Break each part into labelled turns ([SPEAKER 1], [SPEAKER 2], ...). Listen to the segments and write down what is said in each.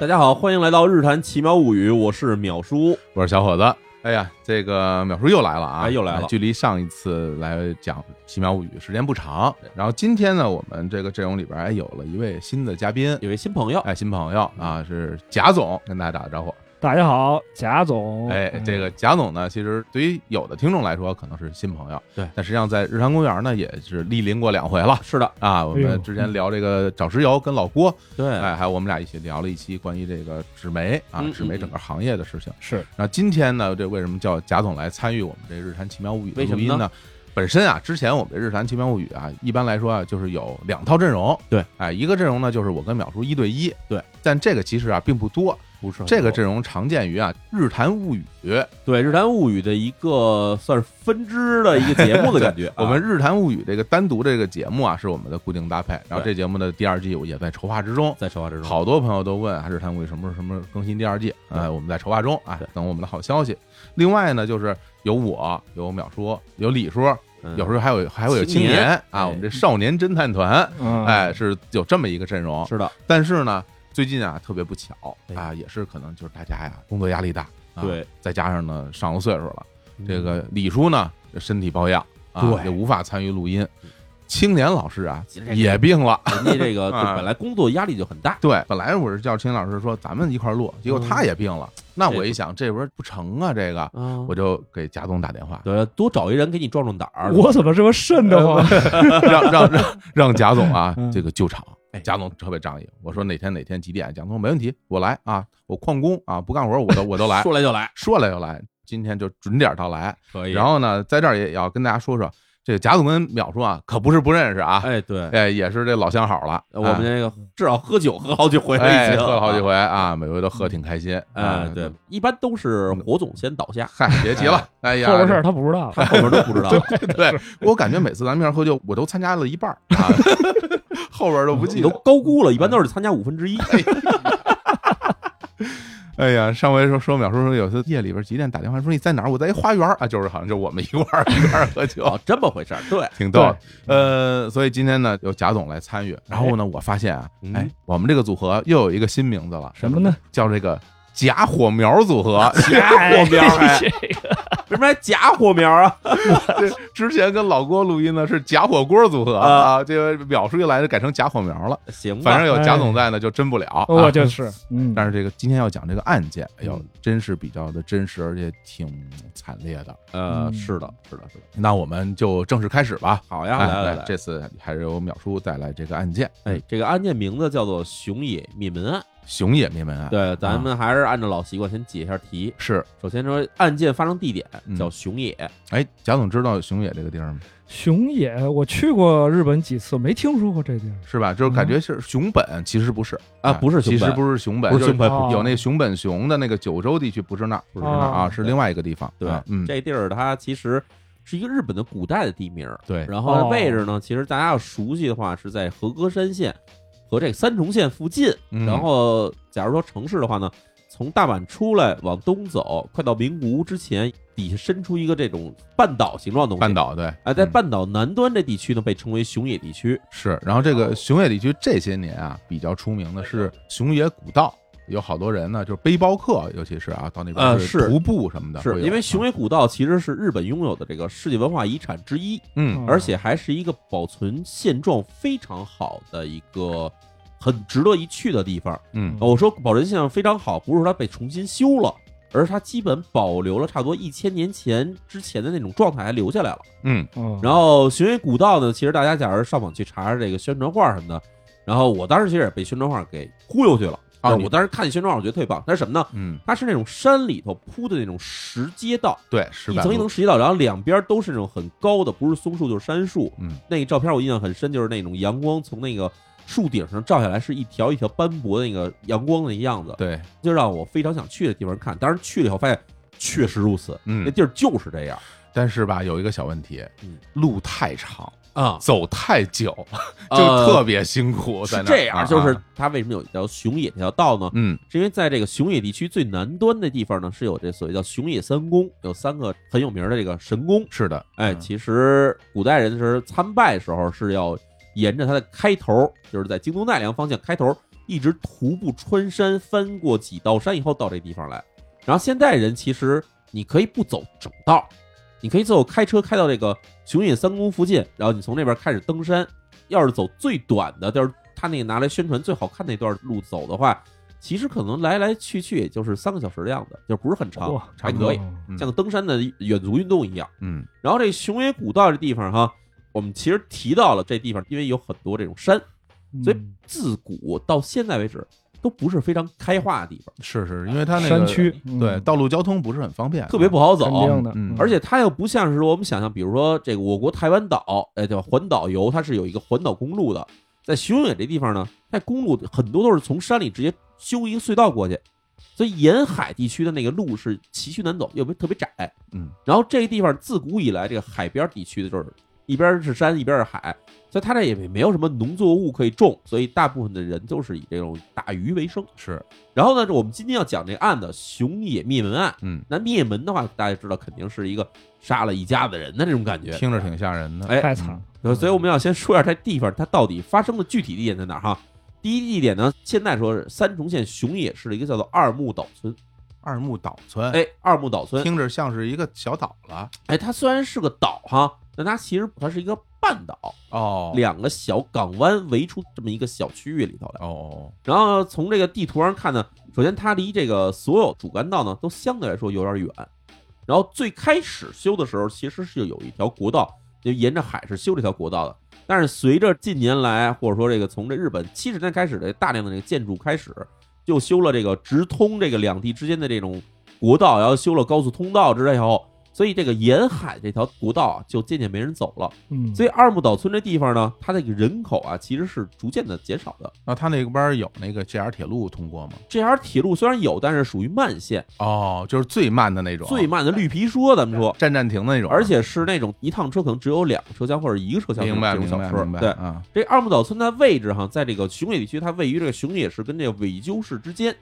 [SPEAKER 1] 大家好，欢迎来到《日谈奇妙物语》，我是淼叔。
[SPEAKER 2] 我是小伙子。哎呀，这个淼叔又来了啊，
[SPEAKER 1] 哎又来了
[SPEAKER 2] 距离上一次来讲《奇妙物语》时间不长，然后今天呢，我们这个阵容里边哎有了一位新的嘉宾，
[SPEAKER 1] 有位新朋友，
[SPEAKER 2] 哎，新朋友啊，是贾总，跟大家打个招呼。
[SPEAKER 3] 大家好，贾总。
[SPEAKER 2] 哎，
[SPEAKER 3] 嗯
[SPEAKER 2] 这个贾总呢，其实对于有的听众来说可能是新朋友，
[SPEAKER 1] 对
[SPEAKER 2] 但实际上在日坛公园呢也是莅临过两回了
[SPEAKER 1] 是的，
[SPEAKER 2] 啊。我
[SPEAKER 3] 哎呦
[SPEAKER 2] 们之前聊这个找石油跟老郭，
[SPEAKER 1] 对，
[SPEAKER 2] 哎，还有我们俩一起聊了一期关于这个纸媒啊
[SPEAKER 1] 嗯，
[SPEAKER 2] 纸媒整个行业的事情。
[SPEAKER 3] 是
[SPEAKER 2] 然后今天呢，这为什么叫贾总来参与我们这《日谈奇妙物语》的
[SPEAKER 1] 为什
[SPEAKER 2] 录
[SPEAKER 1] 么
[SPEAKER 2] 音
[SPEAKER 1] 呢
[SPEAKER 2] 呢？本身啊，之前我们这《日谈奇妙物语》啊，一般来说啊，就是有两套阵容。
[SPEAKER 1] 对，
[SPEAKER 2] 哎，一个阵容呢，就是我跟淼叔一对一。
[SPEAKER 1] 对，
[SPEAKER 2] 但这个其实啊并不多，
[SPEAKER 1] 不是很
[SPEAKER 2] 这
[SPEAKER 1] 多
[SPEAKER 2] 个阵容常见于啊《日谈物语》
[SPEAKER 1] 对《日谈物语》的一个算是分支的一个节
[SPEAKER 2] 。
[SPEAKER 1] 目的感 觉
[SPEAKER 2] 我们《
[SPEAKER 1] 啊
[SPEAKER 2] 日谈物语》这个单独这个节目啊，是我们的固定搭配。然后这节目的第二季我也在筹划之中。
[SPEAKER 1] 在说话之中，，
[SPEAKER 2] 好多朋友都问《日谈物语》什么时候什么时候更新第二季？
[SPEAKER 1] 对
[SPEAKER 2] 哎，我们在筹划中啊
[SPEAKER 1] 对，
[SPEAKER 2] 等我们的好消息。另外呢，就是有我，有淼叔，有李叔，
[SPEAKER 1] 嗯
[SPEAKER 2] 有时候还有还会有青
[SPEAKER 1] 青年
[SPEAKER 2] 年
[SPEAKER 1] 哎
[SPEAKER 2] 啊，我们这少年侦探团，
[SPEAKER 3] 嗯
[SPEAKER 2] 哎，是有这么一个阵容。
[SPEAKER 1] 是的，
[SPEAKER 2] 但是呢，最近啊特别不巧
[SPEAKER 1] 哎
[SPEAKER 2] 啊，也是可能就是大家呀工作压力大，啊，
[SPEAKER 1] 对，
[SPEAKER 2] 再加上呢上了岁数了，
[SPEAKER 1] 嗯
[SPEAKER 2] 这个李叔呢身体抱恙啊，
[SPEAKER 3] 对
[SPEAKER 2] 也无法参与录音。
[SPEAKER 1] 嗯
[SPEAKER 2] 青年老师啊
[SPEAKER 1] 其实这个
[SPEAKER 2] 也病了。
[SPEAKER 1] 人家这个
[SPEAKER 2] 啊
[SPEAKER 1] 本来工作压力就很大，
[SPEAKER 2] 对，本来我是叫青年老师说咱们一块儿录，结果他也病了。那
[SPEAKER 1] 嗯
[SPEAKER 2] 我
[SPEAKER 1] 这
[SPEAKER 2] 一想，这不是不成啊，这个
[SPEAKER 1] 啊
[SPEAKER 2] 我就给贾总打 电话，
[SPEAKER 1] 对多找一人给你壮壮胆儿。
[SPEAKER 3] 我怎么这么瘆得慌？
[SPEAKER 2] 让让让让贾 总啊
[SPEAKER 3] 嗯
[SPEAKER 2] 这个救场
[SPEAKER 1] 哎。
[SPEAKER 2] 贾总特别仗义，我说哪天哪天几点，贾总说没问题，我来 啊，我旷工啊，不干活我都我都来，
[SPEAKER 1] 说来就来，
[SPEAKER 2] 说来就来，今天就准点儿到来。
[SPEAKER 1] 可
[SPEAKER 2] 然后呢，在这儿也要跟大家说说，这个贾总跟淼叔啊，可不是不认识啊，
[SPEAKER 1] 哎，对，呃
[SPEAKER 2] 哎，也是这老相好了，
[SPEAKER 1] 我们这个至少喝酒喝好几回了，已
[SPEAKER 2] 哎哎
[SPEAKER 1] 经
[SPEAKER 2] 喝了好几
[SPEAKER 1] 啊。
[SPEAKER 2] 回啊，每回都喝挺开心。啊
[SPEAKER 1] 哎，对，，一般都是火总先倒下，
[SPEAKER 2] 嗨，别提了，
[SPEAKER 1] 嗯
[SPEAKER 2] 哎呀，
[SPEAKER 3] 后 边事儿他不 知道。
[SPEAKER 1] 他后面都不 知道。
[SPEAKER 2] 对我感觉每次咱们一块儿喝酒，我都参加了一半儿啊， 后边儿都不记
[SPEAKER 1] 你都
[SPEAKER 2] 得。
[SPEAKER 1] 高估了，一般都是参加五分之一。
[SPEAKER 2] 哎呀，上回说说淼叔说有次夜里边几点打电话说你在哪儿？我在一花园儿啊，就是好像就我们一块儿一块儿喝酒
[SPEAKER 1] 哦，，这么回事儿， 对，
[SPEAKER 2] 挺逗。呃，所以今天呢有贾总来参与，然后呢我发现啊，
[SPEAKER 1] 嗯
[SPEAKER 2] 哎，我们这个组合又有一个新名字了，
[SPEAKER 3] 什 么呢？
[SPEAKER 2] 叫这个假火苗组 合。
[SPEAKER 3] 哎
[SPEAKER 1] 火苗哎
[SPEAKER 3] 这
[SPEAKER 1] 为什么还假火苗啊？
[SPEAKER 2] 这之前跟老郭录音呢是假火锅组合
[SPEAKER 1] 啊嗯
[SPEAKER 2] 啊，这个淼叔一来就改成假火苗了。
[SPEAKER 1] 行吧，
[SPEAKER 2] 反正有贾总在呢，就真不了啊。
[SPEAKER 3] 我就是，嗯，
[SPEAKER 2] 但是这个今天要讲这个案件，哎呦
[SPEAKER 1] 嗯，
[SPEAKER 2] 真是比较的真实，而且挺惨烈的。
[SPEAKER 1] 呃，
[SPEAKER 3] 嗯
[SPEAKER 1] 是的，是的，是的。
[SPEAKER 2] 那我们就正式开始吧。
[SPEAKER 1] 好
[SPEAKER 2] 哎
[SPEAKER 1] 呀，来来
[SPEAKER 2] 来
[SPEAKER 1] 来，
[SPEAKER 2] 这次还是由淼叔带来这个案件，
[SPEAKER 1] 哎，这个案件名字叫做“熊野灭门案
[SPEAKER 2] 熊野灭门”。案。，
[SPEAKER 1] 对，咱们还是按照老习惯先解一下题。
[SPEAKER 2] 是，
[SPEAKER 1] 首先说案件发生地点
[SPEAKER 2] 嗯
[SPEAKER 1] 叫熊野，
[SPEAKER 2] 哎，贾总知道熊野这个地儿吗？
[SPEAKER 3] 熊野，我去过日本几次，没听说过这地儿。
[SPEAKER 2] 是吧？就是感觉是熊本，其实不是
[SPEAKER 1] 啊不是熊
[SPEAKER 2] 其
[SPEAKER 1] 本
[SPEAKER 2] 实不是熊本，
[SPEAKER 1] 不是熊本
[SPEAKER 2] 就
[SPEAKER 3] 不是
[SPEAKER 2] 有那熊本熊的那个九州地区，不是那儿，不是那儿啊，
[SPEAKER 3] 哦
[SPEAKER 2] 是另外一个地方。
[SPEAKER 1] 对
[SPEAKER 2] 啊，嗯，
[SPEAKER 1] 这地儿它其实是一个日本的古代的地名。
[SPEAKER 2] 对，
[SPEAKER 1] 然后呢
[SPEAKER 3] 哦
[SPEAKER 1] 位置呢，其实大家要熟悉的话，是在和歌山县和这个三重县附近。
[SPEAKER 2] 嗯
[SPEAKER 1] 然后，假如说城市的话呢，从大阪出来往东走，快到名古屋之前，底下伸出一个这种半岛形状的东西。
[SPEAKER 2] 半岛对，
[SPEAKER 1] 哎，在
[SPEAKER 2] 嗯
[SPEAKER 1] 半岛南端这地区呢，被称为熊野地区。
[SPEAKER 2] 是，然后这
[SPEAKER 3] 哦
[SPEAKER 2] 个熊野地区这些年啊，比较出名的是熊野古道，有好多人呢，就是背包客，尤其是啊，到那边
[SPEAKER 1] 呃
[SPEAKER 2] 去
[SPEAKER 1] 是
[SPEAKER 2] 徒步什么的会有，嗯啊
[SPEAKER 1] 是因为熊
[SPEAKER 2] 野
[SPEAKER 1] 野古道其实是日本拥有的这个世界文化遗产之一，
[SPEAKER 2] 嗯
[SPEAKER 1] 而且还是一个保存现状非常好的一个很值得一去的地方。呃
[SPEAKER 2] 嗯
[SPEAKER 1] 我说保存现状非常好，不是说它被重新修了，而是它基本保留了差不多一千年前之前的那种状态还留下来了。
[SPEAKER 2] 嗯
[SPEAKER 3] 嗯，
[SPEAKER 1] 然后熊野古道呢，其实大家假如上网去查查这个宣传画什么的，然后我当时其实也被宣传画给忽悠去了
[SPEAKER 2] 啊你
[SPEAKER 1] 我当时看宣传画，我觉得特别棒。它是什么呢？
[SPEAKER 2] 嗯，
[SPEAKER 1] 它是那种山里头铺的那种石阶道，
[SPEAKER 2] 对，石
[SPEAKER 1] 一
[SPEAKER 2] 板
[SPEAKER 1] 层一
[SPEAKER 2] 路
[SPEAKER 1] 层石阶道，然后两边都是那种很高的，不是松树就是杉树。
[SPEAKER 2] 嗯，
[SPEAKER 1] 那个照片我印象很深，就是那种阳光从那个树顶上照下来，是一条一条斑驳的那个阳光的那个样子，
[SPEAKER 2] 对，
[SPEAKER 1] 就让我非常想去的地方看。当然去了以后发现确实如此，那
[SPEAKER 2] 嗯，
[SPEAKER 1] 地儿就是这样
[SPEAKER 2] 但是吧，有一个小问题
[SPEAKER 1] 嗯，
[SPEAKER 2] 路太长，
[SPEAKER 1] 啊，
[SPEAKER 2] 走太久， 就
[SPEAKER 1] 呃
[SPEAKER 2] 特别辛苦，在
[SPEAKER 1] 是
[SPEAKER 2] 那儿
[SPEAKER 1] 这
[SPEAKER 2] 啊
[SPEAKER 1] 样。就是它为什么有一条熊野这条道呢？
[SPEAKER 2] 嗯
[SPEAKER 1] 是因为在这个熊野地区最南端的地方呢，是有这所谓叫熊野三宫，有三个很有名的这个神宫。
[SPEAKER 2] 是的，
[SPEAKER 1] 哎，
[SPEAKER 2] 嗯
[SPEAKER 1] 其实古代人的时候参拜的时候是要沿着它的开头，就是在京都奈良方向开头一直徒步穿山，翻过几道山以后到这地方来。然后现代人其实你可以不走整道，你可以最后开车开到这个熊野三宫附近，然后你从那边开始登山。要是走最短的，就是他那个拿来宣传最好看那段路走的话，其实可能来来去去也就是三个小时的样子，就不是很长，
[SPEAKER 3] 哇
[SPEAKER 1] 还
[SPEAKER 2] 不
[SPEAKER 1] 可以
[SPEAKER 2] 多，嗯
[SPEAKER 1] 像登山的远足运动一样。
[SPEAKER 2] 嗯
[SPEAKER 1] 然后这熊野古道这地方哈，我们其实提到了这地方，因为有很多这种山，所以
[SPEAKER 3] 嗯
[SPEAKER 1] 自古到现在为止都不是非常开化的地方，
[SPEAKER 2] 是是，因为它那个
[SPEAKER 3] 山区
[SPEAKER 2] 对
[SPEAKER 3] 嗯
[SPEAKER 2] 道路交通不是很方便，啊
[SPEAKER 1] 特别不好
[SPEAKER 3] 哎肯定
[SPEAKER 1] 走。
[SPEAKER 3] 的
[SPEAKER 2] 嗯，
[SPEAKER 1] 而且它又不像是我们想象，比如说这个我国台湾岛，哎，叫环岛游，它是有一个环岛公路的。在熊野这地方呢，它公路很多都是从山里直接修一个隧道过去，所以沿海地区的那个路是崎岖难走，又不特别窄。
[SPEAKER 2] 嗯，
[SPEAKER 1] 然后这个地方自古以来，这个海边地区的就是一边是山，一边是海，所以它这也没有什么农作物可以种，所以大部分的人都是以这种打鱼为生。
[SPEAKER 2] 是
[SPEAKER 1] 然后呢，我们今天要讲这个案子——熊野灭门案。
[SPEAKER 2] 嗯，
[SPEAKER 1] 那灭门的话，大家知道肯定是一个杀了一家子人的那种感觉，
[SPEAKER 2] 听着挺吓人的。嗯
[SPEAKER 1] 哎
[SPEAKER 3] 太惨了。
[SPEAKER 1] 呃，所以我们要先说一下这地方它到底发生的具体地点在哪儿哈。第一地点呢，现在说是三重县熊野市的一个叫做二木岛村。
[SPEAKER 2] 二木岛村，
[SPEAKER 1] 哎，二木岛村，
[SPEAKER 2] 听着像是一个小岛了
[SPEAKER 1] 哎，它虽然是个岛哈，但它其实它是一个半岛，
[SPEAKER 2] 哦
[SPEAKER 1] 两个小港湾围出这么一个小区域里头来。
[SPEAKER 2] 哦
[SPEAKER 1] 然后从这个地图上看呢，首先它离这个所有主干道呢都相对来说有点远。然后最开始修的时候，其实是有一条国道，就沿着海是修这条国道的。但是随着近年来，或者说这个从这日本七十年代开始的大量的这个建筑开始，就修了这个直通这个两地之间的这种国道，然后修了高速通道之类后，所以这个沿海这条国道啊，就渐渐没人走了。
[SPEAKER 3] 嗯，
[SPEAKER 1] 所以二木岛村这地方呢，它这个人口啊，其实是逐渐的减少的。
[SPEAKER 2] 那他那边儿有那个 JR 铁路通过吗？
[SPEAKER 1] JR 铁路虽然有，但是属于慢线，
[SPEAKER 2] 哦，就是最慢的那种，
[SPEAKER 1] 最慢的绿皮车，咱们说，
[SPEAKER 2] 站站停的那种，
[SPEAKER 1] 而且是那种一趟车可能只有两个车厢或者一个车厢
[SPEAKER 2] 明
[SPEAKER 1] 那
[SPEAKER 2] 白
[SPEAKER 1] 种
[SPEAKER 2] 明
[SPEAKER 1] 这种
[SPEAKER 2] 白
[SPEAKER 1] 小车
[SPEAKER 2] 明。白
[SPEAKER 1] 对，
[SPEAKER 2] 啊，
[SPEAKER 1] 这二木岛村的位置哈，在这个熊野地区，它位于这个熊野市跟这个尾鸠市之间。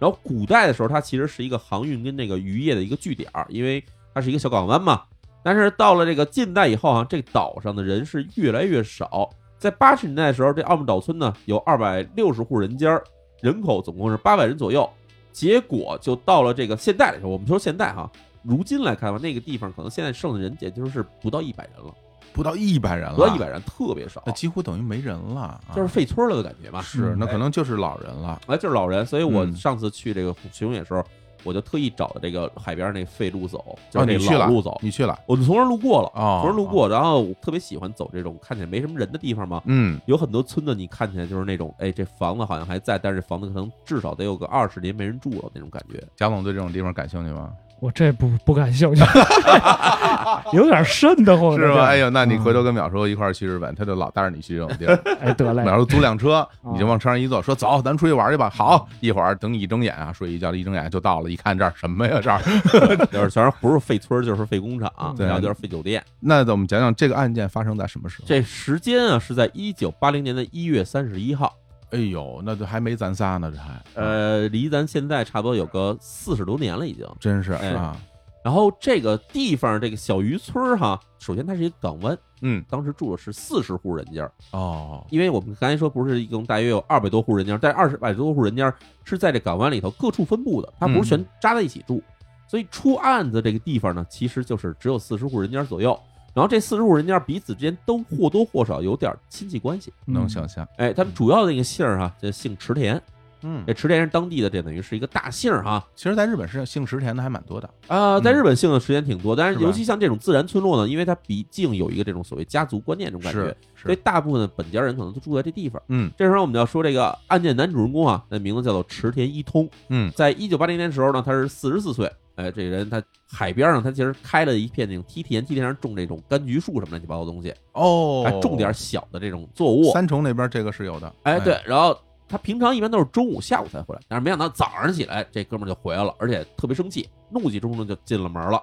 [SPEAKER 1] 然后古代的时候，它其实是一个航运跟这个渔业的一个据点儿，因为它是一个小港湾嘛。但是到了这个近代以后啊，这个岛上的人是越来越少。在八十年代的时候，这二木岛村呢有二百六十户人家儿，人口总共是八百人左右。结果就到了这个现代的时候，我们说现代哈，如今来看吧，那个地方可能现在剩的人也就是不到一百人了，
[SPEAKER 2] 不到一百人了，
[SPEAKER 1] 不到一百，人特别少，
[SPEAKER 2] 啊那几乎等于没人了，啊
[SPEAKER 1] 就是废村了的感觉吧。
[SPEAKER 2] 是那可能就是老人了，
[SPEAKER 1] 啊，就是老人，所以我
[SPEAKER 2] 嗯
[SPEAKER 1] 上次去这个熊野的时候，我就特意找的这个海边那个废路走，就
[SPEAKER 2] 哦，
[SPEAKER 1] 是
[SPEAKER 2] 你
[SPEAKER 1] 那
[SPEAKER 2] 去
[SPEAKER 1] 老
[SPEAKER 2] 了
[SPEAKER 1] 路走，
[SPEAKER 2] 你去了，
[SPEAKER 1] 我就从这儿路过了，
[SPEAKER 2] 哦，
[SPEAKER 1] 从这儿路
[SPEAKER 2] 哦，
[SPEAKER 1] 过，然后我特别喜欢走这种看起来没什么人的地方嘛。
[SPEAKER 2] 嗯，
[SPEAKER 1] 有很多村子，你看起来就是那种，哎，这房子好像还在，但是房子可能至少得有个二十年没人住了那种 感觉。
[SPEAKER 2] 贾总对这种地方感兴趣吗？
[SPEAKER 3] 我这不不 感兴趣， 有点瘆得慌，
[SPEAKER 2] 是
[SPEAKER 3] 这
[SPEAKER 2] 吧？哎呦，那你
[SPEAKER 3] 嗯
[SPEAKER 2] 回头跟淼叔一块儿去日本，他就老带着你去这种地儿。
[SPEAKER 3] 哎得嘞，
[SPEAKER 2] 淼叔租辆车，
[SPEAKER 3] 啊
[SPEAKER 2] 你就往车上一坐，说走，咱出去玩去吧。好，一会儿等一睁眼啊，睡一觉，一睁眼就到了，一看这儿什么呀？这儿。
[SPEAKER 1] 就是全是不是废村儿就是废工厂，
[SPEAKER 3] 对
[SPEAKER 1] 然后就是废酒店。
[SPEAKER 2] 那我们讲讲这个案件发生在什么时候？
[SPEAKER 1] 这时间啊是在一九八零年的一月三十一号，
[SPEAKER 2] 哎呦，那就还没咱仨呢，这还，
[SPEAKER 1] 呃，离咱现在差不多有个四十多年了已经。
[SPEAKER 2] 真是
[SPEAKER 1] 哎
[SPEAKER 2] 啊，
[SPEAKER 1] 然后这个地方这个小渔村儿哈，首先它是一个港湾，
[SPEAKER 2] 嗯，
[SPEAKER 1] 当时住的是四十户人家，
[SPEAKER 2] 哦，
[SPEAKER 1] 因为我们刚才说不是一共大约有二百多户人家，但二十百多户人家是在这港湾里头各处分布的，它不是全扎在一起住，所以出案子这个地方呢，其实就是只有四十户人家左右。然后这四十户人家彼此之间都或多或少有点亲戚关系，
[SPEAKER 3] 嗯
[SPEAKER 2] 能想象，
[SPEAKER 1] 哎，他们主要的那个姓儿哈，这姓池田，
[SPEAKER 2] 嗯
[SPEAKER 1] 这，池田是当地的，这等于是一个大姓儿哈，
[SPEAKER 2] 其实，在日本是姓池田的还蛮多的，
[SPEAKER 1] 啊，在
[SPEAKER 2] 嗯
[SPEAKER 1] 日本幸的时间挺多，但是
[SPEAKER 2] 是吧
[SPEAKER 1] 尤其像这种自然村落呢，因为它毕竟有一个这种所谓家族观念这种感觉
[SPEAKER 2] 是，
[SPEAKER 1] 所以
[SPEAKER 2] 是，
[SPEAKER 1] 大部分的本家人可能都住在这地方。
[SPEAKER 2] 嗯
[SPEAKER 1] 这时候我们要说这个案件男主人公啊，那名字叫做池田一通，
[SPEAKER 2] 嗯，
[SPEAKER 1] 在一九八零年的时候呢，他是四十四岁。哎，这人他海边上，他其实开了一片那种梯田，梯田上种这种柑橘树什么乱七八糟的东西，
[SPEAKER 2] 哦
[SPEAKER 1] 还，种点小的这种作物。
[SPEAKER 2] 三重那边这个是有的，
[SPEAKER 1] 哎，对，，然后他平常一般都是中午、下午才回来，但是没想到早上起来这哥们儿就回来了，而且特别生气，怒气冲冲就进了门了。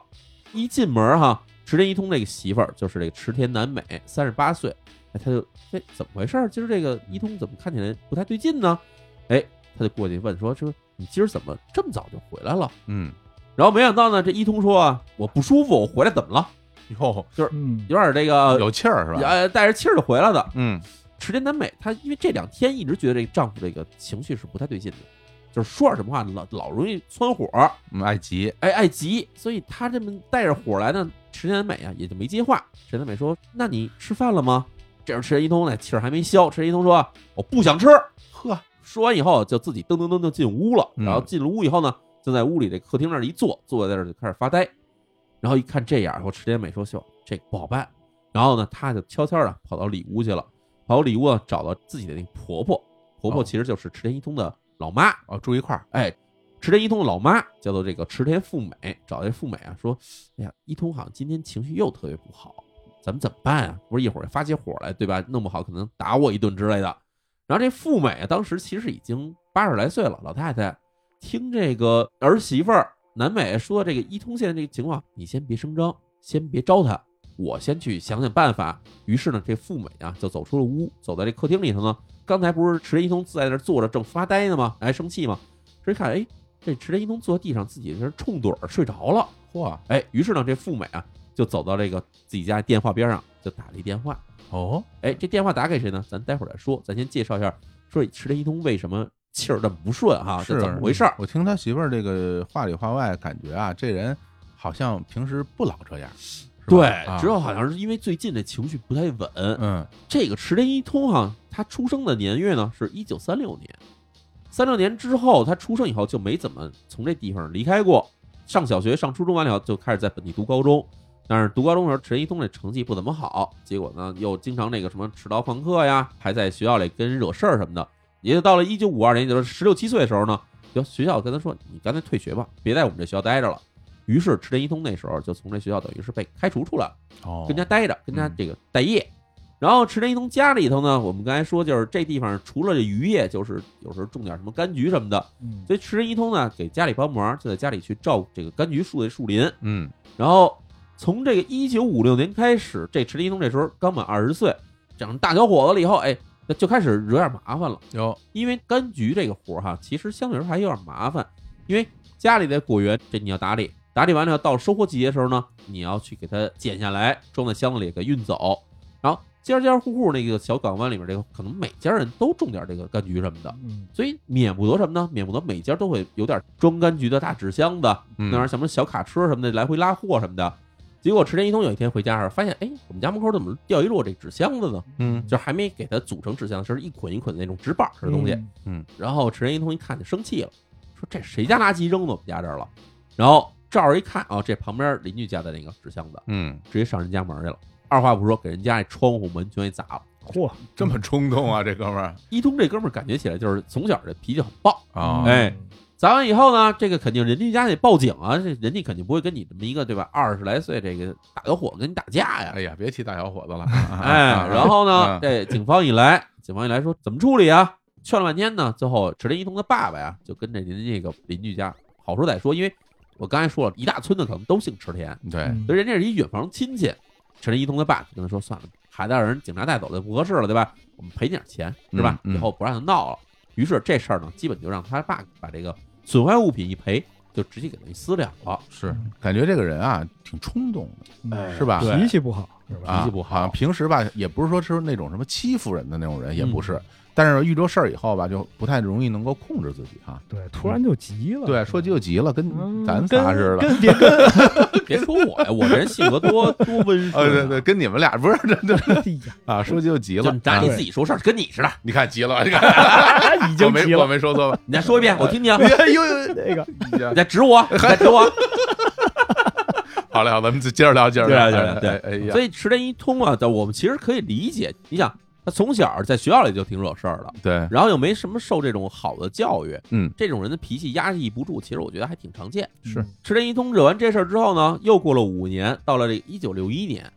[SPEAKER 1] 一进门哈，池田一通这个媳妇儿就是这个池田南美，三十八岁，哎，他就哎怎么回事儿？今儿这个一通怎么看起来不太对劲呢？哎，他就过去问说说你今儿怎么这么早就回来了？
[SPEAKER 2] 嗯，
[SPEAKER 1] 然后没想到呢，这一通说啊，我不舒服，我回来怎么了？
[SPEAKER 2] 哟，
[SPEAKER 3] 嗯
[SPEAKER 1] 有点这个哎
[SPEAKER 2] 有气儿是吧？
[SPEAKER 1] 呃带着气儿就回来的。
[SPEAKER 2] 嗯，
[SPEAKER 1] 池田南美她因为这两天一直觉得这个丈夫这个情绪是不太对劲的，就是说点什么话老老容易蹿火，
[SPEAKER 2] 嗯，爱极，
[SPEAKER 1] 哎爱急，所以她这么带着火来呢，池田南美啊也就没接话。池田南美说：“那你吃饭了吗？”这时候池田一通呢气儿还没消，池田一通说：“我不想吃。”
[SPEAKER 2] 呵，
[SPEAKER 1] 说完以后就自己噔噔噔就进屋了，
[SPEAKER 2] 嗯
[SPEAKER 1] 然后进了屋以后呢，就在屋里这客厅那儿一坐，坐在那儿就开始发呆。然后一看这样，然后池田美说：“秀，这个不好办。”然后呢，她就悄悄的跑到里屋去了，跑到里屋啊，找到自己的那个婆婆，婆婆
[SPEAKER 2] 哦
[SPEAKER 1] 其实就是池田一通的老妈。
[SPEAKER 2] 哦，住一块儿，
[SPEAKER 1] 哎，池田一通的老妈叫做这个池田富美，找这富美啊说：“哎呀，一通好像今天情绪又特别不好，咱们怎么办啊？不是一会儿发起火来，对吧？弄不好可能打我一顿之类的。”然后这富美啊，当时其实已经八十来岁了，老太太听这个儿媳妇儿南美说这个一通现在这个情况，你先别声张，先别招她，我先去想想办法。于是呢，这富美啊就走出了屋，走在这客厅里头呢。刚才不是池田一通在那儿坐着正发呆呢吗？还生气吗？这一看，哎，这池田一通坐在地上，自己在那儿冲盹儿睡着了。
[SPEAKER 2] 嚯，
[SPEAKER 1] 哎，于是呢，这富美啊就走到这个自己家电话边上，就打了一电话。
[SPEAKER 2] 哦，
[SPEAKER 1] 哎，这电话打给谁呢？咱待会儿再说，咱先介绍一下，说池田一通为什么气儿这么不顺哈、啊这
[SPEAKER 2] 是
[SPEAKER 1] 怎么回事儿？
[SPEAKER 2] 我听他媳妇儿这个话里话外，感觉啊，这人好像平时不老这样，是吧
[SPEAKER 1] 对，
[SPEAKER 2] 啊
[SPEAKER 1] 只有好像是因为最近这情绪不太稳。
[SPEAKER 2] 嗯，
[SPEAKER 1] 这个池田一通哈、他出生的年月呢是一九三六年，三六年之后他出生以后就没怎么从这地方离开过。上小学、上初中完了以后，就开始在本地读高中。但是读高中的时候，池田一通这成绩不怎么好，结果呢又经常那个什么迟到旷课呀，还在学校里跟人惹事儿什么的。也就到了一九五二年，也就是十六七岁的时候呢，就学校跟他说：“你干脆退学吧，别在我们这学校待着了。”于是池田一通那时候就从这学校等于是被开除出来了。
[SPEAKER 2] 哦，
[SPEAKER 1] 跟家待着，跟家
[SPEAKER 2] 嗯
[SPEAKER 1] 这个待业。然后池田一通家里头呢，我们刚才说就是这地方除了这渔业，就是有时候种点什么柑橘什么的，
[SPEAKER 3] 嗯
[SPEAKER 1] 所以池田一通呢给家里帮忙，就在家里去照顾这个柑橘树的树林。
[SPEAKER 2] 嗯，
[SPEAKER 1] 然后从这个一九五六年开始，这池田一通这时候刚满二十岁，长成大小伙子了以后，哎，那就开始惹点麻烦了。
[SPEAKER 2] 有
[SPEAKER 1] 因为柑橘这个活儿哈，其实相对来说还有点麻烦，因为家里的果园这你要打理，打理完了以后到收获季节的时候呢，你要去给它剪下来，装在箱子里给运走，然后家家户户那个小港湾里面这个可能每家人都种点这个柑橘什么的，
[SPEAKER 3] 嗯
[SPEAKER 1] 所以免不得什么呢？免不得每家都会有点装柑橘的大纸箱子，
[SPEAKER 2] 嗯
[SPEAKER 1] 那玩意儿什么小卡车什么的来回拉货什么的。结果池田一通有一天回家的时候，发现哎，我们家门口怎么掉一摞这纸箱子呢？
[SPEAKER 2] 嗯
[SPEAKER 1] 就还没给它组成纸箱，就是一捆一捆的那种纸板似的东西。
[SPEAKER 3] 嗯
[SPEAKER 1] 然后池田一通一看就生气了，说这谁家垃圾扔到我们家这儿了？然后照着一看啊，这旁边邻居家的那个纸箱子，
[SPEAKER 2] 嗯，
[SPEAKER 1] 直接上人家门去了。二话不说，给人家那窗户门全给砸了。
[SPEAKER 3] 嚯，
[SPEAKER 2] 这么冲动啊，这哥们儿
[SPEAKER 1] 一通这哥们儿感觉起来就是从小这脾气很暴，
[SPEAKER 3] 嗯
[SPEAKER 2] 啊，
[SPEAKER 1] 哎，砸完以后呢，这个肯定人家家得报警啊，这人家肯定不会跟你这么一个对吧二十来岁这个大小伙子跟你打架呀
[SPEAKER 2] 哎。呀，别提大小伙子了，啊
[SPEAKER 1] 哎，然后呢，，
[SPEAKER 2] 啊啊
[SPEAKER 1] 这警方一来，警方一来说怎么处理啊？劝了半天呢，最后池田一通的爸爸呀，就跟着您这个邻居家好说歹说，因为我刚才说了一大村子可能都姓池田，
[SPEAKER 2] 对，
[SPEAKER 3] 嗯
[SPEAKER 1] 所以人家是一远房亲戚。池田一通的爸就跟他说，算了，孩子让人警察带走就不合适了，对吧？我们赔你点钱是吧？
[SPEAKER 2] 嗯嗯
[SPEAKER 1] 以后不让他闹了。于是这事儿呢，基本就让他爸把这个损坏物品一赔，就直接给他私了了。
[SPEAKER 2] 是感觉这个人啊挺冲动的，
[SPEAKER 1] 哎
[SPEAKER 3] 嗯
[SPEAKER 2] 是吧对
[SPEAKER 3] 脾气不好是吧？
[SPEAKER 2] 啊
[SPEAKER 1] 脾气不好
[SPEAKER 2] 好像平时吧也不是说是那种什么欺负人的那种人，也不是，
[SPEAKER 1] 嗯
[SPEAKER 2] 但是遇着事儿以后吧，就不太容易能够控制自己啊。
[SPEAKER 3] 对，突然就急了。
[SPEAKER 2] 对， 说急就急了，跟
[SPEAKER 3] 嗯
[SPEAKER 2] 咱仨似的。
[SPEAKER 3] 跟别跟
[SPEAKER 1] 别说我呀，我这人性格多多温顺、啊
[SPEAKER 2] 呃，对对，，跟你们俩不是这这
[SPEAKER 3] 哎 呀
[SPEAKER 2] 啊，说急就急
[SPEAKER 1] 就
[SPEAKER 2] 了
[SPEAKER 1] 你，拿你
[SPEAKER 2] 啊
[SPEAKER 1] 自己说事儿，跟你似的。
[SPEAKER 2] 你看急 了，你 看
[SPEAKER 1] 啊
[SPEAKER 3] 已
[SPEAKER 2] 我
[SPEAKER 3] 经
[SPEAKER 2] 没
[SPEAKER 3] 急
[SPEAKER 2] 我
[SPEAKER 3] 了，
[SPEAKER 2] 没说错吧？
[SPEAKER 1] 你再说一遍，我听听。
[SPEAKER 2] 哎呦呦，呦
[SPEAKER 3] 那个
[SPEAKER 2] 你这
[SPEAKER 1] 你再指我，你再指我。
[SPEAKER 2] 好嘞，好，咱们接着聊，接着聊，
[SPEAKER 1] 接着聊
[SPEAKER 2] 哎哎哎呀
[SPEAKER 1] 所，以池田一通啊，在我们其实可以理解。你想，他从小在学校里就挺惹事儿的，
[SPEAKER 2] 对，
[SPEAKER 1] 然后又没什么受这种好的教育，
[SPEAKER 2] 嗯，
[SPEAKER 1] 这种人的脾气压抑不住，其实我觉得还挺常见。
[SPEAKER 2] 是
[SPEAKER 1] 池田一通惹完这事儿之后呢，又过了五年，到了这一九六一年，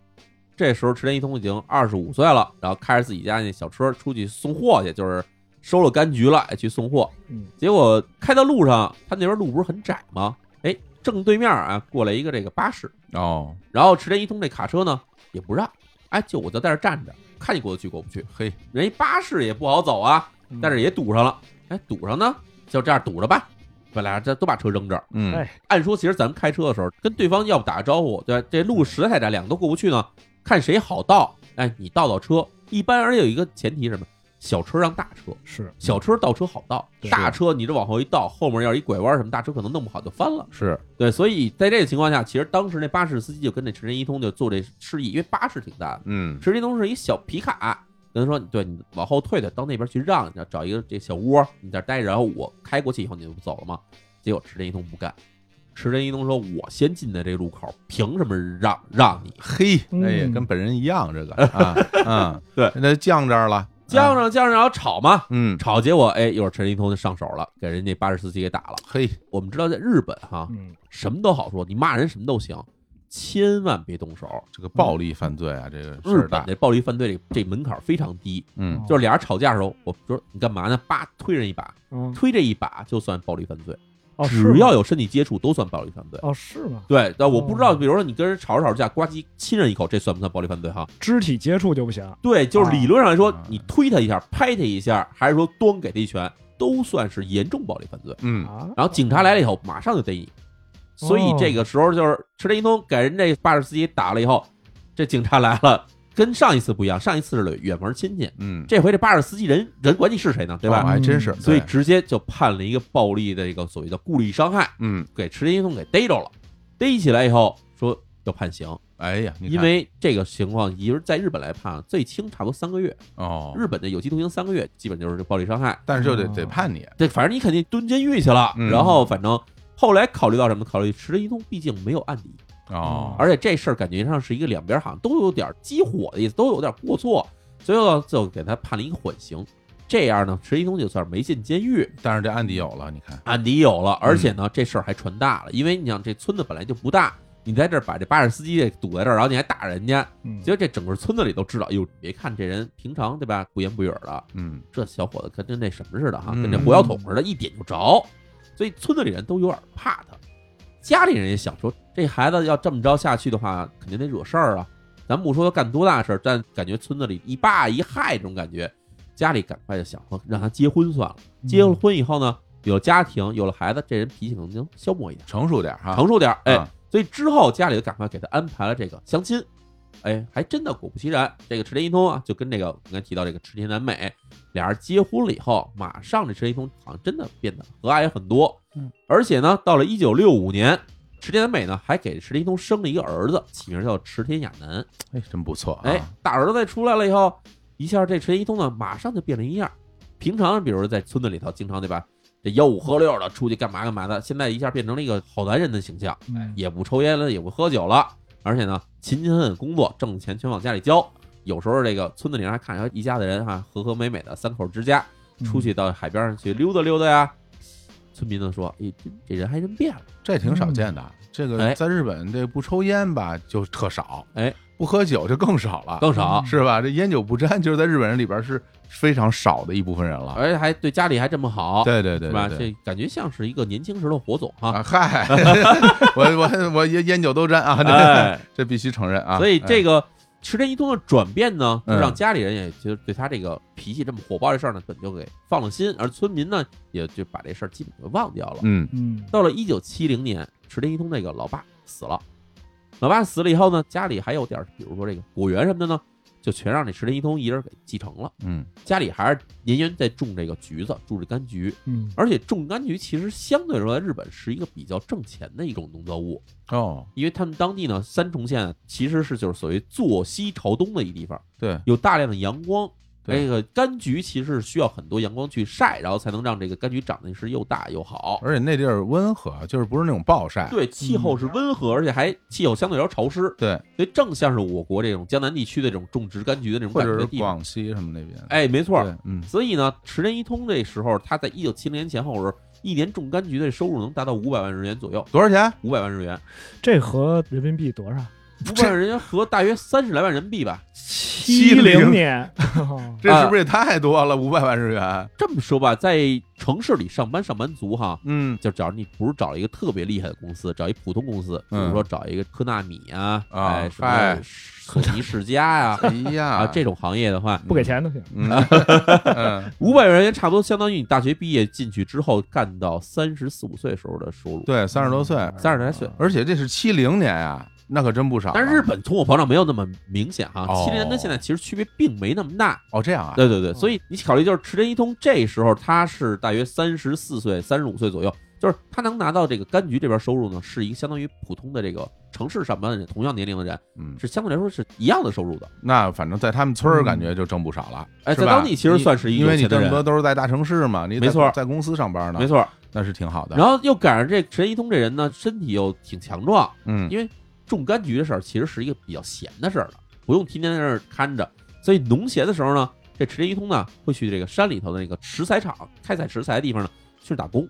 [SPEAKER 1] 这时候池田一通已经二十五岁了，然后开着自己家那小车出去送货去，就是收了柑橘了，哎去送货。
[SPEAKER 3] 嗯
[SPEAKER 1] 结果开到路上，他那边路不是很窄吗？哎，正对面啊过来一个这个巴士，
[SPEAKER 2] 哦，
[SPEAKER 1] 然后池田一通这卡车呢也不让，哎，就我就在这儿站着，看你过得去过不去。
[SPEAKER 2] 嘿，
[SPEAKER 1] 人家巴士也不好走啊，
[SPEAKER 3] 嗯
[SPEAKER 1] 但是也堵上了。哎，堵上呢，就这样堵着吧。本来这都把车扔这儿。
[SPEAKER 2] 嗯
[SPEAKER 3] 哎，
[SPEAKER 1] 按说其实咱们开车的时候跟对方要不打个招呼，对吧，这路实在太窄，两个都过不去呢，看谁好倒，哎，你倒倒车，一般而且有一个前提是什么？小车让大车，
[SPEAKER 3] 是
[SPEAKER 1] 小车倒车好倒，
[SPEAKER 3] 对
[SPEAKER 1] 大车你这往后一倒，后面要是一拐弯什么，大车可能弄不好就翻了。
[SPEAKER 2] 是
[SPEAKER 1] 对，所以在这个情况下，其实当时那巴士司机就跟那池田一通就做这示意，因为巴士挺大的，
[SPEAKER 2] 嗯
[SPEAKER 1] 池田一通是一小皮卡，跟他说，对你往后退退，到那边去让，你找一个这小窝，你在这儿待着，然后我开过去以后你就走了嘛。结果池田一通不干，池田一通说，我先进的这路口，凭什么让让你？
[SPEAKER 2] 嘿，
[SPEAKER 3] 嗯
[SPEAKER 2] 哎呀，跟本人一样，这个 啊，嗯，
[SPEAKER 1] 对
[SPEAKER 2] 那犟这儿了，
[SPEAKER 1] 犟
[SPEAKER 2] 啊，
[SPEAKER 1] 上犟上，然后吵嘛，
[SPEAKER 2] 嗯，
[SPEAKER 1] 吵，结果哎，一会儿陈一通就上手了，给人家巴士司机给打了。
[SPEAKER 2] 嘿，
[SPEAKER 1] 我们知道在日本哈，
[SPEAKER 3] 嗯，
[SPEAKER 1] 什么都好说，你骂人什么都行，千万别动手。
[SPEAKER 2] 这个暴力犯罪啊，这个事
[SPEAKER 1] 日
[SPEAKER 2] 儿
[SPEAKER 1] 本
[SPEAKER 2] 大，
[SPEAKER 1] 这暴力犯罪这这门槛非常低，
[SPEAKER 2] 嗯
[SPEAKER 3] 哦
[SPEAKER 1] 就是俩人吵架的时候，我说你干嘛呢？叭推人一把，
[SPEAKER 3] 嗯
[SPEAKER 1] 推这一把就算暴力犯罪，
[SPEAKER 3] 哦，是吗
[SPEAKER 1] 只要有身体接触都算暴力犯罪。
[SPEAKER 3] 哦是吗？
[SPEAKER 1] 对，但我不知道，
[SPEAKER 3] 哦
[SPEAKER 1] 比如说你跟人吵着吵着架，呱唧亲人一口，这算不算暴力犯罪哈？
[SPEAKER 3] 肢体接触就不行，
[SPEAKER 1] 对，就是理论上来说
[SPEAKER 2] 啊，
[SPEAKER 1] 你推他一下，拍他一下，还是说咣给他一拳，都算是严重暴力犯罪。
[SPEAKER 2] 嗯，
[SPEAKER 3] 啊，
[SPEAKER 1] 然后警察来了以后，马上就逮你。所以这个时候就是池田一通给人这巴士司机打了以后，这警察来了，跟上一次不一样，上一次是远房亲戚，
[SPEAKER 2] 嗯，
[SPEAKER 1] 这回这巴士司机人人管你是谁呢，对
[SPEAKER 2] 哦
[SPEAKER 1] 吧？
[SPEAKER 2] 还真是，
[SPEAKER 3] 嗯
[SPEAKER 1] 所以
[SPEAKER 2] 对
[SPEAKER 1] 直接就判了一个暴力的一个所谓的故意伤害，
[SPEAKER 2] 嗯，
[SPEAKER 1] 给池田一通给逮着了。逮起来以后说要判刑，
[SPEAKER 2] 哎呀，你看
[SPEAKER 1] 因为这个情况，也就是在日本来判，最轻差不多三个月，
[SPEAKER 2] 哦，
[SPEAKER 1] 日本的有期徒刑三个月，基本就是这暴力伤害。
[SPEAKER 2] 但是就得
[SPEAKER 3] 哦
[SPEAKER 2] 得判你，
[SPEAKER 1] 对，反正你肯定蹲监狱去了。
[SPEAKER 2] 嗯
[SPEAKER 1] 然后反正后来考虑到什么？考虑池田一通毕竟没有案底，
[SPEAKER 2] 哦，
[SPEAKER 1] 而且这事儿感觉上是一个两边好像都有点激火的意思，都有点过错，最后就给他判了一个缓刑。这样呢，池田一通就算是没进监狱，
[SPEAKER 2] 但是这案底有了，你看，
[SPEAKER 1] 案底有了，而且呢，这事儿还传大了，因为你想这村子本来就不大。你在这儿把这巴士司机给堵在这儿，然后你还打人家，
[SPEAKER 3] 嗯
[SPEAKER 1] 结果这整个村子里都知道。哟，别看这人平常对吧，不言不语儿的，
[SPEAKER 2] 嗯，
[SPEAKER 1] 这小伙子跟跟那什么似的哈，
[SPEAKER 2] 嗯
[SPEAKER 1] 跟这火药桶似的，一点就着，所以村子里人都有点怕他，家里人也想说，这孩子要这么着下去的话，肯定得惹事儿啊。咱不说干多大事儿，但感觉村子里一霸一害这种感觉，家里赶快就想说让他结婚算了。结
[SPEAKER 2] 嗯
[SPEAKER 1] 了婚以后呢，有了家庭，有了孩子，这人脾气可能就消磨一点，
[SPEAKER 2] 成熟点儿哈，
[SPEAKER 1] 成熟点儿，哎
[SPEAKER 2] 啊，
[SPEAKER 1] 所以之后家里就赶快给他安排了这个相亲。哎，还真的果不其然，这个池田一通啊，就跟这个我刚才提到这个池田南美，俩人结婚了以后，马上这池田一通好像真的变得和蔼很多。
[SPEAKER 3] 嗯，
[SPEAKER 1] 而且呢，到了一九六五年，池田南美呢还给池田一通生了一个儿子，起名叫池田亚男。
[SPEAKER 2] 哎，真不错啊，
[SPEAKER 1] 哎，大儿子出来了以后，一下这陈一通呢，马上就变了一样。平常比如说在村子里头，经常对吧，这吆五喝六的出去干嘛干嘛的，现在一下变成了一个好男人的形象，
[SPEAKER 3] 嗯
[SPEAKER 1] 也不抽烟了，也不喝酒了，而且呢，勤勤恳恳工作，挣的钱全往家里交。有时候这个村子里人还看哎着一家子人哈、和和美美的三口之家，
[SPEAKER 2] 嗯
[SPEAKER 3] 嗯
[SPEAKER 1] 出去到海边上去溜达溜达呀。村民呢说：“哎，这这人还真变了。
[SPEAKER 2] 这挺少见的。这
[SPEAKER 1] 哎
[SPEAKER 2] 个在日本，这不抽烟吧就特少，
[SPEAKER 1] 哎，
[SPEAKER 2] 不喝酒就更少了，
[SPEAKER 1] 更少
[SPEAKER 2] 是吧？这烟酒不沾，就是在日本人里边是非常少的一部分人”了。
[SPEAKER 1] 而且还对家里还这么好，
[SPEAKER 2] 对对对
[SPEAKER 1] 哎是吧？
[SPEAKER 2] 对对
[SPEAKER 1] 这感觉像是一个年轻时的火总哈。
[SPEAKER 2] 啊， 嗨，我我我烟烟酒都沾 啊，这
[SPEAKER 1] 哎，
[SPEAKER 2] 这必须承认啊。
[SPEAKER 1] 所以这
[SPEAKER 2] 个
[SPEAKER 1] 个池田一通的转变呢，就
[SPEAKER 2] 嗯
[SPEAKER 1] 让家里人也就对他这个脾气这么火爆这事儿呢，本就给放了心，而村民呢，也就把这事儿基本就忘掉了。
[SPEAKER 2] 嗯
[SPEAKER 3] 嗯
[SPEAKER 1] 到了一九七零年，池田一通那个老爸死了，老爸死了以后呢，家里还有点儿，比如说这个果园什么的呢，就全让这池田一通一人给继承了。
[SPEAKER 2] 嗯
[SPEAKER 1] 家里还是年年在种这个橘子，种这柑橘，
[SPEAKER 3] 嗯
[SPEAKER 1] 而且种柑橘其实相对来说，在日本是一个比较挣钱的一种农作物。
[SPEAKER 2] 哦，
[SPEAKER 1] 因为他们当地呢，三重县其实是就是所谓坐西朝东的一地方，
[SPEAKER 2] 对，
[SPEAKER 1] 有大量的阳光。哎
[SPEAKER 2] 对
[SPEAKER 1] 这个柑橘其实是需要很多阳光去晒，然后才能让这个柑橘长得是又大又好。
[SPEAKER 2] 而且那地儿温和，就是不是那种暴晒。
[SPEAKER 1] 对，气候是温和，而且还气候相对来说潮湿，
[SPEAKER 2] 对，
[SPEAKER 1] 所以正像是我国这种江南地区的这种种植柑橘的这种
[SPEAKER 2] 或
[SPEAKER 1] 感觉
[SPEAKER 2] 者
[SPEAKER 1] 的
[SPEAKER 2] 是
[SPEAKER 1] 地方。
[SPEAKER 2] 广西什么那边。，
[SPEAKER 1] 哎，没错。
[SPEAKER 2] 对，嗯，
[SPEAKER 1] 所以呢，池田一通这时候，他在一九七零年前后的时候，一年种柑橘的收入能达到五百万日元左右，
[SPEAKER 2] 多少钱？
[SPEAKER 1] 五百万日元，
[SPEAKER 3] 这合人民币多少？
[SPEAKER 1] 五百万日元合大约三十来万人民币吧。
[SPEAKER 3] 七
[SPEAKER 2] 70
[SPEAKER 3] 零年，哦
[SPEAKER 1] 啊
[SPEAKER 2] 这是不是也太多了？五百万日元。
[SPEAKER 1] 这么说吧，在城市里上班上班族哈，
[SPEAKER 2] 嗯
[SPEAKER 1] 就找你不是找一个特别厉害的公司，找一普通公司，比
[SPEAKER 2] 嗯
[SPEAKER 1] 如说找一个科纳米啊，
[SPEAKER 2] 啊
[SPEAKER 1] 哎什
[SPEAKER 2] 嗨
[SPEAKER 1] 么索尼世家 呀
[SPEAKER 2] 哎呀，
[SPEAKER 1] 啊这种行业的话，
[SPEAKER 3] 不给钱都行。
[SPEAKER 2] 嗯，嗯
[SPEAKER 1] 五百元人差不多相当于你大学毕业进去之后干到三十四五岁时候的收入，
[SPEAKER 2] 对，三十多岁，啊
[SPEAKER 1] 三十来岁，
[SPEAKER 2] 而且这是七零年呀、那可真不少啊。
[SPEAKER 1] 但是日本通货膨胀没有那么明显哈，
[SPEAKER 2] 哦
[SPEAKER 1] 七零年跟现在其实区别并没那么大。
[SPEAKER 2] 哦，这样啊，
[SPEAKER 1] 对对对，
[SPEAKER 3] 嗯
[SPEAKER 1] 所以你考虑就是池田一通这时候他是大约三十四岁、三十五岁左右，就是他能拿到这个柑橘这边收入呢，是一个相当于普通的这个城市上班的人，同样年龄的人，
[SPEAKER 2] 嗯，
[SPEAKER 1] 是相对来说是一样的收入的。
[SPEAKER 2] 那反正在他们村儿
[SPEAKER 3] 嗯
[SPEAKER 2] 感觉就挣不少了。
[SPEAKER 1] 哎
[SPEAKER 2] 是
[SPEAKER 1] 在
[SPEAKER 2] 吧
[SPEAKER 1] 当地其实算是一
[SPEAKER 2] 你
[SPEAKER 1] 个
[SPEAKER 2] 因为
[SPEAKER 1] 有
[SPEAKER 2] 你
[SPEAKER 1] 钱的
[SPEAKER 2] 这
[SPEAKER 1] 人
[SPEAKER 2] 么多都是在大城市嘛，你在
[SPEAKER 1] 没错
[SPEAKER 2] 在公司上班呢，
[SPEAKER 1] 没，错，
[SPEAKER 2] 那是挺好的。
[SPEAKER 1] 然后又赶上这池田一通这人呢，身体又挺强壮，
[SPEAKER 2] 嗯
[SPEAKER 1] 因为种柑橘的事儿其实是一个比较闲的事儿了，不用天天在那儿看着。所以农闲的时候呢，这池田一通呢会去这个山里头的那个石材厂开采石材的地方呢去打工，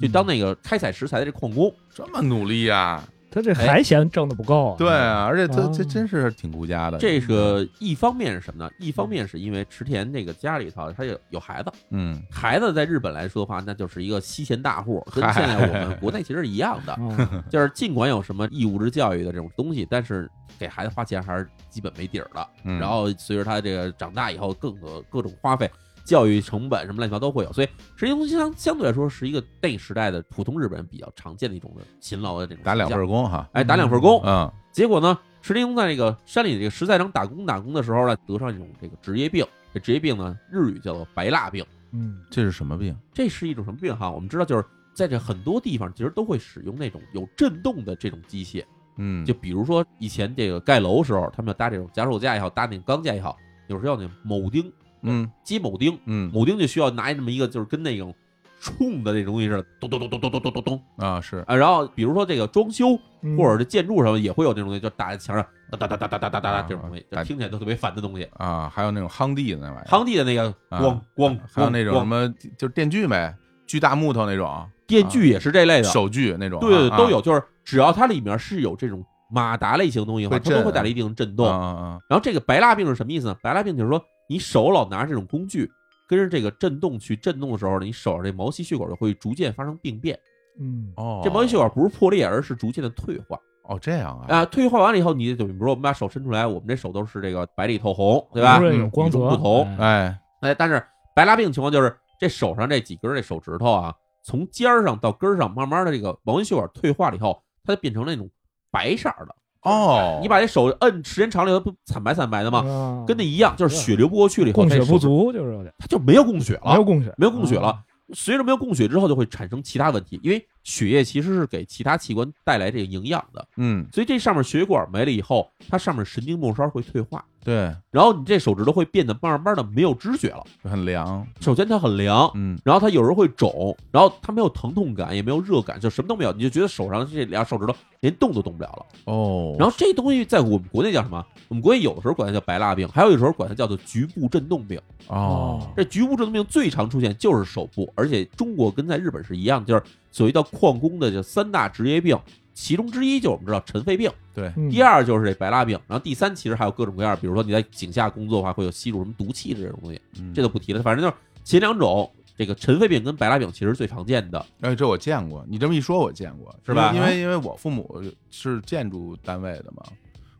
[SPEAKER 1] 去当那个开采石材的这矿工。
[SPEAKER 2] 这么努力啊，
[SPEAKER 3] 他这
[SPEAKER 1] 哎
[SPEAKER 3] 还嫌挣的不够啊？
[SPEAKER 2] 对啊，而且他
[SPEAKER 3] 哦
[SPEAKER 2] 这真是挺顾家的。
[SPEAKER 1] 嗯这个一方面是什么呢？一方面是因为池田这个家里头他有有孩子，
[SPEAKER 2] 嗯，
[SPEAKER 1] 孩子在日本来说的话，那就是一个西贤大户，跟现在我们国内其实是一样 的。
[SPEAKER 3] 嗯，
[SPEAKER 1] 就是尽管有什么义务制教育的这种东西，但是给孩子花钱还是基本没底儿的。
[SPEAKER 2] 嗯
[SPEAKER 1] 然后随着他这个长大以后，更多各种花费、教育成本什么乱七八糟都会有，所以实际东西相相对来说是一个那时代的普通日本人比较常见的一种的勤劳的这种
[SPEAKER 2] 打两
[SPEAKER 1] 形象
[SPEAKER 2] 份工哈，
[SPEAKER 1] 哎，打两份工。
[SPEAKER 2] 嗯，
[SPEAKER 1] 结果呢，池田庸在这个山里这个石材厂打工打工的时候呢，得上一种这个职业病，这职业病呢，日语叫做白蜡病。
[SPEAKER 3] 嗯，
[SPEAKER 2] 这是什么病？
[SPEAKER 1] 这是一种什么病哈？我们知道就是。在这很多地方，其实都会使用那种有震动的这种机械，
[SPEAKER 2] 嗯，
[SPEAKER 1] 就比如说以前这个盖楼时候，他们要搭这种夹手架也好，搭那个钢架也好，有时候要那铆钉，
[SPEAKER 2] 嗯
[SPEAKER 1] 接铆钉，
[SPEAKER 2] 嗯
[SPEAKER 1] 铆钉就需要拿这么一个就是跟那种冲的那种东西似的，咚咚咚咚咚咚咚咚咚
[SPEAKER 2] 啊是，
[SPEAKER 1] 啊。然后比如说这个装修
[SPEAKER 3] 嗯
[SPEAKER 1] 或者这建筑什么也会有这种东西，就打在墙上哒哒哒哒哒哒哒哒哒这种东西，
[SPEAKER 2] 啊
[SPEAKER 1] 就听起来都特别烦的东西。
[SPEAKER 2] 啊，还有那种夯地的那玩意儿，
[SPEAKER 1] 夯地的那个咣咣，
[SPEAKER 2] 哎啊还有那
[SPEAKER 1] 咣
[SPEAKER 2] 种什么就是电锯呗，锯大木头那种，
[SPEAKER 1] 电锯也是这类的，
[SPEAKER 2] 手锯那种啊，
[SPEAKER 1] 对对对
[SPEAKER 2] 啊
[SPEAKER 1] 都有，就是只要它里面是有这种马达类型的东西的话，
[SPEAKER 2] 会
[SPEAKER 1] 它都
[SPEAKER 2] 震
[SPEAKER 1] 会
[SPEAKER 2] 啊
[SPEAKER 1] 带来一定的震
[SPEAKER 2] 啊
[SPEAKER 1] 动。
[SPEAKER 2] 啊啊，
[SPEAKER 1] 然后这个白蜡病是什么意思呢？白蜡病就是说，你手老拿着这种工具跟着这个震动去震动的时候呢，你手上这毛细血管就会逐渐发生病变。
[SPEAKER 3] 嗯，
[SPEAKER 2] 哦，
[SPEAKER 1] 这毛细血管不是破裂，而是逐渐的退化
[SPEAKER 2] 哦这样啊，
[SPEAKER 1] 啊、退化完了以后，你就比如说我们把手伸出来，我们这手都是这个白里透红，对吧
[SPEAKER 3] 不？是
[SPEAKER 2] 嗯
[SPEAKER 3] 有光泽
[SPEAKER 1] 与众不同
[SPEAKER 3] 哎
[SPEAKER 2] 哎，
[SPEAKER 1] 哎，但是白蜡病情况就是这手上这几根儿这手指头啊，从尖儿上到根儿上，慢慢的这个毛细血管退化了以后，它就变成那种白色儿的。
[SPEAKER 2] 哦，
[SPEAKER 1] 你把这手摁时间长了以后，不惨白惨白的吗？
[SPEAKER 3] 啊
[SPEAKER 1] 跟那一样，就是血流不过去了以后，
[SPEAKER 3] 供
[SPEAKER 1] 这
[SPEAKER 3] 血
[SPEAKER 1] 手
[SPEAKER 3] 不
[SPEAKER 1] 指
[SPEAKER 3] 足，就是有点
[SPEAKER 1] 它就没有供血了，
[SPEAKER 3] 没有啊供血，
[SPEAKER 1] 没有供血了。随着没有供血之后，就会产生其他问题，因为血液其实是给其他器官带来这个营养的，
[SPEAKER 2] 嗯
[SPEAKER 1] 所以这上面血管没了以后，它上面神经末梢会退化，
[SPEAKER 2] 对，
[SPEAKER 1] 然后你这手指头会变得慢慢的没有知觉了。
[SPEAKER 2] 就很凉，
[SPEAKER 1] 首先它很凉，
[SPEAKER 2] 嗯
[SPEAKER 1] 然后它有时候会肿，然后它没有疼痛感，也没有热感，就什么都没有，你就觉得手上这俩手指头连动都动不了了。
[SPEAKER 2] 哦，
[SPEAKER 1] 然后这东西在我们国内叫什么？我们国内有的时候管它叫白蜡病，还有有时候管它叫做局部震动病。
[SPEAKER 2] 哦，
[SPEAKER 1] 这局部震动病最常出现就是手部，而且中国跟在日本是一样，就是所谓的矿工的这三大职业病，其中之一就是我们知道尘肺病，
[SPEAKER 2] 对，
[SPEAKER 3] 嗯
[SPEAKER 1] 第二就是这白蜡病，然后第三其实还有各种各样，比如说你在井下工作的话，会有吸入什么毒气的这种东西，
[SPEAKER 2] 嗯
[SPEAKER 1] 这都不提了，反正就是前两种。这个尘肺病跟白蜡病其实是最常见的，
[SPEAKER 2] 哎，这我见过，你这么一说，我见过，
[SPEAKER 1] 是吧
[SPEAKER 2] 因为因为我父母是建筑单位的嘛，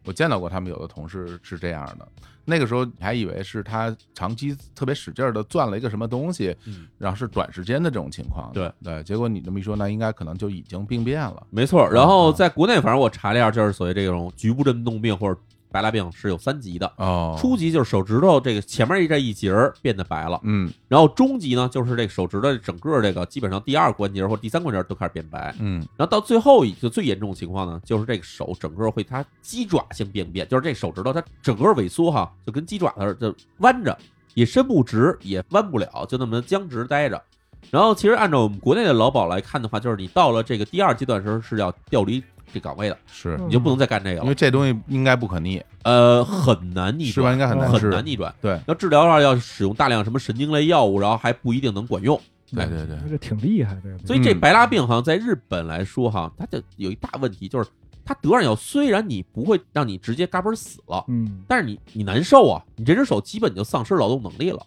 [SPEAKER 2] 我见到过他们有的同事是这样的。那个时候还以为是他长期特别使劲的攥了一个什么东西，
[SPEAKER 1] 嗯，
[SPEAKER 2] 然后是短时间的这种情况。
[SPEAKER 1] 对
[SPEAKER 2] 对，结果你这么一说，那应该可能就已经病变了。
[SPEAKER 1] 没错。然后在国内，反正我查了一下，就是所谓这种局部震动病或者白蜡病是有三级的，
[SPEAKER 2] 哦，
[SPEAKER 1] 初级就是手指头这个前面这一节儿变得白了，
[SPEAKER 2] 嗯
[SPEAKER 1] 然后中级呢，就是这个手指的整个这个基本上第二关节或第三关节都开始变白，
[SPEAKER 2] 嗯
[SPEAKER 1] 然后到最后一个最严重的情况呢，就是这个手整个会它鸡爪性病变，就是这手指头它整个萎缩哈，就跟鸡爪似的，就弯着，也伸不直，也弯不了，就那么僵直待着。然后其实按照我们国内的劳保来看的话，就是你到了这个第二阶段的时候是要调离这岗位的，
[SPEAKER 2] 是
[SPEAKER 3] 嗯
[SPEAKER 1] 你就不能再干这个
[SPEAKER 2] 因
[SPEAKER 1] 了
[SPEAKER 2] 为，这东西应该不可逆，
[SPEAKER 1] 呃，很难逆
[SPEAKER 2] 是吧？
[SPEAKER 1] 转
[SPEAKER 2] 应，该很难
[SPEAKER 3] 嗯
[SPEAKER 1] 很
[SPEAKER 2] 治。
[SPEAKER 1] 难逆转。
[SPEAKER 2] 对，
[SPEAKER 1] 要治疗的话要使用大量什么神经类药物，然后还不一定能管用。
[SPEAKER 3] 嗯
[SPEAKER 2] 对对对，
[SPEAKER 3] 这挺厉害，这个
[SPEAKER 1] 所以这
[SPEAKER 2] 嗯
[SPEAKER 1] 白蜡病好像在日本来说哈，它就有一大问题，就是它得上以后，虽然你不会让你直接嘎嘣儿死了，
[SPEAKER 3] 嗯，
[SPEAKER 1] 但是你你难受啊，你这只手基本就丧失劳动能力了。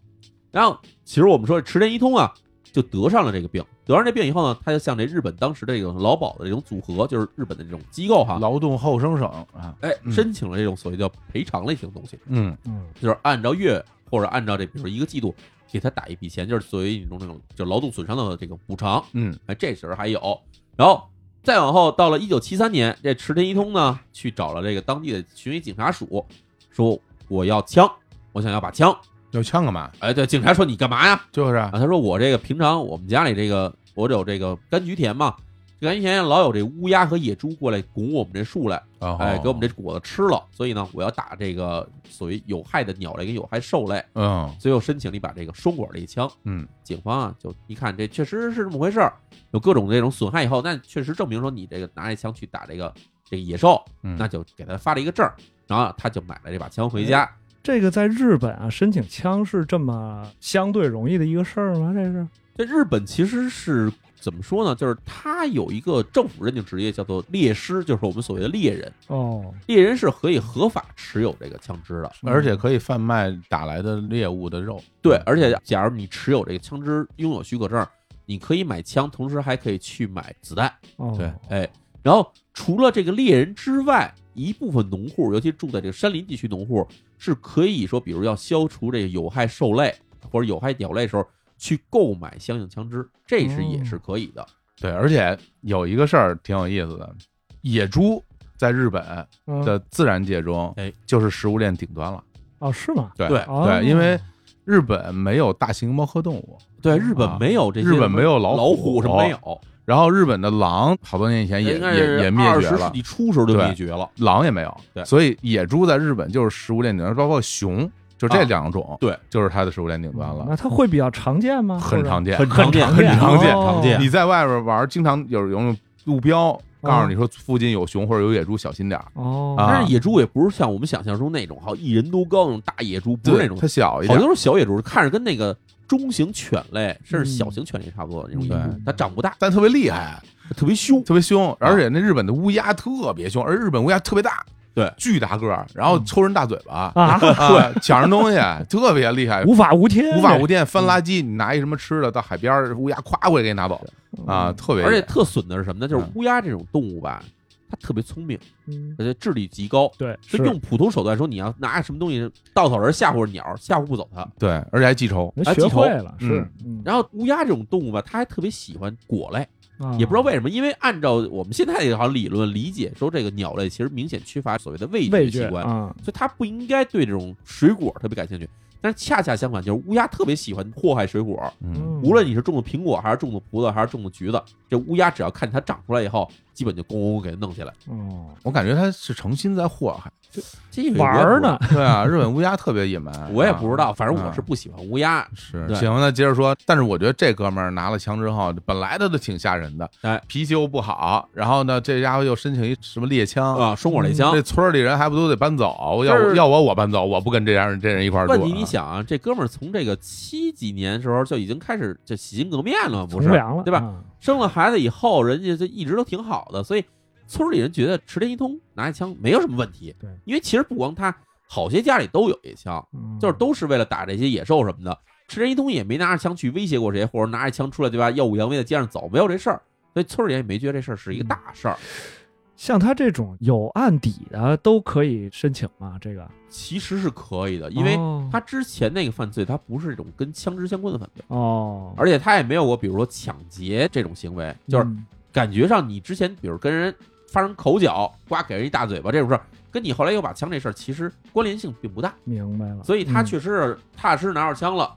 [SPEAKER 1] 然后其实我们说池田一通啊，就得上了这个病，得上这病以后呢，他就向这日本当时的这种劳保的这种组合，就是日本的这种机构哈，
[SPEAKER 2] 劳动后生省啊，
[SPEAKER 1] 哎，
[SPEAKER 2] 嗯
[SPEAKER 1] 申请了这种所谓叫赔偿类型的东西。
[SPEAKER 2] 嗯
[SPEAKER 3] 嗯
[SPEAKER 1] 就是按照月或者按照这，比如说一个季度给他打一笔钱，就是作为一种那种就劳动损伤的这个补偿。
[SPEAKER 2] 嗯
[SPEAKER 1] 哎，这时候还有，然后再往后，到了一九七三年，这池田一通呢去找了这个当地的巡回警察署，说我要枪，我想要把枪。
[SPEAKER 2] 有枪干啊嘛？
[SPEAKER 1] 哎，对，警察说你干嘛呀？
[SPEAKER 2] 就是啊
[SPEAKER 1] 啊，，他说我这个平常我们家里这个我有这个柑橘田嘛，这柑橘田老有这乌鸦和野猪过来拱我们这树来，
[SPEAKER 2] 哦
[SPEAKER 1] 哎，给我们这果子吃了，所以呢，我要打这个所谓有害的鸟类跟有害兽类，
[SPEAKER 2] 嗯
[SPEAKER 1] 所以我申请了一把这个双管猎枪。
[SPEAKER 2] 嗯
[SPEAKER 1] 警方啊，就一看这确实是这么回事儿，有各种这种损害以后，那确实证明说你这个拿这枪去打这个这个野兽，
[SPEAKER 2] 嗯，
[SPEAKER 1] 那就给他发了一个证儿，然后他就买了这把枪回家。
[SPEAKER 3] 这个在日本啊，申请枪是这么相对容易的一个事儿吗？这是
[SPEAKER 1] 这日本其实是怎么说呢？就是它有一个政府认定职业叫做猎师，就是我们所谓的猎人。
[SPEAKER 3] 哦，嗯
[SPEAKER 1] 猎人是可以合法持有这个枪支的，
[SPEAKER 2] 而且可以贩卖打来的猎物的肉。嗯
[SPEAKER 1] 对。而且，假如你持有这个枪支拥有许可证，你可以买枪，同时还可以去买子弹。
[SPEAKER 3] 哦，
[SPEAKER 2] 对
[SPEAKER 1] 哎，然后除了这个猎人之外，一部分农户，尤其住在这个山林地区农户，是可以说，比如要消除这个有害兽类或者有害鸟类的时候，去购买相应枪支，这是也
[SPEAKER 2] 哦
[SPEAKER 1] 是可以的。
[SPEAKER 2] 对，而且有一个事儿挺有意思的，野猪在日本
[SPEAKER 3] 嗯
[SPEAKER 2] 的自然界中，
[SPEAKER 1] 哎
[SPEAKER 2] 就是食物链顶端了。
[SPEAKER 3] 哦，是吗？
[SPEAKER 2] 对
[SPEAKER 1] 对
[SPEAKER 3] 哦
[SPEAKER 2] 对，因为日本没有大型猫科动物，
[SPEAKER 1] 对，日
[SPEAKER 2] 啊
[SPEAKER 1] 本没有这些什
[SPEAKER 2] 日
[SPEAKER 1] 么，
[SPEAKER 2] 本没有老
[SPEAKER 1] 老
[SPEAKER 2] 虎
[SPEAKER 1] 是没有，
[SPEAKER 2] 然后日本的狼好多年以前也
[SPEAKER 1] 应该
[SPEAKER 2] 也
[SPEAKER 1] 是
[SPEAKER 2] 也灭
[SPEAKER 1] 二
[SPEAKER 2] 绝
[SPEAKER 1] 十
[SPEAKER 2] 了
[SPEAKER 1] 世纪，初时候就
[SPEAKER 2] 对
[SPEAKER 1] 灭绝了。
[SPEAKER 2] 狼也没有，
[SPEAKER 1] 对
[SPEAKER 2] 所以野猪在日本就是食物链顶端，包括熊，就这
[SPEAKER 1] 啊
[SPEAKER 2] 两种，
[SPEAKER 1] 对，
[SPEAKER 2] 就是它的食物链顶端了，
[SPEAKER 3] 那它会比较常见吗？
[SPEAKER 2] 很常见，
[SPEAKER 1] 很常见，
[SPEAKER 3] 很
[SPEAKER 2] 常见
[SPEAKER 3] 哦
[SPEAKER 1] 常 见
[SPEAKER 2] 你在外边玩，经常有有路标
[SPEAKER 1] 嗯
[SPEAKER 2] 告诉你说附近有熊或者有野猪，小心点儿。
[SPEAKER 3] 哦，
[SPEAKER 2] 啊
[SPEAKER 1] 但是野猪也不是像我们想象中那种好一人多高那种大野猪，不是那种
[SPEAKER 2] 它小一
[SPEAKER 1] 好
[SPEAKER 2] 点
[SPEAKER 1] 像，都是小野猪，看着跟那个中型犬类甚至
[SPEAKER 3] 嗯
[SPEAKER 1] 小型犬类差不多那种野
[SPEAKER 2] 嗯
[SPEAKER 1] 猪，它长不大，
[SPEAKER 2] 但特别厉害，
[SPEAKER 1] 特别凶。
[SPEAKER 2] 特别凶。
[SPEAKER 1] 嗯
[SPEAKER 2] 而且那日本的乌鸦特别凶，而日本乌鸦特别大，
[SPEAKER 1] 对，嗯
[SPEAKER 2] 巨大个儿，然后抽人大嘴巴，
[SPEAKER 3] 啊，
[SPEAKER 2] 啊，抢人东西，特别 厉害。
[SPEAKER 3] 无法无天，
[SPEAKER 2] 无法无天，翻垃圾，你拿一什么吃的到海边儿，乌鸦咵过来给你拿走啊，特别
[SPEAKER 1] 嗯而且特损的是什么呢？就是
[SPEAKER 2] 嗯
[SPEAKER 1] 乌鸦这种动物吧，它特别聪明，
[SPEAKER 3] 嗯，
[SPEAKER 1] 而且智力极高。
[SPEAKER 3] 对，
[SPEAKER 1] 所以用普通手段说，你要拿什么东西稻草人吓唬鸟，吓唬不走它。
[SPEAKER 2] 对，而且还记仇，
[SPEAKER 3] 那
[SPEAKER 1] 啊
[SPEAKER 3] 学
[SPEAKER 1] 记仇
[SPEAKER 3] 会了，是，嗯
[SPEAKER 1] 然后乌鸦这种动物吧，它还特别喜欢果类，
[SPEAKER 3] 啊
[SPEAKER 1] 也不知道为什么，因为按照我们现在这套理论理解，说这个鸟类其实明显缺乏所谓的味觉
[SPEAKER 3] 味
[SPEAKER 1] 器
[SPEAKER 3] 觉
[SPEAKER 1] 官，
[SPEAKER 3] 啊，
[SPEAKER 1] 所以它不应该对这种水果特别感兴趣。但是恰恰相反，就是乌鸦特别喜欢祸害水果，
[SPEAKER 2] 嗯，
[SPEAKER 1] 无论你是种的苹果，还是种的葡萄，还是种的橘子，这乌鸦只要看它长出来以后，基本就咣咣咣给它弄起来。
[SPEAKER 3] 哦，
[SPEAKER 2] 我感觉他是诚心在 祸害。
[SPEAKER 1] 这个
[SPEAKER 3] 玩儿呢，
[SPEAKER 2] 对啊，日本乌鸦特别野蛮，
[SPEAKER 1] 我也不
[SPEAKER 2] 啊
[SPEAKER 1] 知道，反正我是不喜欢乌鸦。
[SPEAKER 2] 是，
[SPEAKER 1] 对
[SPEAKER 2] 行，那接着说。但是我觉得这哥们儿拿了枪之后，本来他就挺吓人的，
[SPEAKER 1] 哎，
[SPEAKER 2] 脾气又不好，然后呢，这家伙又申请一什么猎枪，
[SPEAKER 1] 啊，
[SPEAKER 3] 嗯
[SPEAKER 1] 双管猎枪
[SPEAKER 2] 这。村儿里人还不都得搬走？要
[SPEAKER 1] 这
[SPEAKER 2] 我
[SPEAKER 1] 是
[SPEAKER 2] 要我我搬走，我不跟这样人这人一块儿住啊。
[SPEAKER 1] 问题你想啊，这哥们儿从这个七几年时候就已经开始这洗心革面了，不是
[SPEAKER 3] 从良了，
[SPEAKER 1] 对吧？
[SPEAKER 3] 啊？
[SPEAKER 1] 生了孩子以后，人家就一直都挺好的，所以村里人觉得池田一通拿一枪没有什么问题。
[SPEAKER 3] 对
[SPEAKER 1] 因为其实不光他，好些家里都有一枪，
[SPEAKER 3] 嗯
[SPEAKER 1] 就是都是为了打这些野兽什么的。池田一通也没拿着枪去威胁过谁，或者拿着枪出来对吧？耀武扬威在街上走，没有这事儿，所以村里人也没觉得这事儿是一个
[SPEAKER 3] 嗯
[SPEAKER 1] 大事儿。
[SPEAKER 3] 像他这种有案底的都可以申请吗？这个，
[SPEAKER 1] 其实是可以的，因为
[SPEAKER 3] 哦
[SPEAKER 1] 他之前那个犯罪，他不是这种跟枪支相关的犯罪，
[SPEAKER 3] 哦，
[SPEAKER 1] 而且他也没有过比如说抢劫这种行为，就是
[SPEAKER 3] 嗯
[SPEAKER 1] 感觉上你之前比如跟人发生口角，呱给人一大嘴巴这种事儿，跟你后来又把枪这事儿其实关联性并不大，
[SPEAKER 3] 明白了，
[SPEAKER 1] 所以他
[SPEAKER 3] 嗯
[SPEAKER 1] 确实是踏实拿着枪了。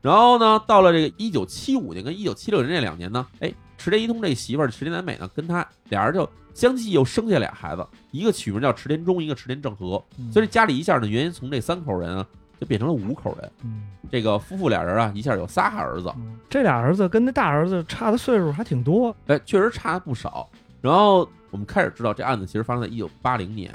[SPEAKER 1] 然后呢，到了这个一九七五年跟一九七六年这两年呢，哎，池田一通这媳妇儿池田南美呢，跟他俩人就相继又生下俩孩子，一个取名叫池田忠，一个池田正和，
[SPEAKER 3] 嗯
[SPEAKER 1] 所以家里一下呢，原先从这三口人啊，就变成了五口人。
[SPEAKER 3] 嗯
[SPEAKER 1] 这个夫妇俩人啊，一下有仨儿子，
[SPEAKER 3] 嗯这俩儿子跟那大儿子差的岁数还挺多，
[SPEAKER 1] 哎，确实差不少。然后我们开始知道这案子其实发生在一九八零年，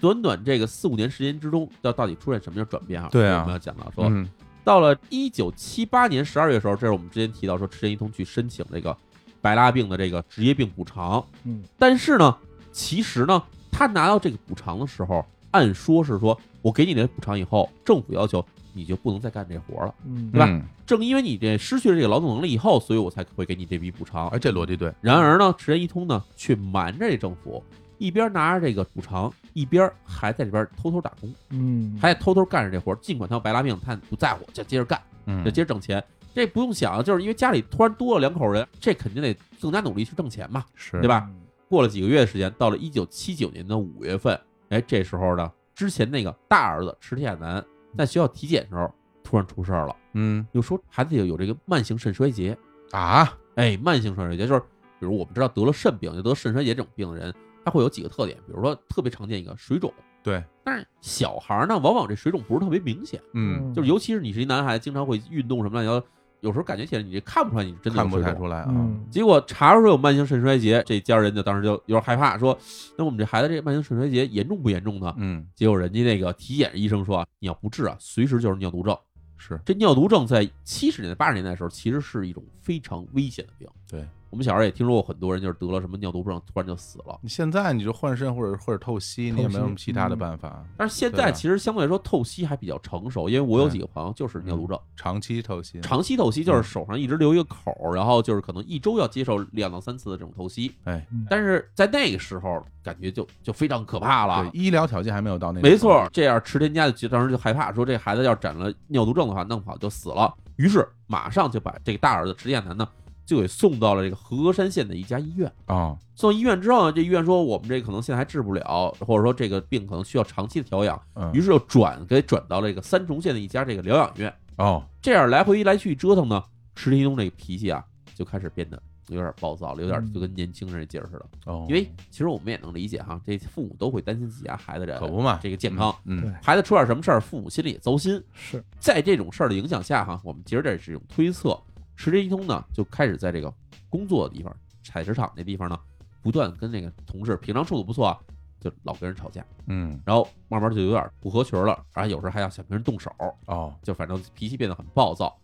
[SPEAKER 1] 短短这个四五年时间之中，到到底出现什么样的转变哈？
[SPEAKER 2] 对啊
[SPEAKER 1] 我们要讲到说，
[SPEAKER 2] 嗯，
[SPEAKER 1] 到了一九七八年十二月的时候，这是我们之前提到说池田一通去申请这个白蜡病的这个职业病补偿，
[SPEAKER 3] 嗯，
[SPEAKER 1] 但是呢，其实呢，他拿到这个补偿的时候，按说是说我给你这补偿以后，政府要求你就不能再干这活了。
[SPEAKER 3] 嗯，
[SPEAKER 1] 对吧
[SPEAKER 2] 嗯？
[SPEAKER 1] 正因为你这失去了这个劳动能力以后，所以我才会给你这笔补偿。
[SPEAKER 2] 哎，这逻辑对，
[SPEAKER 1] 然而呢，池田一通呢却瞒着这政府，一边拿着这个补偿，一边还在这边偷偷打工，
[SPEAKER 3] 嗯，
[SPEAKER 1] 还得偷偷干着这活儿。尽管他有白蜡病，他不在乎，就接着干，
[SPEAKER 2] 嗯
[SPEAKER 1] 就接着挣钱。这啊不用想，就是因为家里突然多了两口人，这肯定得更加努力去挣钱嘛，
[SPEAKER 2] 是
[SPEAKER 1] 对吧？
[SPEAKER 3] 嗯
[SPEAKER 1] 过了几个月的时间，到了一九七九年的五月份，哎，这时候呢，之前那个大儿子池田亚男在学校体检的时候突然出事儿了，
[SPEAKER 2] 嗯
[SPEAKER 1] 又说孩子有有这个慢性肾衰竭，
[SPEAKER 2] 啊，
[SPEAKER 1] 哎，慢性肾衰竭就是，比如我们知道得了肾病，就得肾衰竭这种病的人，他会有几个特点，比如说特别常见一个水肿，
[SPEAKER 2] 对，
[SPEAKER 1] 但是小孩儿呢，往往这水肿不是特别明显，
[SPEAKER 2] 嗯，
[SPEAKER 1] 就是尤其是你是一男孩，经常会运动什么的，要有时候感觉起来你这看不出来你真的有
[SPEAKER 2] 看不
[SPEAKER 1] 水
[SPEAKER 2] 太
[SPEAKER 1] 肿。
[SPEAKER 2] 出来啊，
[SPEAKER 3] 嗯，
[SPEAKER 1] 结果查出来有慢性肾衰竭，这家人就当时就有点害怕，说：“那我们这孩子这慢性肾衰竭严重不严重呢
[SPEAKER 2] 嗯？”
[SPEAKER 1] 结果人家那个体检医生说啊，你要不治啊，随时就是尿毒症。
[SPEAKER 2] 是，
[SPEAKER 1] 这尿毒症在七十年代、八十年代的时候，其实是一种非常危险的病。
[SPEAKER 2] 对
[SPEAKER 1] 我们小时候也听说过很多人就是得了什么尿毒症，突然就死了。
[SPEAKER 2] 你现在你就换肾或者或者透析，你也没
[SPEAKER 3] 透
[SPEAKER 2] 有
[SPEAKER 3] 析
[SPEAKER 2] 什么其他的
[SPEAKER 3] 嗯
[SPEAKER 2] 办法，
[SPEAKER 1] 但是现
[SPEAKER 2] 对啊
[SPEAKER 1] 在其实相对来说透析还比较成熟，因为我有几个朋友就是尿毒
[SPEAKER 2] 嗯
[SPEAKER 1] 症，
[SPEAKER 2] 长期透析，
[SPEAKER 1] 长期透析就是手上一直留一个口儿，然后就是可能一周要接受两到三次的这种透析。
[SPEAKER 2] 哎，
[SPEAKER 1] 但是在那个时候，感觉就就非常可怕了
[SPEAKER 2] 对，。医疗条件还没有到那，
[SPEAKER 1] 啊没错，，这样池田家就觉得当时就害怕，说这孩子要染了尿毒症的话，弄不好就死了。于是马上就把这个大儿子池田亚男呢，就给送到了这个和歌山县的一家医院。
[SPEAKER 2] 哦，
[SPEAKER 1] 送医院之后呢，这医院说我们这可能现在还治不了，或者说这个病可能需要长期的调养，
[SPEAKER 2] 嗯，
[SPEAKER 1] 于是又转给转到了这个三重县的一家这个疗养院。
[SPEAKER 2] 哦，
[SPEAKER 1] 这样来回一来去折腾呢，池田一东这个脾气啊就开始变得有点暴躁了，有点
[SPEAKER 3] 嗯
[SPEAKER 1] 就跟年轻人这劲儿似的。
[SPEAKER 2] 哦，
[SPEAKER 1] 因为其实我们也能理解哈，这父母都会担心自己家孩子这
[SPEAKER 2] 可不嘛，
[SPEAKER 1] 这个健康，
[SPEAKER 2] 嗯，
[SPEAKER 3] 对
[SPEAKER 2] 嗯，
[SPEAKER 1] 孩子出点什么事儿，父母心里也糟心。
[SPEAKER 3] 是
[SPEAKER 1] 在这种事儿的影响下哈，我们其实这是一种推测。池田一通呢，就开始在这个工作的地方，采石场那地方呢，不断跟那个同事，平常处的不错啊，就老跟人吵架，
[SPEAKER 2] 嗯，
[SPEAKER 1] 然后慢慢就有点不合群了，然后有时候还要想跟人动手，
[SPEAKER 2] 哦，
[SPEAKER 1] 就反正脾气变得很暴躁。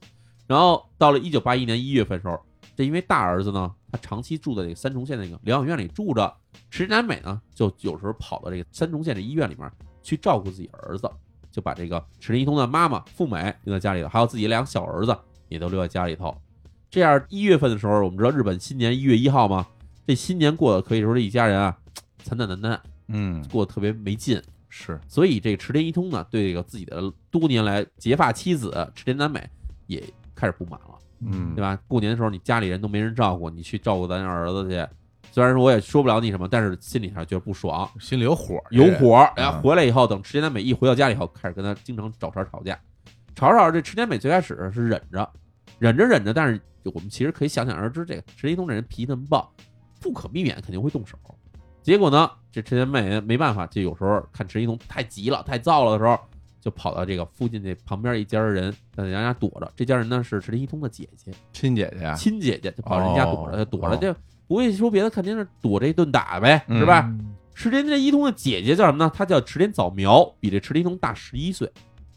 [SPEAKER 1] 然后到了一九八一年一月份时候，这因为大儿子呢，他长期住在这个三重县那个疗养院里住着，池南美呢就有时候跑到这个三重县的医院里面去照顾自己儿子，就把这个池田一通的妈妈富美留在家里头，还有自己俩小儿子也都留在家里头。这样一月份的时候，我们知道日本新年一月一号嘛，这新年过得可以说这一家人啊惨惨淡淡，
[SPEAKER 2] 嗯，
[SPEAKER 1] 过得特别没劲。
[SPEAKER 2] 是，
[SPEAKER 1] 所以这个池田一通呢，对这个自己的多年来结发妻子池田南美也开始不满了，
[SPEAKER 2] 嗯
[SPEAKER 1] 对，吧？过年的时候你家里人都没人照顾，你去照顾咱儿子去，虽然说我也说不了你什么，但是心里还是觉得不爽，
[SPEAKER 2] 心里有火，
[SPEAKER 1] 有，火儿。
[SPEAKER 2] 嗯
[SPEAKER 1] 然后哎回来以后，等池田南美一回到家里以后，开始跟他经常找茬吵架，吵着吵着，这池田美最开始是忍着，忍着忍着，但是我们其实可以想想而知，这个池田一通这人脾气那么暴，不可避免肯定会动手。结果呢，这池田美没办法，就有时候看池田一通太急了、太躁了的时候，就跑到这个附近这旁边一家人，在人家躲着。这家人呢是池田一通的姐姐，
[SPEAKER 2] 亲姐姐啊呀，
[SPEAKER 1] 亲姐姐，就跑人家躲着，
[SPEAKER 2] 哦
[SPEAKER 1] 躲着就不会说别的，肯定是躲这一顿打呗，是吧？
[SPEAKER 3] 嗯
[SPEAKER 1] 池田这一通的姐姐叫什么呢？她叫池田早苗，比这池田一通大十一岁，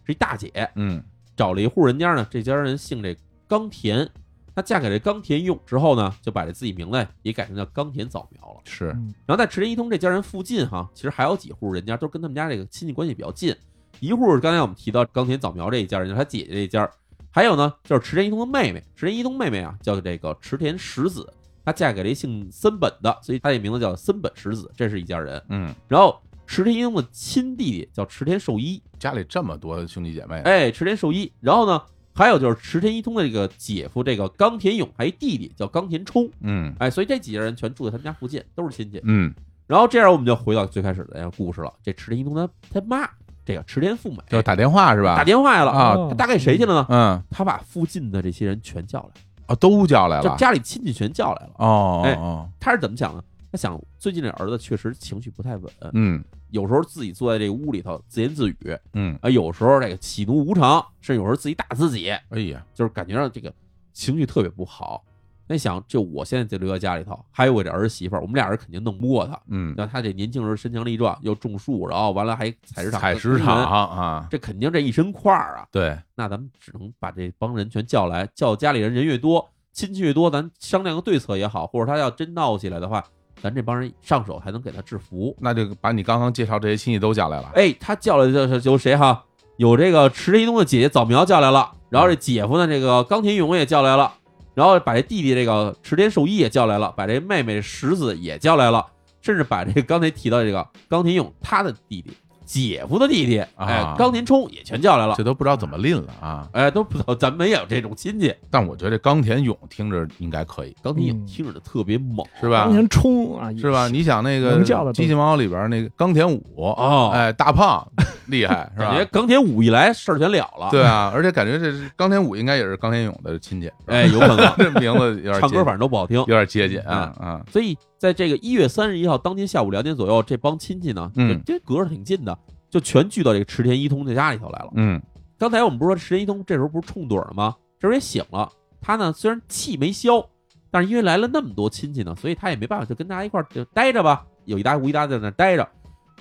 [SPEAKER 1] 是一大姐。
[SPEAKER 2] 嗯，
[SPEAKER 1] 找了一户人家呢，这家人姓这冈田，她嫁给这冈田用之后呢，就把这自己名字也改成叫冈田早苗了。
[SPEAKER 2] 是，
[SPEAKER 3] 嗯
[SPEAKER 1] 然后在池田一通这家人附近哈，其实还有几户人家都跟他们家这个亲戚关系比较近。一户是刚才我们提到冈田早苗这一家人，就是他姐姐这一家儿，还有呢就是池田一通的妹妹，池田一通妹妹啊叫这个池田石子，她嫁给了一姓森本的，所以她这名字叫森本石子，这是一家人。
[SPEAKER 2] 嗯，
[SPEAKER 1] 然后池田一通的亲弟弟叫池田寿一，
[SPEAKER 2] 家里这么多兄弟姐妹，
[SPEAKER 1] 哎，池田寿一。然后呢，还有就是池田一通的这个姐夫，这个冈田勇，还一弟弟叫冈田冲，
[SPEAKER 2] 嗯
[SPEAKER 1] 哎，所以这几个人全住在他们家附近，都是亲戚。
[SPEAKER 2] 嗯，
[SPEAKER 1] 然后这样我们就回到最开始的那个故事了，这池田一通他他妈，这个池田富美
[SPEAKER 2] 就是打电话是吧？
[SPEAKER 1] 打电话来了
[SPEAKER 2] 啊
[SPEAKER 1] 他打给谁去了呢？
[SPEAKER 2] 嗯，
[SPEAKER 1] 他把附近的这些人全叫来
[SPEAKER 2] 哦，都叫来
[SPEAKER 1] 了，就
[SPEAKER 2] 了，
[SPEAKER 1] 家里亲戚全叫来了。
[SPEAKER 2] 哦，
[SPEAKER 1] 哎
[SPEAKER 2] 哦，
[SPEAKER 1] 他是怎么想的？他想最近这儿子确实情绪不太稳，
[SPEAKER 2] 嗯
[SPEAKER 1] 有时候自己坐在这个屋里头自言自语，
[SPEAKER 2] 嗯，
[SPEAKER 1] 啊，有时候这个喜怒无常，甚至有时候自己打自己，
[SPEAKER 2] 哎呀，
[SPEAKER 1] 就是感觉上这个情绪特别不好。那想，就我现在就留在家里头，还有我这儿媳妇儿，我们俩人肯定弄不过他。
[SPEAKER 2] 嗯，
[SPEAKER 1] 然后他这年轻人身强力壮，又种树，然后完了还采石场，嗯
[SPEAKER 2] 采石场，啊，
[SPEAKER 1] 这肯定这一身块儿啊。
[SPEAKER 2] 对，
[SPEAKER 1] 那咱们只能把这帮人全叫来，叫家里人人越多，亲戚越多，咱商量个对策也好，或者他要真闹起来的话，咱这帮人上手才能给他制服。
[SPEAKER 2] 那就把你刚刚介绍这些亲戚都叫来了，
[SPEAKER 1] 哎，他叫来就是有谁哈？有这个池田一东的姐姐早苗叫来了，然后这姐夫呢，这个冈田勇也叫来了，然后把这弟弟这个池田寿一也叫来了，把这妹妹石子也叫来了，甚至把这个刚才提到这个冈田勇他的弟弟姐夫的弟弟，哎
[SPEAKER 2] 啊，
[SPEAKER 1] 冈田冲也全叫来了
[SPEAKER 2] 这。都不知道怎么拎了啊！
[SPEAKER 1] 哎，都不知道咱们也有这种亲戚。
[SPEAKER 2] 但我觉得这冈田勇听着应该可以，
[SPEAKER 1] 冈田勇
[SPEAKER 3] 嗯
[SPEAKER 1] 听着特别猛
[SPEAKER 2] 是吧
[SPEAKER 3] 当？年冲啊，也
[SPEAKER 2] 是吧？你想那个
[SPEAKER 3] 能叫的
[SPEAKER 2] 《
[SPEAKER 3] 都
[SPEAKER 2] 机器猫》里边那个冈田武，
[SPEAKER 1] 哦，
[SPEAKER 2] 哎，大胖厉害 是
[SPEAKER 1] 感觉
[SPEAKER 2] 吧？
[SPEAKER 1] 冈田武一来事儿全了了。
[SPEAKER 2] 对，啊，而且感觉这是冈田武应该也是冈田勇的亲戚，是吧
[SPEAKER 1] 哎，有可能
[SPEAKER 2] 这名字 有点
[SPEAKER 1] 唱歌嗯
[SPEAKER 2] 接
[SPEAKER 1] 反正都不好听
[SPEAKER 2] 有。点接近啊啊！
[SPEAKER 1] 所以在这个一月三十一号当天下午两点左右，这帮亲戚呢，
[SPEAKER 2] 嗯
[SPEAKER 1] 这隔着挺近的，就全聚到这个池田一通的家里头来了。
[SPEAKER 2] 嗯
[SPEAKER 1] 刚才我们不是说池田一通这时候不是冲盹儿吗？这时候也醒了，他呢虽然气没消，但是因为来了那么多亲戚呢，所以他也没办法，就跟大家一块儿就待着吧，有一搭无一搭在那儿待着。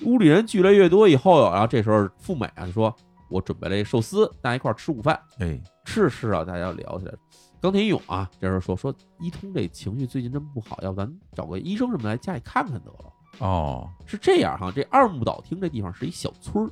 [SPEAKER 1] 屋里人聚来越多以后，然后这时候富美啊就说：“我准备了一寿司，大家一块儿吃午饭。”
[SPEAKER 2] 哎，
[SPEAKER 1] 吃着吃着，啊大家聊起来。冈田勇啊，这时候说说一通这情绪最近真不好，要不咱找个医生什么来家里看看得了。
[SPEAKER 2] 哦，
[SPEAKER 1] 是这样哈，这二木岛町这地方是一小村儿，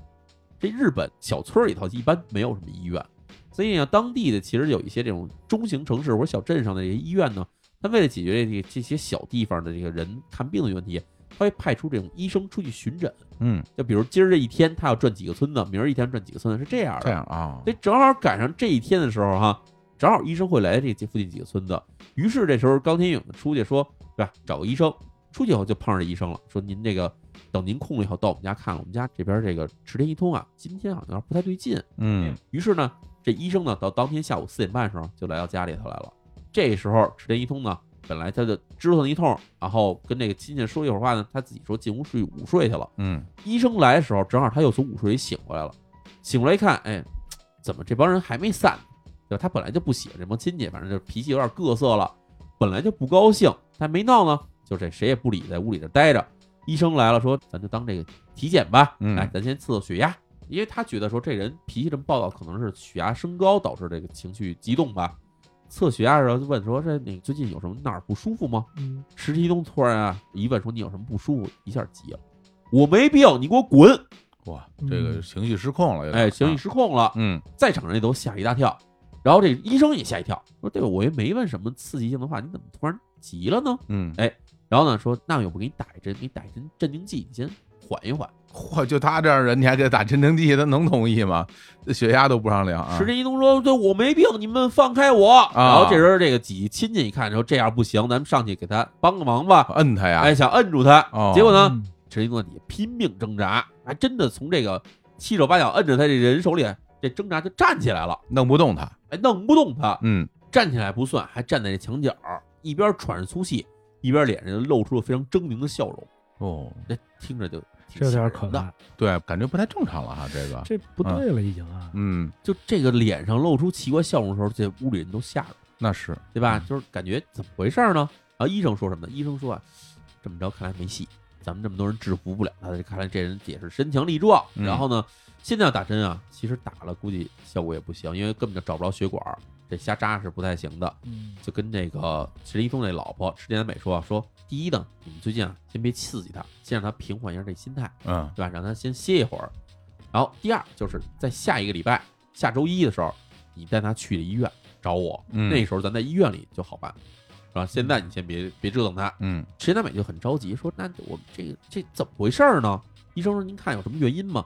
[SPEAKER 1] 这日本小村儿里头一般没有什么医院，所以呢，当地的其实有一些这种中型城市或者小镇上的这些医院呢，他为了解决这这些小地方的这个人看病的问题，他会派出这种医生出去巡诊。
[SPEAKER 2] 嗯，
[SPEAKER 1] 就比如今儿这一天他要转几个村子，明儿一天转几个村子，是这样
[SPEAKER 2] 这
[SPEAKER 1] 的。
[SPEAKER 2] 样啊，
[SPEAKER 1] 所以正好赶上这一天的时候哈、正好医生会来这这附近几个村子。于是这时候高天勇出去说，对吧？找个医生。出去以后就碰上这医生了，说您这个等您空了以后到我们家看，我们家这边这个池田一通啊，今天好像有点不太对劲。
[SPEAKER 2] 嗯
[SPEAKER 1] 于是呢，这医生呢到当天下午四点半的时候就来到家里头来了。这时候池田一通呢，本来他就折腾一通，然后跟这个亲戚说一会儿话呢，他自己说进屋睡午睡去了。
[SPEAKER 2] 嗯
[SPEAKER 1] 医生来的时候，正好他又从午睡里醒过来了。醒过来一看，哎，怎么这帮人还没散？对吧？他本来就不喜欢这帮亲戚，反正就脾气有点各色了，本来就不高兴，但没闹呢，就这谁也不理，在屋里这待着。医生来了，说咱就当这个体检吧，哎
[SPEAKER 2] 嗯
[SPEAKER 1] 来，咱先测测血压，因为他觉得说这人脾气这么暴躁，可能是血压升高导致这个情绪激动吧。测血压的时候就问说：“这你最近有什么哪儿不舒服吗？”
[SPEAKER 3] 嗯
[SPEAKER 1] 石提东突然啊一问说你有什么不舒服，一下急了，我没病，你给我滚！
[SPEAKER 2] 哇，
[SPEAKER 3] 嗯
[SPEAKER 2] 这个情绪失控了，有点
[SPEAKER 1] 哎，情绪
[SPEAKER 2] 啊
[SPEAKER 1] 失控了，
[SPEAKER 2] 嗯
[SPEAKER 1] 在场人也都吓一大跳，然后这医生也吓一跳，说这个我也没问什么刺激性的话，你怎么突然急了呢？
[SPEAKER 2] 嗯
[SPEAKER 1] 哎，然后呢说那要不给你打一针，给你打一针镇定剂，你先缓一缓。
[SPEAKER 2] 嚯，就他这样人，你还给他打镇定剂，他能同意吗？这血压都不让量啊
[SPEAKER 1] 石！田一东说：“对我没病，你们放开我。”然后这时候这个几亲戚一看，说这样不行，咱们上去给他帮个忙吧。
[SPEAKER 2] 摁他呀！
[SPEAKER 1] 哎，想摁住他，
[SPEAKER 2] 哦
[SPEAKER 1] 结果呢，
[SPEAKER 3] 嗯
[SPEAKER 1] 池田一在底下拼命挣扎，还真的从这个七手八脚摁着他这人手里，这挣扎就站起来了，
[SPEAKER 2] 弄不动他。
[SPEAKER 1] 哎，弄不动他，
[SPEAKER 2] 嗯，
[SPEAKER 1] 站起来不算，还站在这墙角，一边喘着粗气，一边脸上露出了非常狰狞的笑容，
[SPEAKER 2] 哦，
[SPEAKER 1] 这听着就挺
[SPEAKER 3] 这有
[SPEAKER 1] 吓
[SPEAKER 3] 点
[SPEAKER 1] 人
[SPEAKER 3] 可
[SPEAKER 1] 的。
[SPEAKER 3] 怕，
[SPEAKER 2] 对，感觉不太正常了哈，这个。
[SPEAKER 3] 这不对了已经啊。
[SPEAKER 2] 嗯，
[SPEAKER 1] 就这个脸上露出奇怪笑容的时候，这屋里人都吓着了，
[SPEAKER 2] 那是
[SPEAKER 1] 对吧？就是感觉怎么回事呢？然后医生说什么呢？医生说啊，这么着看来没戏，咱们这么多人制服不了他，这看来这人也是身强力壮。
[SPEAKER 2] 嗯
[SPEAKER 1] 然后呢，现在要打针啊，其实打了估计效果也不行，因为根本就找不着血管儿，这瞎扎是不太行的。
[SPEAKER 3] 嗯
[SPEAKER 1] 就跟那个池田一通那老婆池田南美说啊，说第一呢，你们最近啊，先别刺激他，先让他平缓一下这心态，
[SPEAKER 2] 嗯
[SPEAKER 1] 对吧？让他先歇一会儿。然后第二就是在下一个礼拜，下周一的时候，你带他去医院找我，
[SPEAKER 2] 嗯
[SPEAKER 1] 那时候咱在医院里就好办，是吧？现在你先别别折腾他。
[SPEAKER 2] 嗯
[SPEAKER 1] 池田南美就很着急，说那我们这个这怎么回事儿呢？医生说您看有什么原因吗？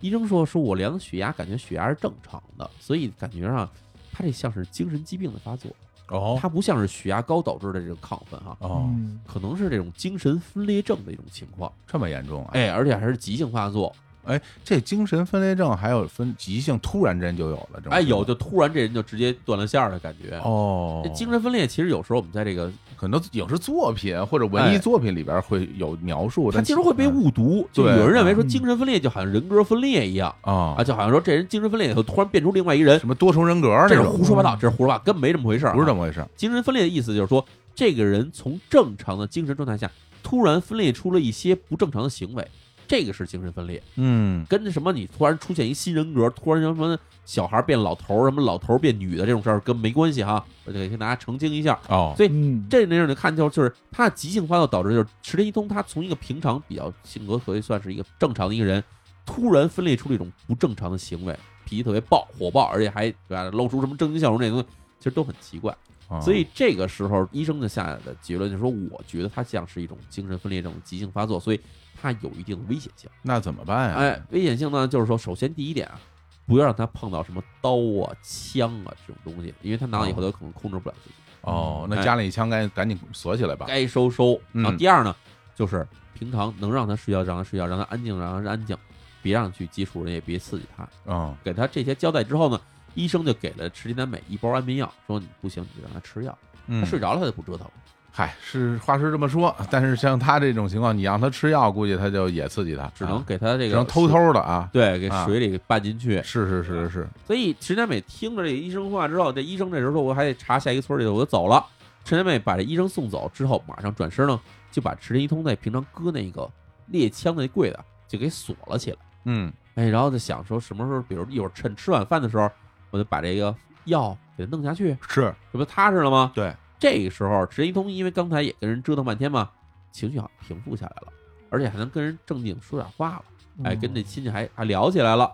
[SPEAKER 1] 医生说说我量的血压，感觉血压是正常的，所以感觉上他这像是精神疾病的发作。
[SPEAKER 2] 哦
[SPEAKER 1] 它不像是血压高导致的这种亢奋哈、
[SPEAKER 2] 哦，
[SPEAKER 3] 嗯
[SPEAKER 1] 可能是这种精神分裂症的一种情况，
[SPEAKER 2] 这么严重啊！
[SPEAKER 1] 哎，而且还是急性发作，
[SPEAKER 2] 哎，这精神分裂症还有分急性，突然间就有了，这种
[SPEAKER 1] 哎，有
[SPEAKER 2] 情
[SPEAKER 1] 就突然这人就直接断了线儿的感觉
[SPEAKER 2] 况。哦
[SPEAKER 1] 这，精神分裂其实有时候我们在这个，
[SPEAKER 2] 很多影视作品或者文艺
[SPEAKER 1] 哎
[SPEAKER 2] 作品里边会有描述，
[SPEAKER 1] 它其实会被误读，就
[SPEAKER 2] 对
[SPEAKER 1] 有人认为说
[SPEAKER 3] 嗯
[SPEAKER 1] 精神分裂就好像人格分裂一样
[SPEAKER 2] 啊
[SPEAKER 1] 啊，就好像说这人精神分裂以后突然变出另外一人
[SPEAKER 2] 什，么多重人格那
[SPEAKER 1] 这是
[SPEAKER 2] 种，嗯
[SPEAKER 1] 胡说八道，这是胡说八道，根本没这么回事儿啊，
[SPEAKER 2] 不是这么回事。
[SPEAKER 1] 精神分裂的意思就是说，这个人从正常的精神状态下突然分裂出了一些不正常的行为，这个是精神分裂。
[SPEAKER 2] 嗯
[SPEAKER 1] 跟什么你突然出现一新人格，突然什么小孩变老头儿，什么老头儿变女的这种事儿跟没关系哈，我得跟大家澄清一下。
[SPEAKER 2] 哦
[SPEAKER 1] 所以
[SPEAKER 3] 嗯，
[SPEAKER 1] 这那种就看就就是他的急性发作导致就是池田一通他从一个平常比较性格可以算是一个正常的一个人，突然分裂出了一种不正常的行为，脾气特别暴火爆，而且还对吧露出什么狰狞笑容这些东西，其实都很奇怪。
[SPEAKER 2] 哦
[SPEAKER 1] 所以这个时候医生就下的结论就是说，我觉得他像是一种精神分裂症的急性发作，所以它有一定的危险性。
[SPEAKER 2] 那怎么办呀？
[SPEAKER 1] 哎，，危险性呢，就是说，首先第一点啊，不要让它碰到什么刀啊、枪啊这种东西，因为它拿了以后，它可能控制不了自己，
[SPEAKER 2] 哦，那
[SPEAKER 1] 哎
[SPEAKER 2] 家里枪赶紧赶紧锁起来吧。
[SPEAKER 1] 该收收。
[SPEAKER 2] 嗯
[SPEAKER 1] 然后第二呢，就是平常能让它睡觉，让它睡觉，让它安静，让它安静，别让它去接触人，也别刺激它。
[SPEAKER 2] 嗯，
[SPEAKER 1] 给它这些交代之后呢，医生就给了池金南美一包安眠药，说你不行，你就让它吃药，它
[SPEAKER 2] 嗯，
[SPEAKER 1] 睡着了它就不折腾了。
[SPEAKER 2] 嗨，是话是这么说，但是像他这种情况，你让他吃药，估计他就也刺激他，
[SPEAKER 1] 只能
[SPEAKER 2] 啊
[SPEAKER 1] 给它这
[SPEAKER 2] 只
[SPEAKER 1] 个
[SPEAKER 2] 能
[SPEAKER 1] 水
[SPEAKER 2] 偷偷的啊。
[SPEAKER 1] 对给
[SPEAKER 2] 啊
[SPEAKER 1] 水里给拌进去，
[SPEAKER 2] 是是是是是，
[SPEAKER 1] 所以陈佳美听着这医生话之后，这医生这时候说我还得查下一个村儿去，我就走了。陈佳美把这医生送走之后，马上转身呢，就把池田一通在平常搁那个猎枪的那柜子就给锁了起来。
[SPEAKER 2] 嗯
[SPEAKER 1] 哎，然后就想说什么时候，比如一会儿趁吃晚饭的时候，我就把这个药给它弄下去，
[SPEAKER 2] 是，
[SPEAKER 1] 这不踏实了吗？
[SPEAKER 2] 对，
[SPEAKER 1] 这个时候池田一通因为刚才也跟人折腾半天嘛，情绪好像平复下来了，而且还能跟人正经说点话了。
[SPEAKER 3] 嗯
[SPEAKER 1] 哎，跟这亲戚还还聊起来了。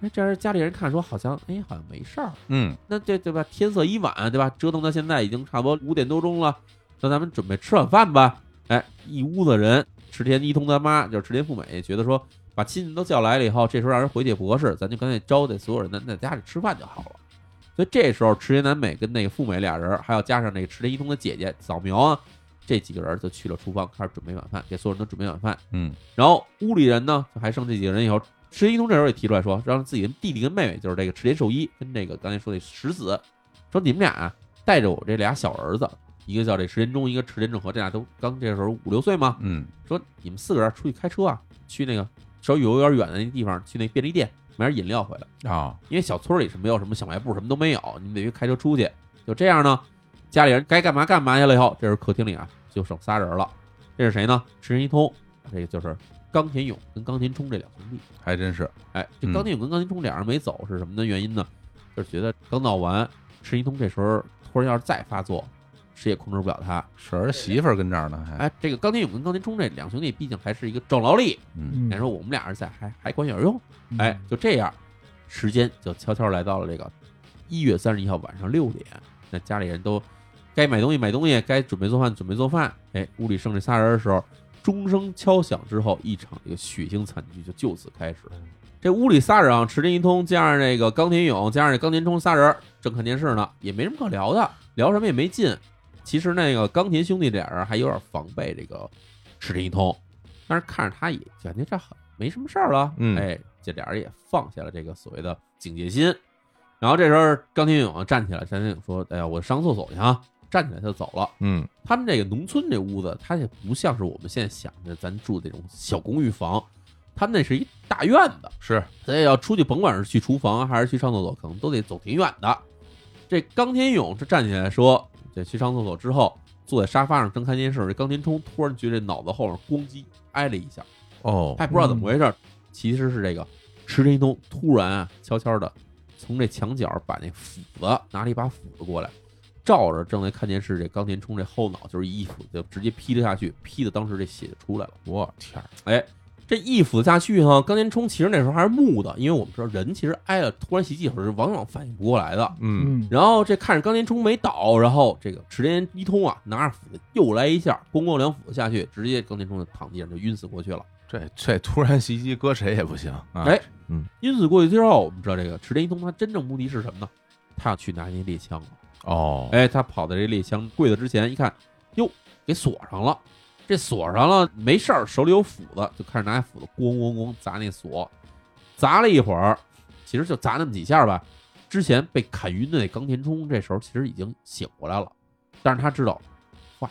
[SPEAKER 1] 哎，这是家里人看说好像哎好像没事儿，
[SPEAKER 2] 嗯
[SPEAKER 1] 那这对吧？天色已晚，对吧？折腾到现在已经差不多五点多钟了，那咱们准备吃晚饭吧。哎，一屋子人，池田一通他妈就是池田富美，觉得说把亲戚都叫来了以后，这时候让人回去不合适，咱就干脆招待所有人，咱在家里吃饭就好了。所以这时候池田南美跟那个富美俩人，还有加上那个池田一通的姐姐扫描啊，这几个人就去了厨房开始准备晚饭，给所有人都准备晚饭。
[SPEAKER 2] 嗯
[SPEAKER 1] 然后屋里人呢，就还剩这几个人以后，池田一通这时候也提出来说，让自己的弟弟跟妹妹，就是这个池田寿一跟这个刚才说的石子，说你们俩、啊、带着我这俩小儿子，一个叫这池田中，一个池田正和，这俩都刚这时候五六岁嘛，
[SPEAKER 2] 嗯
[SPEAKER 1] 说你们四个人出去开车啊，去那个稍微有点远的那地方，去那便利店买点饮料回来。
[SPEAKER 2] 啊，
[SPEAKER 1] 因为小村里是没有什么小卖部，什么都没有，你们得去开车出去。就这样呢，家里人该干嘛干嘛去了以后，这时候客厅里啊就剩仨人了。这是谁呢？池人一通，这个就是冈田勇跟冈田冲这两兄弟。
[SPEAKER 2] 还真是，
[SPEAKER 1] 哎，这
[SPEAKER 2] 嗯
[SPEAKER 1] 冈田勇跟冈田冲俩人没走是什么的原因呢？就是觉得刚闹完，池一通这时候突然要是再发作，谁也控制不了他。
[SPEAKER 2] 是儿媳妇儿跟这儿呢，还
[SPEAKER 1] 哎，这个冈田勇跟冈田冲这两兄弟毕竟还是一个重劳力，
[SPEAKER 2] 嗯
[SPEAKER 3] 嗯
[SPEAKER 1] 人说我们俩人在还还管有用。
[SPEAKER 3] 嗯
[SPEAKER 1] 哎，就这样，时间就悄悄来到了这个一月三十一号晚上六点。那家里人都该买东西买东西，该准备做饭准备做饭。哎，屋里剩这仨人的时候，钟声敲响之后，一场这个血腥惨剧就就此开始。这屋里仨人啊，池田一通加上这个冈田勇加上这冈田冲仨人正看电视呢，也没什么可聊的，聊什么也没劲。其实那个冈田兄弟俩人还有点防备这个池田一通，但是看着他也感觉这好没什么事儿了，
[SPEAKER 2] 嗯
[SPEAKER 1] 哎，这俩人也放下了这个所谓的警戒心。然后这时候冈田勇啊站起来，冈田勇说：“哎呀，我上厕所去啊！”站起来就走了。
[SPEAKER 2] 嗯
[SPEAKER 1] 他们这个农村这屋子，它也不像是我们现在想的咱住这种小公寓房，他们那是一大院子，
[SPEAKER 2] 是，
[SPEAKER 1] 所以要出去，甭管是去厨房还是去上厕所，可能都得走挺远的。这冈田勇这站起来说，这去上厕所之后，坐在沙发上正看电视，这冈田冲突然觉得脑子后面咣叽挨了一下，
[SPEAKER 2] 哦
[SPEAKER 1] 他也不知道怎么回事，其实是这个池田一通突然啊悄悄的从这墙角把那斧子拿了一把斧子过来，照着正在看电视这冈田冲这后脑就是一斧就直接劈了下去，劈的当时这血就出来了。
[SPEAKER 2] 我天儿，
[SPEAKER 1] 哎，这一斧下去哈，冈田冲其实那时候还是木的，因为我们知道人其实挨了突然袭击的时候是往往反应不过来的。
[SPEAKER 2] 嗯
[SPEAKER 3] 嗯，
[SPEAKER 1] 然后这看着冈田冲没倒，然后这个池田一通啊拿着斧子又来一下，咣咣两斧子下去，直接冈田冲就躺地上就晕死过去了。
[SPEAKER 2] 这这突然袭击，搁谁也不行啊，
[SPEAKER 1] 哎，
[SPEAKER 2] 嗯，
[SPEAKER 1] 晕死过去之后，我们知道这个池田一通他真正目的是什么呢？他要去拿那猎枪了。
[SPEAKER 2] 哦，
[SPEAKER 1] 哎，他跑到这猎枪柜子之前一看，哟，给锁上了。这锁上了没事儿，手里有斧子，就开始拿斧子咣咣咣砸那锁，砸了一会儿，其实就砸那么几下吧。之前被砍晕的那冈田冲，这时候其实已经醒过来了，但是他知道，哇，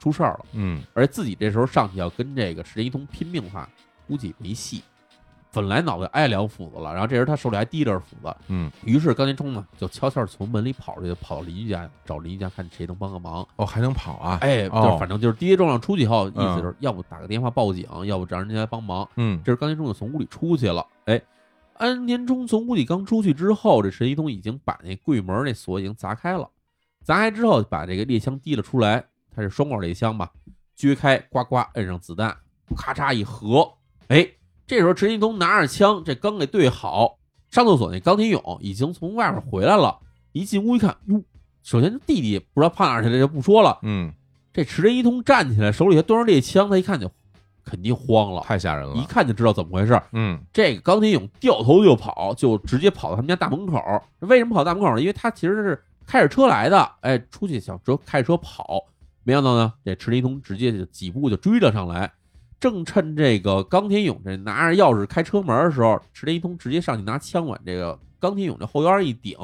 [SPEAKER 1] 出事儿了。
[SPEAKER 2] 嗯
[SPEAKER 1] 而自己这时候上去要跟这个石田一通拼命的话，估计没戏。本来脑袋挨两斧子了，然后这时候他手里还提着斧子，
[SPEAKER 2] 嗯，
[SPEAKER 1] 于是冈田冲呢就悄悄地从门里跑出去，跑到邻居家找邻居家看谁能帮个忙。
[SPEAKER 2] 哦还能跑啊，
[SPEAKER 1] 哎，
[SPEAKER 2] 哦
[SPEAKER 1] 就反正就是跌跌撞撞出去以后，意
[SPEAKER 2] 嗯
[SPEAKER 1] 思就是要不打个电话报警，要不找人家来帮忙。
[SPEAKER 2] 嗯
[SPEAKER 1] 这时冈田冲就从屋里出去了。哎，安田冲从屋里刚出去之后，这神一通已经把那柜门那锁已经砸开了。砸开之后，把这个猎枪提了出来，它是双管猎枪吧，撅开，呱呱摁上子弹，咔嚓一合。哎，这时候陈一通拿着枪，这刚给对好，上厕所那冈田勇已经从外面回来了。一进屋一看，哟，首先弟弟不知道跑哪儿去了，就不说了。
[SPEAKER 2] 嗯
[SPEAKER 1] 这池田一通站起来，手里还端着猎枪，他一看就肯定慌了，
[SPEAKER 2] 太吓人
[SPEAKER 1] 一
[SPEAKER 2] 了。
[SPEAKER 1] 看就知道怎么回事儿。
[SPEAKER 2] 嗯
[SPEAKER 1] 这个冈铁勇掉头就跑，就直接跑到他们家大门口。为什么跑大门口呢？因为他其实是开着车来的，哎，出去想着开着车跑，没想到呢，这池林通直接就几步就追了上来。正趁这个冈铁勇这拿着钥匙开车门的时候，池林通直接上去拿枪往这个冈铁勇这后腰一顶，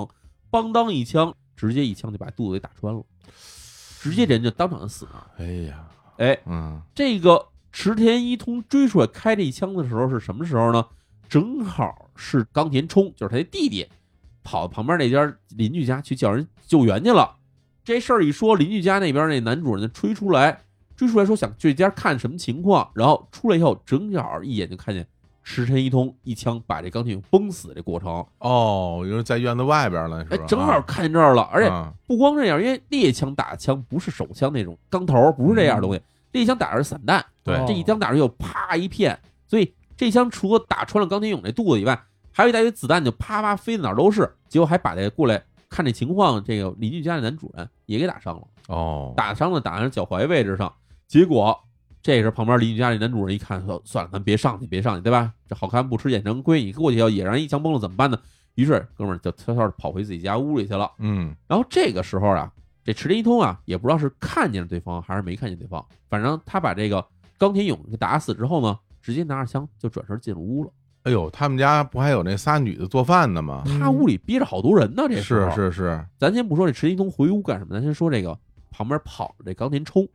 [SPEAKER 1] 邦当一枪，直接一枪就把肚子给打穿了，直接人就当场就死那儿了。
[SPEAKER 2] 哎呀，
[SPEAKER 1] 哎，
[SPEAKER 2] 嗯
[SPEAKER 1] 这个池田一通追出来开这一枪的时候是什么时候呢？正好是冈田冲，就是他那弟弟，跑旁边那家邻居家去叫人救援去了。这事儿一说，邻居家那边那男主人追出来，追出来说想去家看什么情况，然后出来以后，正好一眼就看见池田一通一枪把这冈田勇崩死的这过程，
[SPEAKER 2] 哦，因为在院子外边了，是
[SPEAKER 1] 哎
[SPEAKER 2] 吧？，
[SPEAKER 1] 正好
[SPEAKER 2] 啊，
[SPEAKER 1] 看见这儿了，而且
[SPEAKER 2] 啊
[SPEAKER 1] 不光这样，因为猎枪打枪不是手枪那种钢头，不是这样的东西，猎枪打的是散弹，
[SPEAKER 2] 对
[SPEAKER 3] 哦
[SPEAKER 1] 这一枪打出去又啪一片，所以这枪除了打穿了钢铁勇这肚子以外，还有一大堆子弹就啪啪飞的哪儿都是，结果还把这过来看这情况，这个邻居家的男主人也给打伤了，
[SPEAKER 2] 哦，
[SPEAKER 1] 打伤了打在脚踝位置上，结果这时候旁边邻居家这男主人一看，说算了，咱别上去，别上去，对吧？这好看不吃眼前亏，你过去要也让人一枪崩了怎么办呢？于是哥们儿就悄悄的跑回自己家屋里去了。
[SPEAKER 2] 嗯
[SPEAKER 1] 然后这个时候啊，这池田一通啊，也不知道是看见了对方还是没看见对方，反正他把这个冈田勇给打死之后呢，直接拿着枪就转身进了屋了。
[SPEAKER 2] 哎呦，他们家不还有那仨女的做饭呢吗？
[SPEAKER 3] 嗯
[SPEAKER 1] 他屋里憋着好多人呢，这时
[SPEAKER 2] 是
[SPEAKER 1] 候。
[SPEAKER 2] 是是，
[SPEAKER 1] 咱先不说这池田一通回屋干什么，咱先说这个旁边跑着这冈田冲。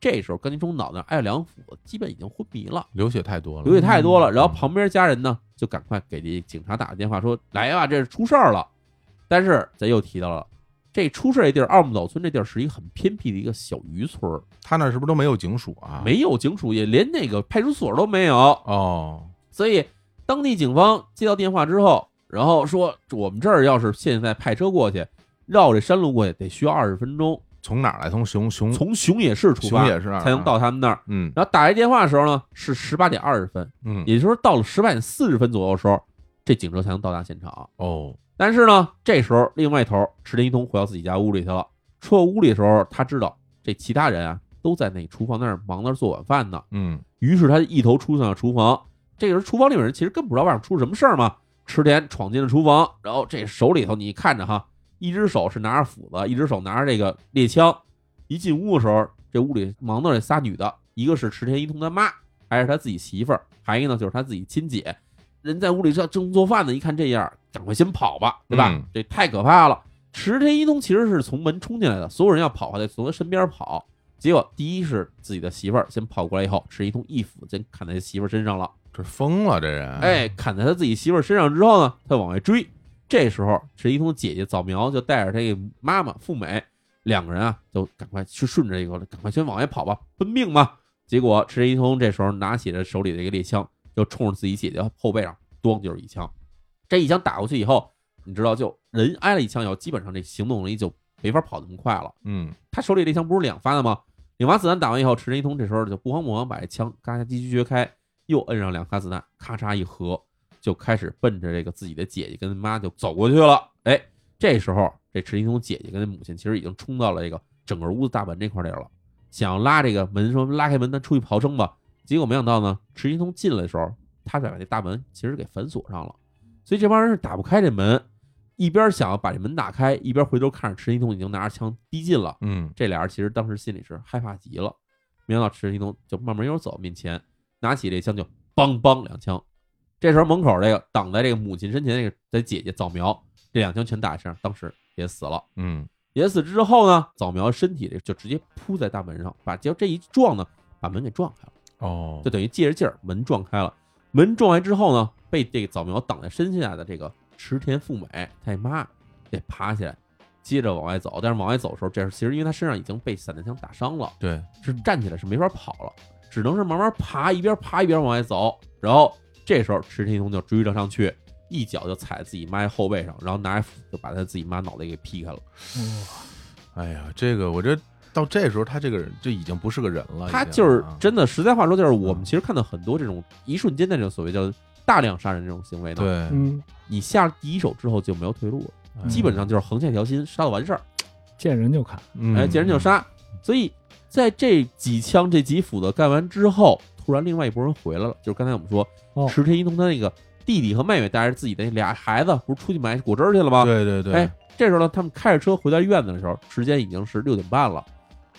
[SPEAKER 1] 这时候冈田冲脑袋挨两斧子，基本已经昏迷了，
[SPEAKER 2] 流血太多了，
[SPEAKER 1] 流血太多了。然后
[SPEAKER 2] 嗯
[SPEAKER 1] 旁边家人呢，就赶快给这警察打个电话说：“来吧，这是出事儿了。”但是咱又提到了，这出事儿这地儿奥姆岛村这地儿是一个很偏僻的一个小渔村儿，
[SPEAKER 2] 他那儿是不是都没有警署啊？
[SPEAKER 1] 没有警署，也连那个派出所都没有。
[SPEAKER 2] 哦，
[SPEAKER 1] 所以当地警方接到电话之后，然后说我们这儿要是现在派车过去，绕这山路过去得需要二十分钟，
[SPEAKER 2] 从哪儿来？从熊熊
[SPEAKER 1] 从熊野市出
[SPEAKER 2] 嗯熊
[SPEAKER 1] 发
[SPEAKER 2] 也是啊
[SPEAKER 1] 才能到。他们那儿。
[SPEAKER 2] 嗯
[SPEAKER 1] 然后打这电话的时候呢，是十八点二十分，
[SPEAKER 2] 嗯
[SPEAKER 1] 也就是说到了十八点四十分左右的时候，这警车才能到达现场。
[SPEAKER 2] 哦
[SPEAKER 1] 但是呢，这时候另外一头池田一通回到自己家屋里去了。出到屋里的时候，他知道这其他人啊都在那厨房那儿忙那儿做晚饭呢。
[SPEAKER 2] 嗯
[SPEAKER 1] 于是他一头冲向了厨房。这个时候，厨房里有人其实根本不知道外面出了什么事儿嘛。池田闯进了厨房，然后这手里头你看着哈，一只手是拿着斧子，一只手拿着这个猎枪。一进屋的时候，这屋里忙到这仨女的，一个是池田一通他妈，还是他自己媳妇儿，还一个呢就是他自己亲姐。人在屋里正正做饭呢，一看这样，赶快先跑吧，对吧？
[SPEAKER 2] 嗯
[SPEAKER 1] 这太可怕了。池田一通其实是从门冲进来的，所有人要跑，还得从他身边跑。结果第一是自己的媳妇儿先跑过来以后，是一通一斧先砍在媳妇儿身上了，
[SPEAKER 2] 这疯了这人，
[SPEAKER 1] 哎，砍在他自己媳妇儿身上之后呢，他往外追。这时候，是一通姐姐早苗就带着这个妈妈富美两个人啊，就赶快去顺着这个，赶快先往外跑吧，奔命嘛。结果池一通这时候拿起了手里的一个猎枪，就冲着自己姐姐后背上咣就是一枪。这一枪打过去以后，你知道就人挨了一枪以后，基本上这行动能力就没法跑那么快了。
[SPEAKER 2] 嗯
[SPEAKER 1] 他手里这枪不是两发的吗？两发子弹打完以后，池田一通这时候就不慌不忙把这枪嘎叽叽撅开，又摁上两发子弹，咔嚓一合，就开始奔着这个自己的姐姐跟妈就走过去了。哎，这时候这池田一通姐姐跟母亲其实已经冲到了这个整个屋子大门这块儿来了，想要拉这个门说拉开门，咱出去逃生吧。结果没想到呢，池田一通进来的时候，他把这大门其实给反锁上了，所以这帮人是打不开这门。一边想要把这门打开，一边回头看着池田一通已经拿着枪逼近了。
[SPEAKER 2] 嗯
[SPEAKER 1] 这俩人其实当时心里是害怕极了。没想到池田一通就慢慢悠悠走到面前，拿起这枪就梆梆两枪。这时候门口这个挡在这个母亲身前这个的姐姐早苗，这两枪全打在身上，当时也死了。
[SPEAKER 2] 嗯
[SPEAKER 1] 也死之后呢，早苗身体这就直接扑在大门上，把结果这一撞呢，把门给撞开了，
[SPEAKER 2] 哦
[SPEAKER 1] 就等于借着劲儿门撞开了。门撞开之后呢，被这个早苗挡在身下的这个池田富美他妈得爬起来，接着往外走。但是往外走的时候，这时候其实因为他身上已经被散弹枪打伤了。
[SPEAKER 2] 对
[SPEAKER 1] 是站起来是没法跑了，只能是慢慢爬，一边爬一边往外走。然后这时候池田一通就追了上去，一脚就踩自己妈后背上，然后拿着斧就把他自己妈脑袋给劈开了。
[SPEAKER 3] 哇
[SPEAKER 2] 哎呀，这个我这到这时候他这个人这已经不是个人了，
[SPEAKER 1] 他
[SPEAKER 2] 已经
[SPEAKER 1] 就是
[SPEAKER 2] 啊嗯
[SPEAKER 1] 真的，实在话说，就是我们其实看到很多这种一瞬间的这种所谓叫大量杀人这种行为呢，
[SPEAKER 2] 对，
[SPEAKER 3] 嗯，
[SPEAKER 1] 你下了第一手之后就没有退路了，
[SPEAKER 2] 哎
[SPEAKER 1] 嗯基本上就是横下一条心，杀了完事儿。哎
[SPEAKER 3] 见人就砍，
[SPEAKER 2] 嗯
[SPEAKER 1] 哎，见人就杀。所以在这几枪、这几斧子干完之后，突然另外一拨人回来了，就是刚才我们说
[SPEAKER 3] 哦
[SPEAKER 1] 池田一农他那个弟弟和妹妹带着自己的那俩孩子，不是出去买果汁儿去了吗？
[SPEAKER 2] 嗯对对对，
[SPEAKER 1] 哎，这时候呢，他们开着车回到院子的时候，时间已经是六点半了。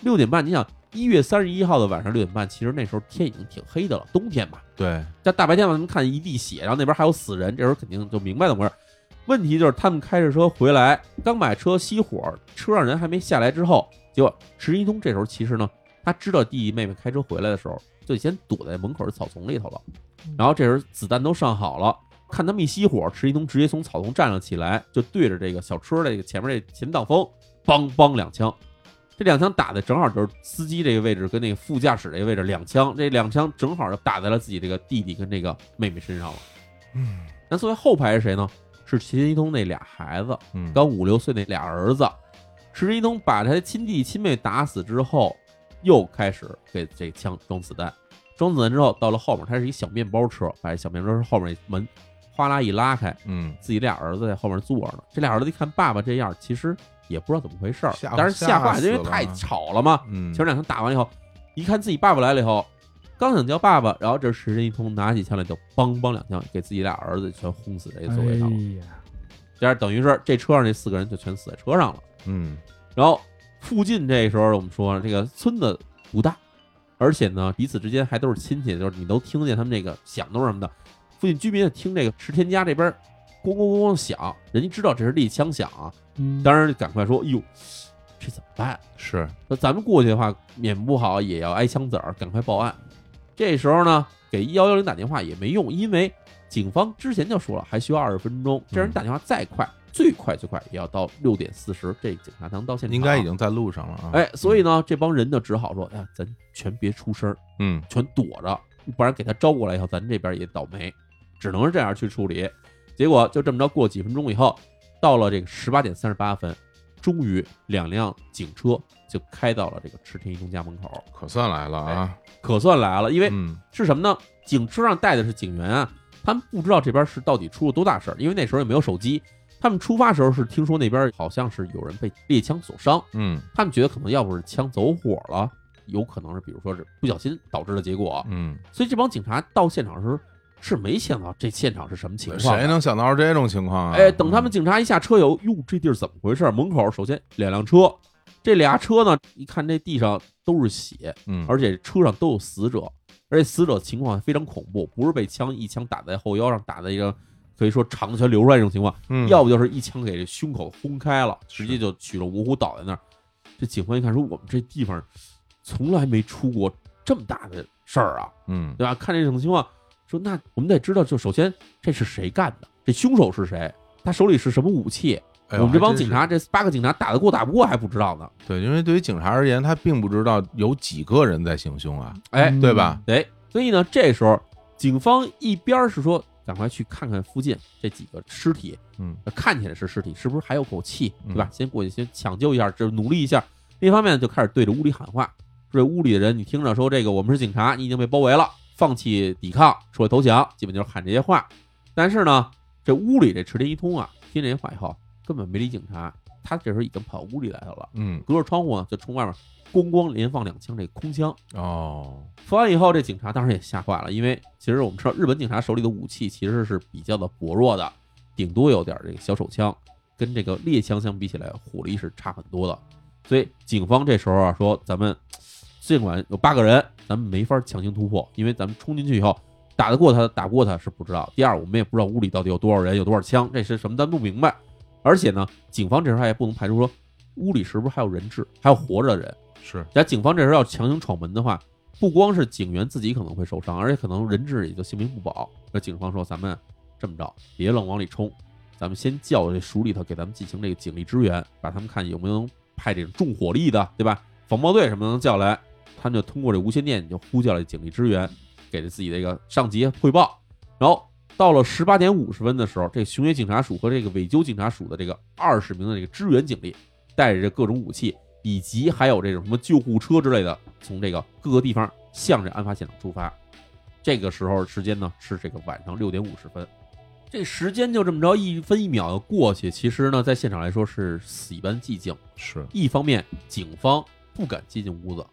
[SPEAKER 1] 六点半，你想一月三十一号的晚上六点半，其实那时候天已经挺黑的了，冬天嘛，
[SPEAKER 2] 对，
[SPEAKER 1] 这大白天往他们看一地血，然后那边还有死人，这时候肯定就明白怎么回事。问题就是他们开着车回来，刚把车熄火，车上人还没下来之后，结果石一通这时候其实呢，他知道弟弟妹妹开车回来的时候，就先躲在门口的草丛里头了。然后这时候子弹都上好了，看他们一熄火，石一通直接从草丛站了起来，就对着这个小车这个前面这前挡风，梆梆两枪。这两枪打的正好就是司机这个位置跟那个副驾驶这个位置，两枪，这两枪正好就打在了自己这个弟弟跟这个妹妹身上了。
[SPEAKER 2] 嗯
[SPEAKER 1] 那作为后排是谁呢？是秦一通那俩孩子，
[SPEAKER 2] 嗯，
[SPEAKER 1] 刚五六岁那俩儿子。池一通把他的亲弟亲妹打死之后，又开始给这枪装子弹，装子弹之后到了后面，它是一小面包车，把这小面包车后面门哗啦一拉开，
[SPEAKER 2] 嗯
[SPEAKER 1] 自己俩儿子在后面坐着呢。这俩儿子一看爸爸这样，其实也不知道怎么回事儿
[SPEAKER 2] 吓，
[SPEAKER 1] 但是吓坏
[SPEAKER 2] 吓
[SPEAKER 1] 了，
[SPEAKER 2] 死
[SPEAKER 1] 因为
[SPEAKER 2] 了
[SPEAKER 1] 太吵了嘛。
[SPEAKER 2] 嗯，
[SPEAKER 1] 前两枪打完以后，一看自己爸爸来了以后，刚想叫爸爸，然后这时间一通拿起枪来就梆梆两枪，给自己俩儿子全轰死在座位上了。
[SPEAKER 3] 哎呀，
[SPEAKER 1] 这样等于是这车上那四个人就全死在车上了。
[SPEAKER 2] 嗯
[SPEAKER 1] 然后附近这时候我们说这个村子不大，而且呢彼此之间还都是亲戚，就是你都听见他们这个响动什么的。附近居民就听这个石田家这边咣咣咣咣响，人家知道这是利枪响啊，
[SPEAKER 3] 嗯，
[SPEAKER 1] 当然就赶快说：“哟，这怎么办？
[SPEAKER 2] 是，
[SPEAKER 1] 那咱们过去的话，免不好也要挨枪子儿，赶快报案。”这时候呢，给幺幺零打电话也没用，因为警方之前就说了，还需要二十分钟。这人打电话再快，最快最快也要到六点四十，这警察能到现场
[SPEAKER 2] 应该已经在路上了啊。
[SPEAKER 1] 哎，所以呢，这帮人就只好说：“哎呀，咱全别出声儿，
[SPEAKER 2] 嗯
[SPEAKER 1] 全躲着，不然给他招过来以后，咱这边也倒霉。”只能是这样去处理。结果就这么着，过几分钟以后，到了这个十八点三十八分，终于两辆警车就开到了这个池田一中家门口，
[SPEAKER 2] 可算来了
[SPEAKER 1] 哎
[SPEAKER 2] 啊。
[SPEAKER 1] 可算来了。因为
[SPEAKER 2] 嗯
[SPEAKER 1] 是什么呢？警车上带的是警员啊，他们不知道这边是到底出了多大事儿，因为那时候也没有手机。他们出发时候是听说那边好像是有人被猎枪所伤，
[SPEAKER 2] 嗯
[SPEAKER 1] 他们觉得可能要不是枪走火了，有可能是比如说是不小心导致的结果。
[SPEAKER 2] 嗯，
[SPEAKER 1] 所以这帮警察到现场的时候是没想到这现场是什么情况的。
[SPEAKER 2] 谁能想到是这种情况啊？
[SPEAKER 1] 哎，等他们警察一下车以后，哟，这地儿怎么回事？门口首先两辆车，这俩车呢，一看这地上都是血，
[SPEAKER 2] 嗯，嗯
[SPEAKER 1] 而且车上都有死者，而且死者情况非常恐怖，不是被枪一枪打在后腰上，打在一个可以说肠子全流出来这种情况，
[SPEAKER 2] 嗯
[SPEAKER 1] 要不就是一枪给这胸口轰开了，直接就血肉模糊倒在那儿。这警方一看说，我们这地方从来没出过这么大的事儿啊，
[SPEAKER 2] 嗯
[SPEAKER 1] 对吧？看这种情况，说那我们得知道，就首先这是谁干的，这凶手是谁，他手里是什么武器？
[SPEAKER 2] 哎呦
[SPEAKER 1] 我们这帮
[SPEAKER 2] 还真
[SPEAKER 1] 警
[SPEAKER 2] 是
[SPEAKER 1] 察，这八个警察打得过打不过还不知道呢。
[SPEAKER 2] 对，因为对于警察而言，他并不知道有几个人在行凶啊，
[SPEAKER 1] 哎，
[SPEAKER 3] 嗯
[SPEAKER 2] 对吧？
[SPEAKER 1] 哎，所以呢，这时候警方一边是说赶快去看看附近这几个尸体，
[SPEAKER 2] 嗯
[SPEAKER 1] 呃看起来是尸体，是不是还有口气，对吧？
[SPEAKER 2] 嗯
[SPEAKER 1] 先过去先抢救一下，这努力一下。另一方面就开始对着屋里喊话，这屋里的人你听着说这个我们是警察，你已经被包围了，放弃抵抗，说投降，基本就是喊这些话。但是呢，这屋里这池田一通啊，听这些话以后根本没理警察，他这时候已经跑屋里来了，
[SPEAKER 2] 嗯
[SPEAKER 1] 隔着窗户呢就冲外面咣咣连放两枪，这空枪。
[SPEAKER 2] 哦，
[SPEAKER 1] 放完以后，这警察当时也吓坏了，因为其实我们知道日本警察手里的武器其实是比较的薄弱的，顶多有点这个小手枪，跟这个猎枪相比起来，火力是差很多的。所以警方这时候啊说，咱们尽管有八个人，咱们没法强行突破，因为咱们冲进去以后打得过他，打不过他是不知道。第二，我们也不知道屋里到底有多少人，有多少枪，这是什么咱不明白。而且呢，警方这时候也不能排除说屋里是不是还有人质，还有活着的人。
[SPEAKER 2] 是
[SPEAKER 1] 假如警方这时候要强行闯门的话，不光是警员自己可能会受伤，而且可能人质也就性命不保。那警方说：“咱们这么着，别愣往里冲，咱们先叫这署里头给咱们进行这个警力支援，把他们看有没有能派这种重火力的，对吧？防暴队什么的能叫来。”他们就通过这无线电就呼叫了警力支援，给了自己这个上级汇报。然后到了十八点五十分的时候，这个熊野警察署和这个尾鸠警察署的这个二十名的这个支援警力，带着这各种武器，以及还有这种什么救护车之类的，从这个各个地方向着案发现场出发。这个时候时间呢是这个晚上六点五十分，这时间就这么着一分一秒的过去。其实呢，在现场来说是死一般寂静。
[SPEAKER 2] 是，
[SPEAKER 1] 一方面，警方不敢接近屋子，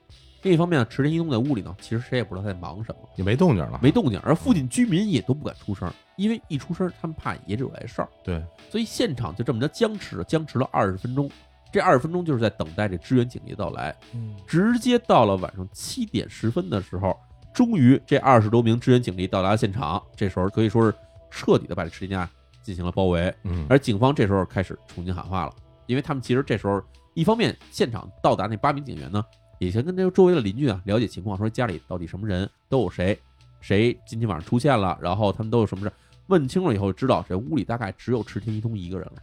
[SPEAKER 1] 另一方面，池田一东在屋里呢，其实谁也不知道他在忙什么，
[SPEAKER 4] 也没动静了，
[SPEAKER 1] 没动静，而附近居民也都不敢出声，因为一出声他们怕也惹来事儿。
[SPEAKER 4] 对，
[SPEAKER 1] 所以现场就这么着僵持，僵持了二十分钟。这二十分钟就是在等待这支援警力到来，
[SPEAKER 3] 嗯，
[SPEAKER 1] 直接到了晚上七点十分的时候，终于这二十多名支援警力到达了现场。这时候可以说是彻底的把这池田家进行了包围。
[SPEAKER 4] 嗯，
[SPEAKER 1] 而警方这时候开始重新喊话了，因为他们其实这时候一方面现场到达那八名警员呢，也先跟这周围的邻居啊了解情况，说家里到底什么人都有谁，谁今天晚上出现了，然后他们都有什么事，问清了以后知道这屋里大概只有池田一通一个人了，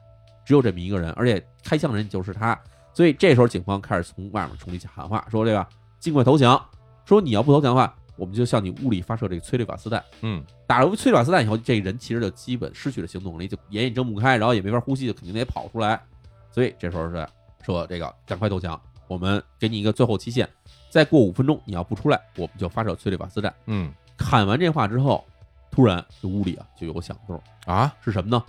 [SPEAKER 1] 只有这么一个人，而且开枪的人就是他，所以这时候警方开始从外面冲进去喊话，说这个尽快投降，说你要不投降的话，我们就向你屋里发射这个催泪瓦斯弹。
[SPEAKER 4] 嗯，
[SPEAKER 1] 打了催泪瓦斯弹以后，这人其实就基本失去了行动能力，就眼也睁不开，然后也没法呼吸，就肯定得跑出来。所以这时候是说这个赶快投降，我们给你一个最后期限，再过五分钟你要不出来，我们就发射催泪瓦斯弹。
[SPEAKER 4] 嗯，
[SPEAKER 1] 喊完这话之后，突然这屋里啊就有个响动，
[SPEAKER 4] 啊，
[SPEAKER 1] 是什么呢？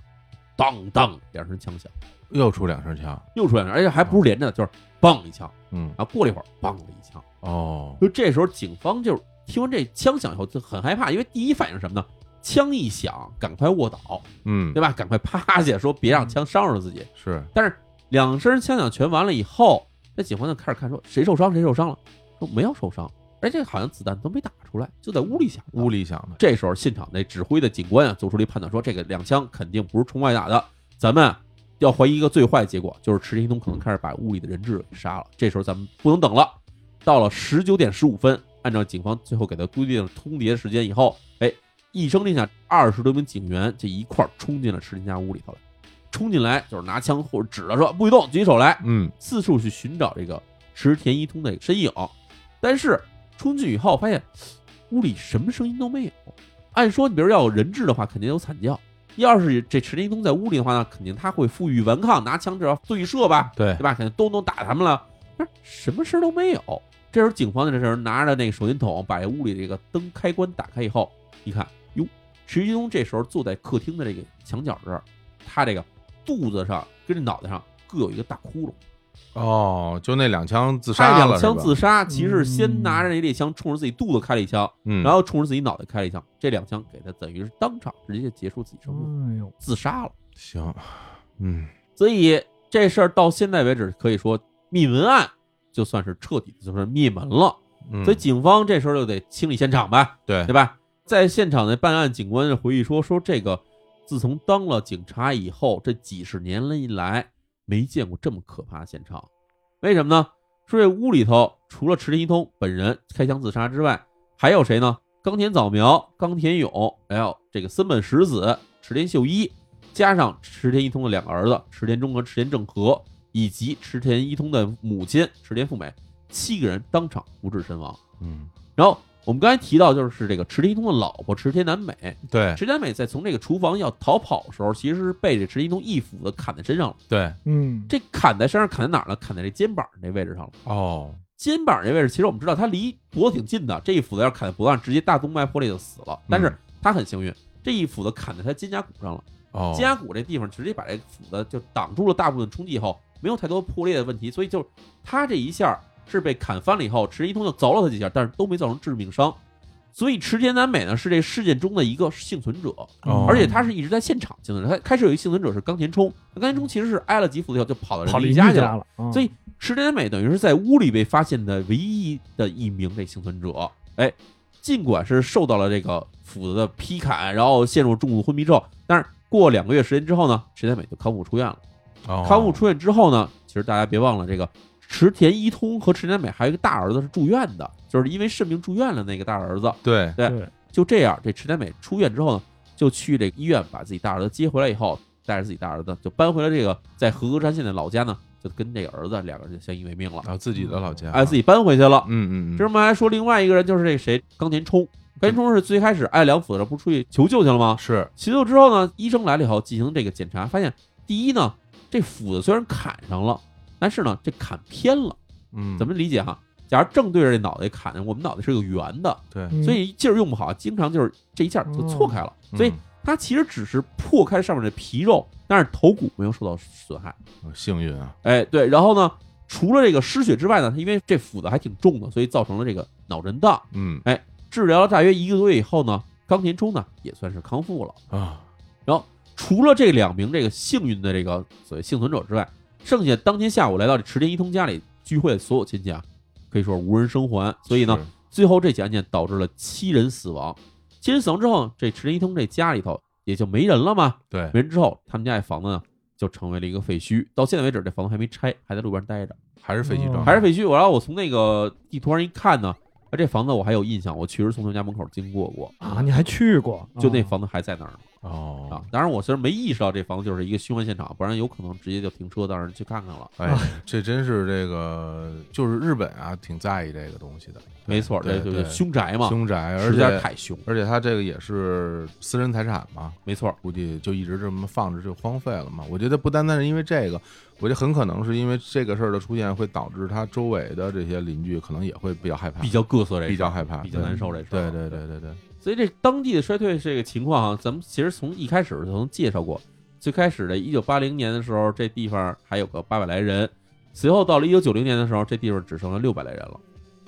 [SPEAKER 1] 当当两声枪响，
[SPEAKER 4] 又出两声枪，
[SPEAKER 1] 又出来了，而且还不是连着的，就是梆一枪，
[SPEAKER 4] 嗯，
[SPEAKER 1] 然后过了一会儿梆的一枪。
[SPEAKER 4] 哦，
[SPEAKER 1] 就这时候警方就是听完这枪响以后就很害怕，因为第一反应是什么呢？枪一响，赶快卧倒。
[SPEAKER 4] 嗯，
[SPEAKER 1] 对吧？赶快趴下，说别让枪伤着自己。
[SPEAKER 4] 是，
[SPEAKER 1] 但是两声枪响全完了以后，那警方就开始看说谁受伤谁受伤了，说没有受伤，而且好像子弹都没打出来，就在屋里响的。
[SPEAKER 4] 屋里响的，
[SPEAKER 1] 这时候现场那指挥的警官啊做出了一判断，说这个两枪肯定不是冲外打的，咱们啊要怀疑一个最坏结果，就是池田东可能开始把屋里的人质给杀了。这时候咱们不能等了，到了十九点十五分，按照警方最后给他规定的通牒时间以后，哎，一声令下，二十多名警员这一块儿冲进了池田家屋里头来，冲进来就是拿枪或者指着说不许动，举起手来，
[SPEAKER 4] 嗯，
[SPEAKER 1] 四处去寻找这个池田一通的身影，但是冲进以后发现屋里什么声音都没有。按说，你比如要有人质的话，肯定有惨叫。要是这池田一通在屋里的话呢，肯定他会负隅顽抗，拿枪至少对射吧，
[SPEAKER 4] 对
[SPEAKER 1] 对，吧？肯定都能打他们了。但是什么事儿都没有。这时候警方在这时候拿着那个手电筒，把这屋里这个灯开关打开以后，一看，哟，池一东这时候坐在客厅的这个墙角这儿，他这个肚子上跟这脑袋上各有一个大窟窿。
[SPEAKER 4] 哦，就那两枪自
[SPEAKER 1] 他
[SPEAKER 4] 杀
[SPEAKER 1] 两
[SPEAKER 4] 了，
[SPEAKER 1] 枪
[SPEAKER 4] 是吧
[SPEAKER 1] 啊自杀，其实是先拿着那猎枪冲着自己肚子开了一枪，
[SPEAKER 4] 嗯，
[SPEAKER 1] 然后冲着自己脑袋开了一枪，这两枪给他等于是当场直接就结束自己生命，
[SPEAKER 3] 哎呦，
[SPEAKER 1] 自杀了。
[SPEAKER 4] 行，嗯，
[SPEAKER 1] 所以这事儿到现在为止，可以说灭门案就算是彻底的就是灭门了。
[SPEAKER 4] 嗯
[SPEAKER 1] 所以警方这时候就得清理现场呗，
[SPEAKER 4] 对
[SPEAKER 1] 对，吧？在现场的办案警官回忆说，说这个自从当了警察以后，这几十年了以来没见过这么可怕的现场。为什么呢？说这屋里头除了池田一通本人开枪自杀之外，还有谁呢？冈田早苗、冈田勇，还有这个森本实子、池田秀一，加上池田一通的两个儿子池田中和池田正和，以及池田一通的母亲池田富美，七个人当场不治身亡。
[SPEAKER 4] 嗯，
[SPEAKER 1] 然后我们刚才提到，就是这个池田一通的老婆池田南美，
[SPEAKER 4] 对
[SPEAKER 1] 池田南美在从这个厨房要逃跑的时候，其实是被这池田一通一斧子砍在身上了。
[SPEAKER 4] 对，
[SPEAKER 3] 嗯，
[SPEAKER 1] 这砍在身上砍在哪儿呢？砍在这肩膀这位置上了。
[SPEAKER 4] 哦，
[SPEAKER 1] 肩膀这位置，其实我们知道他离脖子挺近的，这一斧子要砍在脖子上，直接大动脉破裂就死了。但是他很幸运，这一斧子砍在他肩胛骨上了，
[SPEAKER 4] 哦，
[SPEAKER 1] 肩胛骨这地方直接把这斧子就挡住了大部分冲击以后，没有太多破裂的问题，所以就他这一下是被砍翻了以后，池田一通就凿了他几下，但是都没造成致命伤。所以池田南美呢是这事件中的一个幸存者，
[SPEAKER 4] 哦
[SPEAKER 1] 而且他是一直在现场幸存者。他开始有一幸存者是冈田冲，冈田冲其实是挨了几斧子以后就跑到
[SPEAKER 3] 跑
[SPEAKER 1] 人
[SPEAKER 3] 邻居
[SPEAKER 1] 家去了
[SPEAKER 3] 家。了，啊
[SPEAKER 1] 所以池田美等于是在屋里被发现的唯一的一名这幸存者。哎，尽管是受到了这个斧子的劈砍，然后陷入重度昏迷之后，但是过两个月时间之后呢，池田美就康复出院了。
[SPEAKER 4] 哦
[SPEAKER 1] 康复出院之后呢，其实大家别忘了，这个池田一通和池田美还有一个大儿子是住院的，就是因为肾病住院了那个大儿子。
[SPEAKER 4] 对，
[SPEAKER 3] 对，
[SPEAKER 1] 就这样，这池田美出院之后呢，就去这个医院把自己大儿子接回来以后，带着自己大儿子就搬回了这个在和歌山县的老家呢，就跟这个儿子两个人就相依为命了。
[SPEAKER 4] 然
[SPEAKER 2] 啊
[SPEAKER 4] 后自己的老家，
[SPEAKER 1] 哎，自，己搬回去了。
[SPEAKER 4] 嗯嗯嗯，
[SPEAKER 1] 这么还说另外一个人就是这个谁，冈田冲。冈田冲是最开始爱良辅的，不是出去求救去了吗？
[SPEAKER 4] 是，
[SPEAKER 1] 求救之后呢，医生来了以后进行这个检查，发现第一呢，这斧子虽然砍上了，但是呢，这砍偏了。
[SPEAKER 4] 嗯，
[SPEAKER 1] 怎么理解哈？假如正对着这脑袋砍，我们脑袋是个圆的，
[SPEAKER 4] 对，
[SPEAKER 3] 嗯
[SPEAKER 1] 所以劲儿用不好，经常就是这一下就错开了。
[SPEAKER 2] 嗯哦
[SPEAKER 1] 所以它其实只是破开上面的皮肉，但是头骨没有受到损害。
[SPEAKER 4] 嗯幸运啊，
[SPEAKER 1] 哎，对，然后呢，除了这个失血之外呢，他因为这斧子还挺重的，所以造成了这个脑震荡。
[SPEAKER 2] 嗯
[SPEAKER 1] 治疗了大约一个多月以后呢，冈田冲呢也算是康复了。
[SPEAKER 2] 啊，
[SPEAKER 1] 除了这两名这个幸运的这个所谓幸存者之外，剩下当天下午来到这池田一通家里聚会的所有亲戚啊，可以说是无人生还。所以呢，
[SPEAKER 2] 是，
[SPEAKER 1] 最后这起案件导致了七人死亡。七人死亡之后，这池田一通这家里头也就没人了嘛。
[SPEAKER 2] 对，
[SPEAKER 1] 没人之后，他们家这房子呢就成为了一个废墟。到现在为止，这房子还没拆，还在路边待着，
[SPEAKER 2] 还是飞机
[SPEAKER 3] 哦
[SPEAKER 2] 状，
[SPEAKER 1] 还是废墟。我然后我从那个地图上一看呢，啊，这房子我还有印象，我确实从他们家门口经过过，
[SPEAKER 3] 啊，你还去过？
[SPEAKER 1] 就那
[SPEAKER 3] 啊
[SPEAKER 1] 房子还在那儿呢。啊
[SPEAKER 2] 哦，，
[SPEAKER 1] 当然我虽然没意识到这房子就是一个凶案现场，不然有可能直接就停车到那儿去看看了。
[SPEAKER 2] 哎，这真是这个，就是日本啊，挺在意这个东西的，
[SPEAKER 1] 没错，这
[SPEAKER 2] 对
[SPEAKER 1] 就
[SPEAKER 2] 对
[SPEAKER 1] 是凶宅嘛，
[SPEAKER 2] 凶宅，而
[SPEAKER 1] 实在
[SPEAKER 2] 且
[SPEAKER 1] 太凶。
[SPEAKER 2] 而且他这个也是私人财产嘛，
[SPEAKER 1] 没错，
[SPEAKER 2] 估计就一直这么放着就荒废了嘛。我觉得不单单是因为这个，我觉得很可能是因为这个事儿的出现，会导致他周围的这些邻居可能也会比较害怕，
[SPEAKER 1] 比较各色这事儿，
[SPEAKER 2] 比较害怕，
[SPEAKER 1] 比较难受这事
[SPEAKER 2] 对
[SPEAKER 1] 儿。
[SPEAKER 2] 对对对对，
[SPEAKER 1] 所以这当地的衰退这个情况啊，咱们其实从一开始就曾介绍过。最开始的一九八零年的时候，这地方还有个八百来人，随后到了一九九零年的时候，这地方只剩下六百来人了。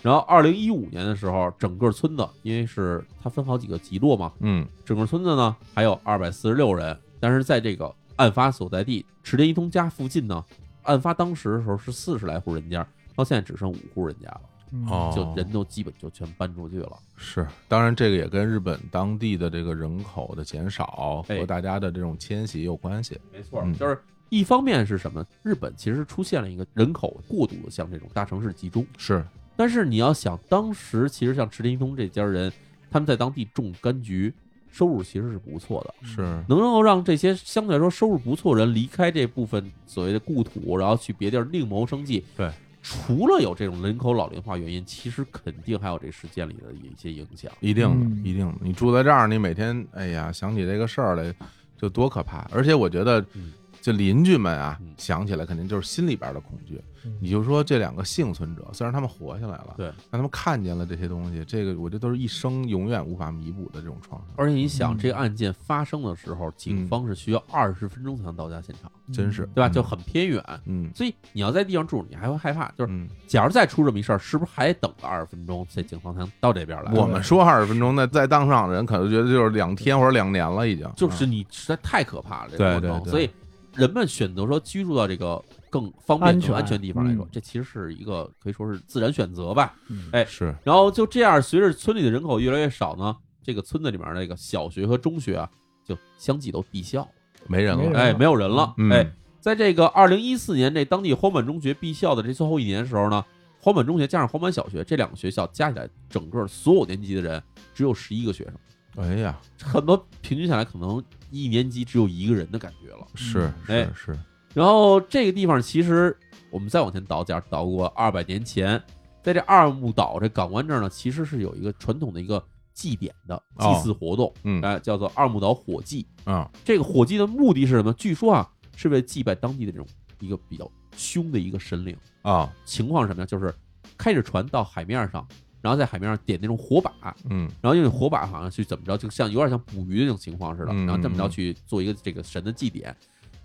[SPEAKER 1] 然后二零一五年的时候，整个村子因为是它分好几个集落嘛，
[SPEAKER 2] 嗯，
[SPEAKER 1] 整个村子呢还有二百四十六人，但是在这个案发所在地池田一通家附近呢，案发当时的时候是四十来户人家，到现在只剩五户人家了，
[SPEAKER 3] 嗯
[SPEAKER 2] 哦，
[SPEAKER 1] 就人都基本就全搬出去了。
[SPEAKER 2] 是，当然这个也跟日本当地的这个人口的减少
[SPEAKER 1] 哎
[SPEAKER 2] 和大家的这种迁徙有关系，
[SPEAKER 1] 没错
[SPEAKER 2] 嗯
[SPEAKER 1] 就是一方面是什么？日本其实出现了一个人口过度的向这种大城市集中，
[SPEAKER 2] 是
[SPEAKER 1] 但是你要想，当时其实像池田一通这家人，他们在当地种柑橘，收入其实是不错的。
[SPEAKER 2] 是，
[SPEAKER 1] 能够让这些相对来说收入不错的人离开这部分所谓的故土，然后去别地儿另谋生计。
[SPEAKER 2] 对，
[SPEAKER 1] 除了有这种人口老龄化原因，其实肯定还有这时间里的一些影响。
[SPEAKER 2] 一定的，
[SPEAKER 3] 嗯
[SPEAKER 2] 一定的。你住在这儿，你每天哎呀想起这个事儿来，就多可怕！而且我觉得
[SPEAKER 1] 嗯，
[SPEAKER 2] 这邻居们啊
[SPEAKER 1] 嗯，
[SPEAKER 2] 想起来肯定就是心里边的恐惧。
[SPEAKER 3] 嗯
[SPEAKER 2] 你就说这两个幸存者，虽然他们活下来了，
[SPEAKER 1] 对，
[SPEAKER 2] 但他们看见了这些东西，这个我觉得都是一生永远无法弥补的这种创伤。
[SPEAKER 1] 而且你想，
[SPEAKER 3] 嗯
[SPEAKER 1] 这个案件发生的时
[SPEAKER 2] 嗯
[SPEAKER 1] 候，警方是需要二十分钟才能到达现场，
[SPEAKER 2] 真是
[SPEAKER 1] 对吧？
[SPEAKER 2] 嗯
[SPEAKER 1] 就很偏远，
[SPEAKER 2] 嗯
[SPEAKER 1] 所以你要在地上住，你还会害怕。就是，
[SPEAKER 2] 嗯，
[SPEAKER 1] 假如再出这么一事儿，是不是还等个二十分钟，这警方才能到这边来？
[SPEAKER 2] 我们说二十分钟，那再当上的人可能觉得就是两天或者两年了，已经
[SPEAKER 1] 就是你实在太可怕了，这个过
[SPEAKER 2] 对嗯对
[SPEAKER 1] 程。
[SPEAKER 2] 对
[SPEAKER 1] 所以人们选择说居住到这个更方便、
[SPEAKER 3] 安
[SPEAKER 1] 更
[SPEAKER 3] 全
[SPEAKER 1] 安全的地方来说
[SPEAKER 3] 嗯，
[SPEAKER 1] 这其实是一个可以说是自然选择吧。
[SPEAKER 3] 嗯
[SPEAKER 1] 哎
[SPEAKER 2] 是
[SPEAKER 1] 然后就这样，随着村里的人口越来越少呢，这个村子里面那个小学和中学啊，就相继都闭校了，
[SPEAKER 2] 没人
[SPEAKER 3] 没
[SPEAKER 2] 了
[SPEAKER 3] 人。
[SPEAKER 1] 哎，没有人了，
[SPEAKER 2] 嗯
[SPEAKER 1] 哎，在这个二零一四年这当地荒坂中学闭校的这最后一年的时候呢，荒坂中学加上荒坂小学这两个学校加起来，整个所有年级的人只有十一个学生，
[SPEAKER 2] 哎呀，
[SPEAKER 1] 很多平均下来可能一年级只有一个人的感觉了。
[SPEAKER 2] 是
[SPEAKER 1] 哎
[SPEAKER 2] 是是，
[SPEAKER 1] 然后这个地方其实我们再往前倒，假如倒过二百年前，在这二木岛这港湾这儿呢，其实是有一个传统的一个祭典的祭祀活动，
[SPEAKER 2] 嗯
[SPEAKER 1] 哎，叫做二木岛火祭。
[SPEAKER 2] 啊
[SPEAKER 1] 这个火祭的目的是什么？据说啊，是为了祭拜当地的这种一个比较凶的一个神灵。
[SPEAKER 2] 啊
[SPEAKER 1] 情况是什么呀？就是开着船到海面上，然后在海面上点那种火把，
[SPEAKER 2] 嗯
[SPEAKER 1] 然后用火把好像去怎么着，就像有点像捕鱼的那种情况似的，
[SPEAKER 2] 嗯
[SPEAKER 1] 然后这么着去做一个这个神的祭典。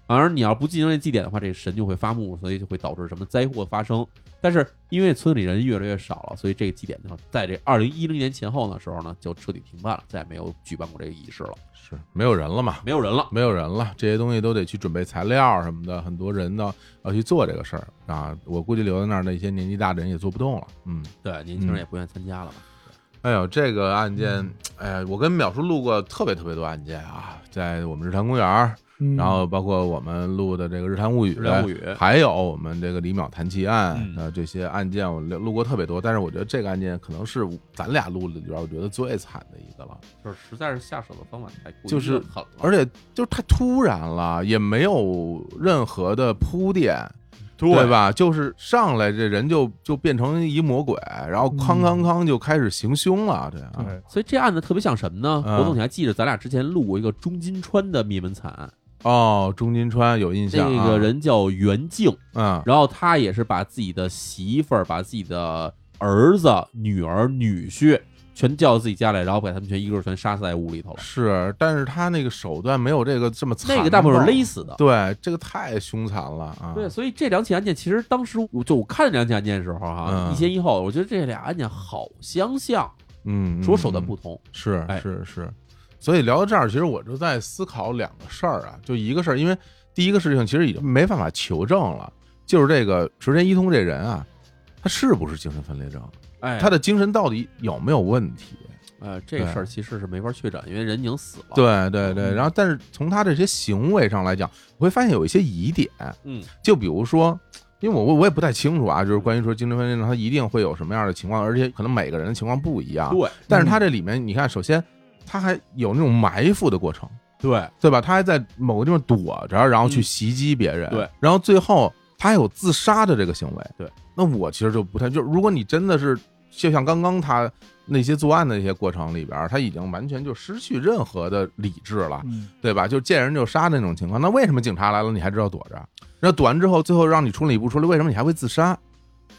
[SPEAKER 1] 而你要不进行这祭典的话，这个神就会发怒，所以就会导致什么灾祸发生。但是因为村里人越来越少了，所以这个祭典呢，在这二零一零年前后的时候呢，就彻底停办了，再也没有举办过这个仪式了，
[SPEAKER 2] 是没有人了嘛。
[SPEAKER 1] 没有人了。
[SPEAKER 2] 没有人了，这些东西都得去准备材料什么的，很多人呢要去做这个事儿啊。我估计留在那儿那些年纪大的人也做不动了。嗯，
[SPEAKER 1] 对，年轻人也不愿意参加了吧？
[SPEAKER 2] 哎呦，这个案件，
[SPEAKER 1] 嗯
[SPEAKER 2] 哎呀，我跟淼叔录过特别特别多案件啊，在我们日坛公园儿，
[SPEAKER 3] 嗯
[SPEAKER 2] 然后包括我们录的这个《日坛物语》，
[SPEAKER 1] 日坛物语
[SPEAKER 2] 还有我们这个李淼谈奇案
[SPEAKER 1] 嗯
[SPEAKER 2] 呃这些案件，我录录过特别多。但是我觉得这个案件可能是咱俩录里边儿我觉得最惨的一个了。
[SPEAKER 1] 就是实在是下手的方法太过于
[SPEAKER 2] 就是
[SPEAKER 1] 狠了，
[SPEAKER 2] 而且就是太突然了，也没有任何的铺垫，对吧？就是上来这人就就变成一魔鬼，然后康康康就开始行凶了，
[SPEAKER 1] 嗯
[SPEAKER 2] 啊这样、
[SPEAKER 3] 对，
[SPEAKER 1] 所以这案子特别像什么呢？
[SPEAKER 2] 嗯
[SPEAKER 1] 活动你还记得咱俩之前录过一个中金川的灭门惨案，
[SPEAKER 2] 哦，钟金川有印
[SPEAKER 1] 这
[SPEAKER 2] 象、啊，
[SPEAKER 1] 个人叫袁静，
[SPEAKER 2] 嗯
[SPEAKER 1] 然后他也是把自己的媳妇儿、把自己的儿子、女儿、女婿全叫到自己家来，然后把他们全一个个全杀死在屋里头了。
[SPEAKER 2] 是，但是他那个手段没有这个这么残暴，
[SPEAKER 1] 那个大部分是勒死的。
[SPEAKER 2] 对，这个太凶残了啊！
[SPEAKER 1] 对，所以这两起案件其实当时我就我看这两起案件的时候哈、
[SPEAKER 2] 嗯
[SPEAKER 1] 一前一后，我觉得这俩案件好相像，
[SPEAKER 2] 嗯，嗯，
[SPEAKER 1] 只不过手段
[SPEAKER 2] 嗯
[SPEAKER 1] 不同。
[SPEAKER 2] 是
[SPEAKER 1] 哎
[SPEAKER 2] 是是，所以聊到这儿，其实我就在思考两个事儿啊，就一个事儿，因为第一个事情其实已经没办法求证了，就是这个池田一通这人啊，他是不是精神分裂症，
[SPEAKER 1] 哎，
[SPEAKER 2] 他的精神到底有没有问题？
[SPEAKER 1] 呃这个
[SPEAKER 2] 对
[SPEAKER 1] 事儿其实是没法确诊，因为人已经死了。，
[SPEAKER 2] 对对对，
[SPEAKER 1] 嗯
[SPEAKER 2] 然后但是从他这些行为上来讲，我会发现有一些疑点，
[SPEAKER 1] 嗯，
[SPEAKER 2] 就比如说。因为我我我也不太清楚啊，就是关于说精神分裂症，他一定会有什么样的情况，而且可能每个人的情况不一样。
[SPEAKER 1] 对嗯
[SPEAKER 2] 但是他这里面，你看，首先他还有那种埋伏的过程，
[SPEAKER 1] 对
[SPEAKER 2] 对吧？他还在某个地方躲着，然后去
[SPEAKER 1] 嗯
[SPEAKER 2] 袭击别人，
[SPEAKER 1] 对，
[SPEAKER 2] 然后最后他还有自杀的这个行为，
[SPEAKER 1] 对。
[SPEAKER 2] 那我其实就不太，就如果你真的是就像刚刚他那些作案的那些过程里边儿，他已经完全就失去任何的理智了，
[SPEAKER 3] 嗯，
[SPEAKER 2] 对吧？就见人就杀的那种情况，那为什么警察来了你还知道躲着？然后躲完之后，最后让你处理不处理，为什么你还会自杀？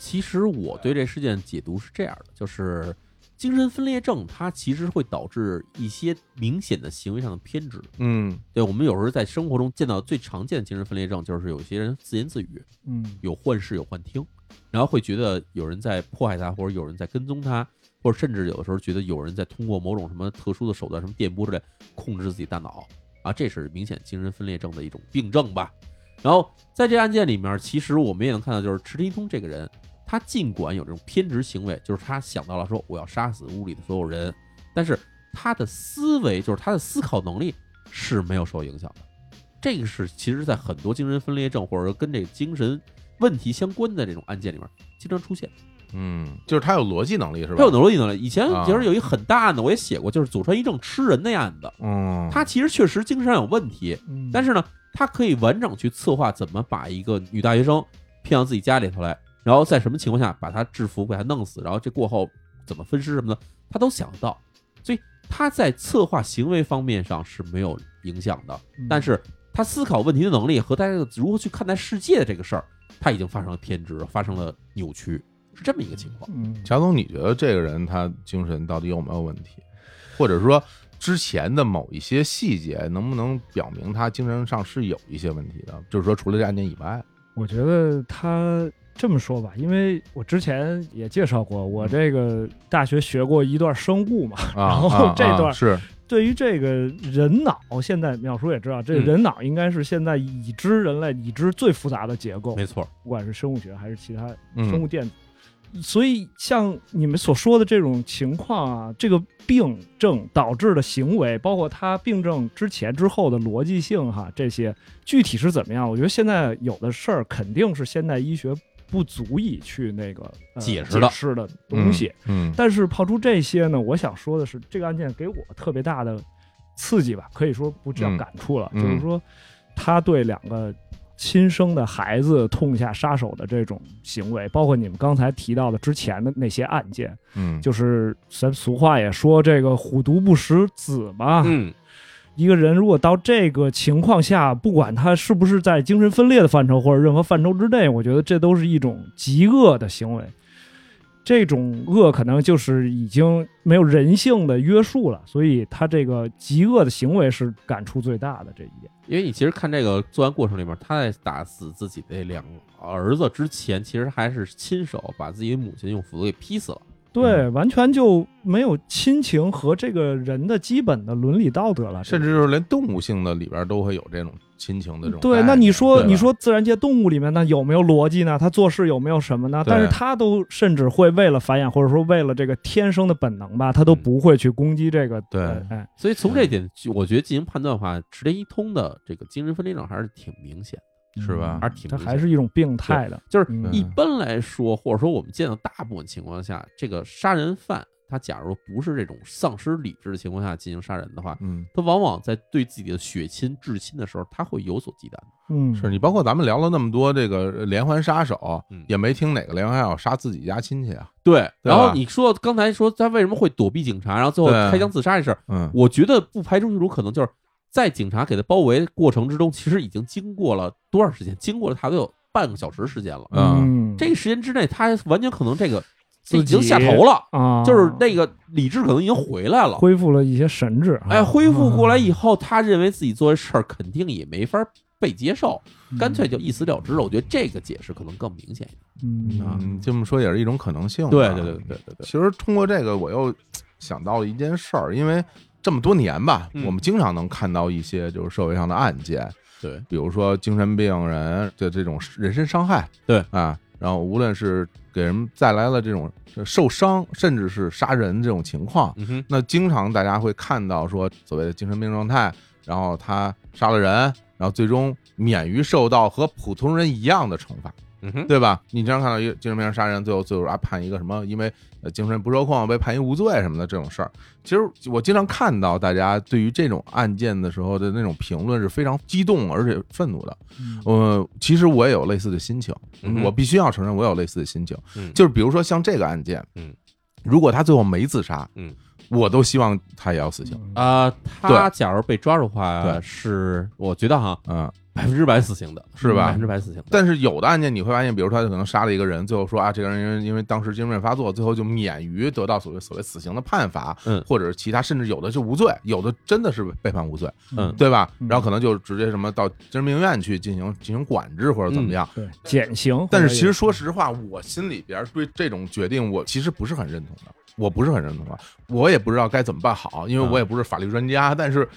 [SPEAKER 1] 其实我对这事件解读是这样的，就是精神分裂症它其实会导致一些明显的行为上的偏执。
[SPEAKER 2] 嗯
[SPEAKER 1] 对我们有时候在生活中见到最常见的精神分裂症，就是有些人自言自语，
[SPEAKER 3] 嗯，
[SPEAKER 1] 有幻视，有幻听，然后会觉得有人在迫害他，或者有人在跟踪他，或者甚至有的时候觉得有人在通过某种什么特殊的手段，什么电波之类控制自己大脑啊，这是明显精神分裂症的一种病症吧。然后在这案件里面，其实我们也能看到，就是池田一通这个人，他尽管有这种偏执行为，就是他想到了说我要杀死屋里的所有人，但是他的思维，就是他的思考能力是没有受影响的。这个是其实，在很多精神分裂症或者说跟这个精神问题相关的这种案件里面经常出现。
[SPEAKER 2] 嗯，就是他有逻辑能力是吧？
[SPEAKER 1] 他有能力能力，以前
[SPEAKER 2] 啊
[SPEAKER 1] 其实有一个很大案子，我也写过，就是佐川一正吃人那案子，
[SPEAKER 2] 嗯，
[SPEAKER 1] 他其实确实精神上有问题，
[SPEAKER 3] 嗯
[SPEAKER 1] 但是呢，他可以完整去策划怎么把一个女大学生骗到自己家里头来，然后在什么情况下把她制服，把她弄死，然后这过后怎么分尸什么的，他都想得到，所以他在策划行为方面上是没有影响的。
[SPEAKER 3] 嗯
[SPEAKER 1] 但是他思考问题的能力和他如何去看待世界的这个事儿，他已经发生了偏执，发生了扭曲，是这么一个情况。
[SPEAKER 3] 嗯，
[SPEAKER 2] 乔总，你觉得这个人他精神到底有没有问题，或者说之前的某一些细节能不能表明他精神上是有一些问题的？就是说，除了这案件 以外，啊
[SPEAKER 3] 我觉得他这么说吧，因为我之前也介绍过，
[SPEAKER 1] 嗯
[SPEAKER 3] 我这个大学学过一段生物嘛，
[SPEAKER 2] 啊
[SPEAKER 3] 然
[SPEAKER 2] 啊
[SPEAKER 3] 后这
[SPEAKER 2] 啊
[SPEAKER 3] 段
[SPEAKER 2] 是
[SPEAKER 3] 对于这个人脑，现在淼叔也知道，这
[SPEAKER 1] 嗯
[SPEAKER 3] 人脑应该是现在已知人类已知最复杂的结构，
[SPEAKER 1] 没错，
[SPEAKER 3] 不管是生物学还是其他生
[SPEAKER 2] 嗯
[SPEAKER 3] 物电子。所以，像你们所说的这种情况啊，这个病症导致的行为，包括它病症之前之后的逻辑性哈，这些具体是怎么样？我觉得现在有的事儿肯定是现代医学不足以去那个、呃
[SPEAKER 1] 解释
[SPEAKER 3] 释
[SPEAKER 1] 的
[SPEAKER 3] 的东西。，
[SPEAKER 2] 嗯嗯
[SPEAKER 3] 但是刨出这些呢，我想说的是，这个案件给我特别大的刺激吧，可以说不叫
[SPEAKER 2] 嗯
[SPEAKER 3] 感触了，
[SPEAKER 2] 嗯
[SPEAKER 3] 就是说他对两个亲生的孩子痛下杀手的这种行为，包括你们刚才提到的之前的那些案件，
[SPEAKER 2] 嗯，
[SPEAKER 3] 就是咱俗话也说这个虎毒不食子嘛，
[SPEAKER 1] 嗯，
[SPEAKER 3] 一个人如果到这个情况下，不管他是不是在精神分裂的范畴或者任何范畴之内，我觉得这都是一种极恶的行为。这种恶可能就是已经没有人性的约束了，所以他这个极恶的行为是感触最大的这一点。
[SPEAKER 1] 因为你其实看这个作案过程里面，他在打死自己的两个儿子之前，其实还是亲手把自己母亲用斧头给劈死了。
[SPEAKER 3] 对，完全就没有亲情和这个人的基本的伦理道德了，
[SPEAKER 2] 甚至就是连动物性的里边都会有这种亲情的这种概
[SPEAKER 3] 对，
[SPEAKER 2] 念。
[SPEAKER 3] 那你说
[SPEAKER 2] 对吧
[SPEAKER 3] 你说自然界动物里面那有没有逻辑呢？它做事有没有什么呢？
[SPEAKER 2] 对
[SPEAKER 3] 但是它都甚至会为了繁衍，或者说为了这个天生的本能吧，它都不会去攻击这个。
[SPEAKER 2] 对
[SPEAKER 3] 呃哎，
[SPEAKER 1] 所以从这点，我觉得进行判断的话，池田一通的这个精神分裂症还是挺明显，
[SPEAKER 2] 是
[SPEAKER 1] 嗯
[SPEAKER 2] 吧
[SPEAKER 1] 还是挺
[SPEAKER 3] 嗯它
[SPEAKER 1] 明显
[SPEAKER 3] 还是一种病态的。
[SPEAKER 1] 就是
[SPEAKER 3] 嗯
[SPEAKER 1] 一般来说，或者说我们见到大部分情况下，这个杀人犯他假如不是这种丧失理智的情况下进行杀人的话，
[SPEAKER 2] 嗯，
[SPEAKER 1] 他往往在对自己的血亲至亲的时候，他会有所忌惮的。
[SPEAKER 3] 嗯，
[SPEAKER 2] 是你包括咱们聊了那么多这个连环杀手
[SPEAKER 1] 嗯，
[SPEAKER 2] 也没听哪个连环杀手杀自己家亲戚啊。
[SPEAKER 1] 对，
[SPEAKER 2] 对
[SPEAKER 1] 然后
[SPEAKER 2] 吧
[SPEAKER 1] 你说刚才说他为什么会躲避警察，然后最后
[SPEAKER 2] 对
[SPEAKER 1] 开枪自杀这事儿，
[SPEAKER 2] 嗯，
[SPEAKER 1] 我觉得不排除一种可能就是在警察给他包围的过程之中，其实已经经过了多长时间？经过了差不多有半个小时时间了。
[SPEAKER 2] 啊
[SPEAKER 3] 嗯，
[SPEAKER 1] 这个时间之内，他完全可能这个已
[SPEAKER 3] 自己
[SPEAKER 1] 经下头了，
[SPEAKER 3] 啊，
[SPEAKER 1] 就是那个理智可能已经回来了。
[SPEAKER 3] 恢复了一些神智啊，
[SPEAKER 1] 哎，恢复过来以后，他认为自己做的事儿肯定也没法被接受，
[SPEAKER 3] 嗯
[SPEAKER 1] 干脆就一死了之了。我觉得这个解释可能更明显。
[SPEAKER 3] 嗯
[SPEAKER 2] 嗯，这么说也是一种可能性吧。
[SPEAKER 1] 对
[SPEAKER 2] 啊
[SPEAKER 1] 对对对对对，
[SPEAKER 2] 其实通过这个，我又想到了一件事儿，因为这么多年吧，
[SPEAKER 1] 嗯
[SPEAKER 2] 我们经常能看到一些就是社会上的案件，
[SPEAKER 1] 对，
[SPEAKER 2] 比如说精神病人的这种人身伤害，
[SPEAKER 1] 对
[SPEAKER 2] 啊，然后无论是给人带来了这种受伤，甚至是杀人这种情况，
[SPEAKER 1] 嗯哼，
[SPEAKER 2] 那经常大家会看到说所谓的精神病状态，然后他杀了人，然后最终免于受到和普通人一样的惩罚。
[SPEAKER 1] 嗯哼，
[SPEAKER 2] 对吧？你经常看到一个精神病人杀人，最后最后啊判一个什么，因为呃精神不受控被判一无罪什么的这种事儿。其实我经常看到大家对于这种案件的时候的那种评论是非常激动而且愤怒的。
[SPEAKER 3] 嗯
[SPEAKER 2] 呃，其实我也有类似的心情，
[SPEAKER 1] 嗯哼
[SPEAKER 2] 我必须要承认我有类似的心情。
[SPEAKER 1] 嗯
[SPEAKER 2] 就是比如说像这个案件，
[SPEAKER 1] 嗯，
[SPEAKER 2] 如果他最后没自杀，
[SPEAKER 1] 嗯，
[SPEAKER 2] 我都希望他也要死
[SPEAKER 3] 嗯
[SPEAKER 2] 刑。
[SPEAKER 1] 啊，他假如被抓住的话，
[SPEAKER 2] 对
[SPEAKER 1] 是我觉得哈
[SPEAKER 2] 嗯，
[SPEAKER 1] 百分之百死刑的，
[SPEAKER 2] 是吧
[SPEAKER 1] 百分之百死刑的。
[SPEAKER 2] 但是有的案件你会发现，比如说他可能杀了一个人，最后说啊，这个人因为因为当时精神病发作，最后就免于得到所谓所谓死刑的判罚，
[SPEAKER 1] 嗯
[SPEAKER 2] 或者是其他，甚至有的是无罪，有的真的是被判无罪，
[SPEAKER 1] 嗯
[SPEAKER 2] 对吧？
[SPEAKER 3] 嗯
[SPEAKER 2] 然后可能就直接什么到精神病院去进行进行管制或者怎
[SPEAKER 1] 嗯
[SPEAKER 2] 么样。
[SPEAKER 3] 对减刑，
[SPEAKER 2] 但是其实说实话，我心里边对这种决定，我其实不是很认同的，我不是很认同的，我也不知道该怎么办好，因为
[SPEAKER 1] 嗯
[SPEAKER 2] 我也不是法律专家，但是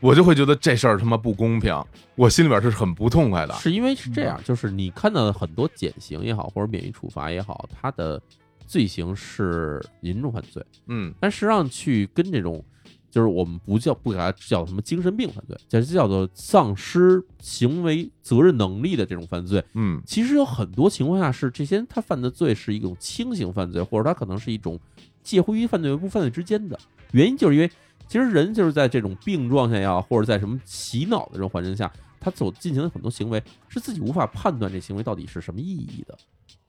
[SPEAKER 2] 我就会觉得这事儿他妈不公平，我心里边是很不痛快的。
[SPEAKER 1] 是因为是这
[SPEAKER 2] 嗯
[SPEAKER 1] 样，就是你看到的很多减刑也好，或者免于处罚也好，它的罪行是严重犯罪，
[SPEAKER 2] 嗯
[SPEAKER 1] 但实际上去跟这种，就是我们不叫不给它叫什么精神病犯罪，就是叫做丧失行为责任能力的这种犯罪，
[SPEAKER 2] 嗯。
[SPEAKER 1] 其实有很多情况下是这些人他犯的罪是一种轻型犯罪，或者他可能是一种介乎于犯罪和不犯罪之间的。原因就是因为其实人就是在这种病状下也好，或者在什么洗脑的这种环境下，他所进行的很多行为是自己无法判断这行为到底是什么意义的。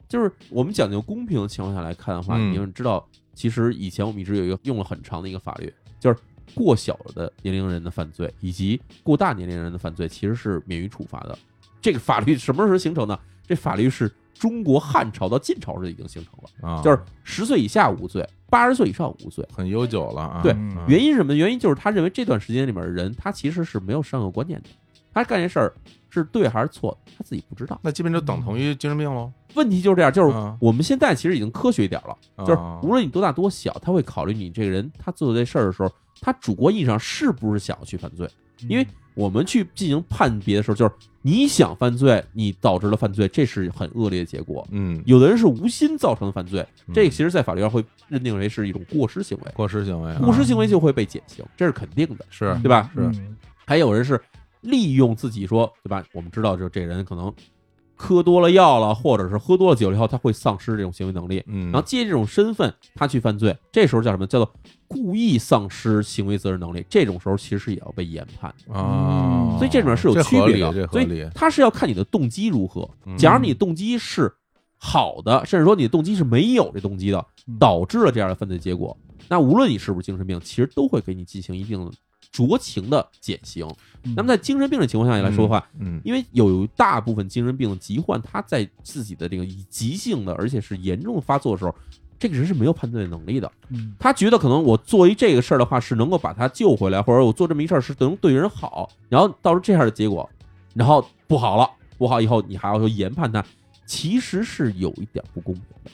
[SPEAKER 1] 就是我们讲究公平的情况下来看的话，
[SPEAKER 2] 嗯
[SPEAKER 1] 你们知道，其实以前我们一直有一个用了很长的一个法律，就是过小的年龄人的犯罪以及过大年龄人的犯罪其实是免于处罚的。这个法律什么时候形成呢？这法律是中国汉朝到晋朝时已经形成了，
[SPEAKER 2] 啊，
[SPEAKER 1] 就是十岁以下无罪，八十岁以上无罪。
[SPEAKER 2] 很悠久了啊。
[SPEAKER 1] 对
[SPEAKER 2] 嗯
[SPEAKER 1] 原因是什么？原因就是他认为这段时间里面的人，他其实是没有善恶观念的，他干这事儿是对还是错，他自己不知道。
[SPEAKER 2] 那基本就等同于精神病喽。
[SPEAKER 1] 问题就是这样，就是
[SPEAKER 2] 嗯
[SPEAKER 1] 我们现在其实已经科学一点了，就是
[SPEAKER 2] 啊
[SPEAKER 1] 无论你多大多小，他会考虑你这个人他做这事儿的时候，他主观意义上是不是想要去犯罪。
[SPEAKER 2] 嗯
[SPEAKER 1] 因为我们去进行判别的时候，就是你想犯罪，你导致了犯罪，这是很恶劣的结果。
[SPEAKER 2] 嗯，
[SPEAKER 1] 有的人是无心造成的犯罪，
[SPEAKER 2] 嗯
[SPEAKER 1] 这个其实在法律上会认定为是一种过失行为，
[SPEAKER 2] 过失行为啊，
[SPEAKER 1] 过失行为就会被减刑，这是肯定的。
[SPEAKER 2] 是
[SPEAKER 1] 对吧
[SPEAKER 3] 是
[SPEAKER 1] 还有人是利用自己说，对吧？我们知道，就这人可能喝多了药了，或者是喝多了酒了以后，他会丧失这种行为能力，
[SPEAKER 2] 嗯，
[SPEAKER 1] 然后借这种身份他去犯罪，这时候叫什么？叫做故意丧失行为责任能力。这种时候其实也要被严判，
[SPEAKER 2] 啊，
[SPEAKER 1] 所以这里面是有
[SPEAKER 2] 这
[SPEAKER 1] 区
[SPEAKER 2] 合
[SPEAKER 1] 别
[SPEAKER 2] 理
[SPEAKER 1] 的。
[SPEAKER 2] 这
[SPEAKER 1] 所
[SPEAKER 2] 合
[SPEAKER 1] 以
[SPEAKER 2] 理。
[SPEAKER 1] 他是要看你的动机如何。
[SPEAKER 2] 嗯
[SPEAKER 1] 假如你动机是好的，甚至说你的动机是没有这动机的，
[SPEAKER 2] 嗯
[SPEAKER 1] 导致了这样的犯罪结果，那无论你是不是精神病，其实都会给你进行一定的酌情的减刑。
[SPEAKER 3] 嗯
[SPEAKER 1] 那么在精神病的情况下来说的话，
[SPEAKER 2] 嗯
[SPEAKER 1] 因为有大部分精神病的疾患，他在自己的这个急性的而且是严重发作的时候，这个人是没有判断能力的。
[SPEAKER 3] 嗯
[SPEAKER 1] 他觉得可能我做一这个事儿的话是能够把他救回来，或者我做这么一事儿是能对人好，然后到时候这样的结果，然后不好了，不好以后你还要说研判他，其实是有一点不公平的。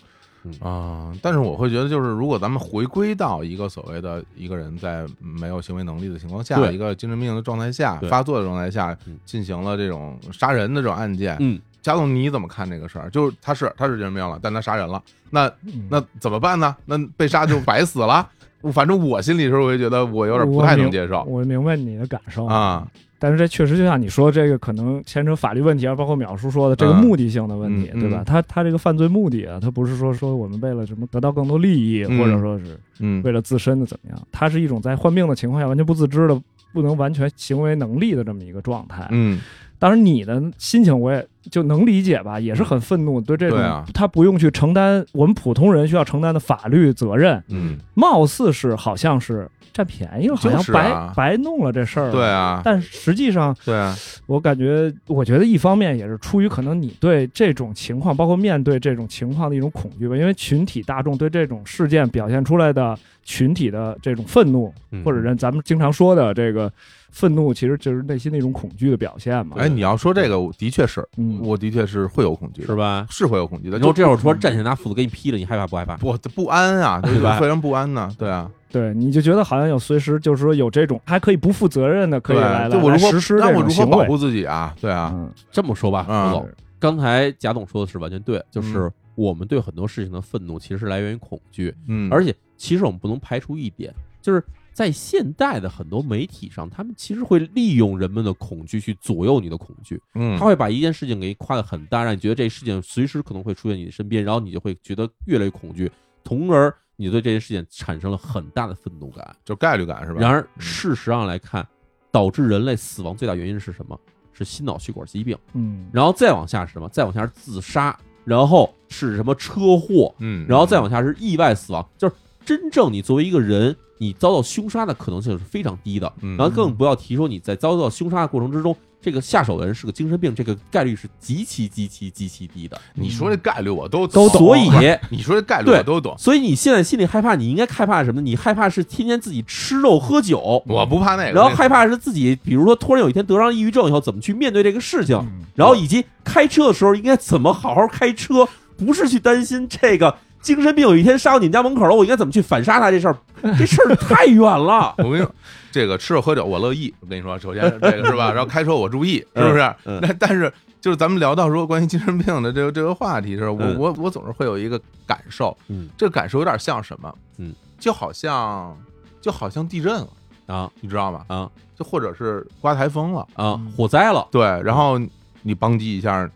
[SPEAKER 2] 啊，但是我会觉得，就是如果咱们回归到一个所谓的一个人在没有行为能力的情况下，
[SPEAKER 1] 对
[SPEAKER 2] 一个精神病的状态下
[SPEAKER 1] 对
[SPEAKER 2] 发作的状态下
[SPEAKER 1] 嗯，
[SPEAKER 2] 进行了这种杀人的这种案件，
[SPEAKER 1] 嗯，
[SPEAKER 2] 贾总你怎么看这个事儿？就是他是他是精神病了，但他杀人了，那
[SPEAKER 3] 嗯
[SPEAKER 2] 那怎么办呢？那被杀就白死了。 反正我心里时候，我就觉得我有点不太能接受
[SPEAKER 3] 嗯我明白你的感受，
[SPEAKER 2] 啊。
[SPEAKER 3] 但是这确实就像你说，这个可能牵扯法律问题啊，包括淼叔说的这个
[SPEAKER 2] 嗯
[SPEAKER 3] 目的性的问题，
[SPEAKER 2] 嗯
[SPEAKER 3] 对吧？
[SPEAKER 2] 嗯
[SPEAKER 3] 他他这个犯罪目的啊，他不是说说我们为了什么得到更多利益，
[SPEAKER 2] 嗯
[SPEAKER 3] 或者说是
[SPEAKER 2] 嗯
[SPEAKER 3] 为了自身的怎么样，他是一种在患病的情况下完全不自知的。不能完全行为能力的这么一个状态，
[SPEAKER 2] 嗯
[SPEAKER 3] 当然你的心情我也就能理解吧，也是很愤怒，对这种
[SPEAKER 2] 对啊
[SPEAKER 3] 他不用去承担我们普通人需要承担的法律责任，
[SPEAKER 2] 嗯，
[SPEAKER 3] 貌似是好像是占便宜了，好像
[SPEAKER 2] 就是
[SPEAKER 3] 白、
[SPEAKER 2] 啊
[SPEAKER 3] 白弄了这事儿。
[SPEAKER 2] 对。啊，
[SPEAKER 3] 但实际上，
[SPEAKER 2] 对啊，
[SPEAKER 3] 我感觉，我觉得一方面也是出于可能你对这种情况，包括面对这种情况的一种恐惧吧，因为群体大众对这种事件表现出来的群体的这种愤怒，
[SPEAKER 1] 嗯
[SPEAKER 3] 或者人咱们经常说的这个愤怒，其实就是内心的一种恐惧的表现嘛。
[SPEAKER 2] 哎，你要说这个，我的确是，
[SPEAKER 3] 嗯
[SPEAKER 2] 我的确是会有恐惧的，
[SPEAKER 1] 是吧？
[SPEAKER 2] 是会有恐惧的，
[SPEAKER 1] 然后
[SPEAKER 2] 就
[SPEAKER 1] 这会儿突然站起来拿斧子给你劈了，你害怕不害怕？
[SPEAKER 2] 我不安啊，就是
[SPEAKER 1] 吧
[SPEAKER 2] 非常不安呐，对啊，
[SPEAKER 3] 对，你就觉得好像有随时就是说有这种还可以不负责任的可以
[SPEAKER 2] 对啊
[SPEAKER 3] 来
[SPEAKER 2] 就
[SPEAKER 3] 来
[SPEAKER 2] 我
[SPEAKER 3] 来
[SPEAKER 2] 如
[SPEAKER 3] 实
[SPEAKER 2] 何
[SPEAKER 3] 施
[SPEAKER 2] 那
[SPEAKER 3] 这
[SPEAKER 2] 我
[SPEAKER 3] 种
[SPEAKER 2] 如何
[SPEAKER 3] 行
[SPEAKER 2] 保
[SPEAKER 3] 为。
[SPEAKER 2] 护自己啊？对啊，
[SPEAKER 3] 嗯，
[SPEAKER 1] 这么说吧，
[SPEAKER 2] 嗯
[SPEAKER 1] 胡总，刚才贾总说的是完全对，就是我们对很多事情的愤怒其实是来源于恐惧，
[SPEAKER 2] 嗯，
[SPEAKER 1] 而且其实我们不能排除一点，就是在现代的很多媒体上，他们其实会利用人们的恐惧去左右你的恐惧，
[SPEAKER 2] 嗯
[SPEAKER 1] 他，会把一件事情给夸得很大，让你觉得这事情随时可能会出现你的身边，然后你就会觉得越来越恐惧，从而你对这件事情产生了很大的愤怒感。
[SPEAKER 2] 就概率嗯感是吧？嗯
[SPEAKER 1] 然而，事实上来看，导致人类死亡最大原因是什么？是心脑血管疾病。
[SPEAKER 3] 嗯，
[SPEAKER 1] 然后再往下是什么？再往下是自杀，然后是什么车祸，
[SPEAKER 2] 嗯，
[SPEAKER 1] 然后再往下是意外死亡。就是真正你作为一个人，你遭到凶杀的可能性是非常低的。
[SPEAKER 2] 嗯
[SPEAKER 1] 然后更不要提说你在遭到凶杀的过程之中，这个下手的人是个精神病，这个概率是极其极其极其低的。
[SPEAKER 2] 你说这概率我都
[SPEAKER 3] 都懂
[SPEAKER 1] 所以，
[SPEAKER 2] 你说这概率我都懂，
[SPEAKER 1] 所以你现在心里害怕，你应该害怕什么？你害怕是天天自己吃肉喝酒，
[SPEAKER 2] 我不怕那个，。
[SPEAKER 1] 然后害怕是自己，比如说突然有一天得上抑郁症以后，怎么去面对这个事情，然后以及开车的时候应该怎么好好开车，不是去担心这个精神病有一天杀到你们家门口了，我应该怎么去反杀他这事 儿，这事儿太远了
[SPEAKER 2] 我跟你说，这个吃肉喝酒我乐意。我跟你说，首先是这个是吧？ 然后开车我注意，是不是？
[SPEAKER 1] 嗯嗯
[SPEAKER 2] 那但是就是咱们聊到说关于精神病的这个这个话题的时候，我、
[SPEAKER 1] 嗯
[SPEAKER 2] 我我总是会有一个感受，
[SPEAKER 1] 嗯
[SPEAKER 2] 这个感受有点像什么？
[SPEAKER 1] 嗯，
[SPEAKER 2] 就好像就好像地震了，
[SPEAKER 1] 啊
[SPEAKER 2] 你知道吗？
[SPEAKER 1] 啊
[SPEAKER 2] 就或者是刮台风了，
[SPEAKER 1] 啊！火灾了，
[SPEAKER 2] 对，然后你邦叽一下，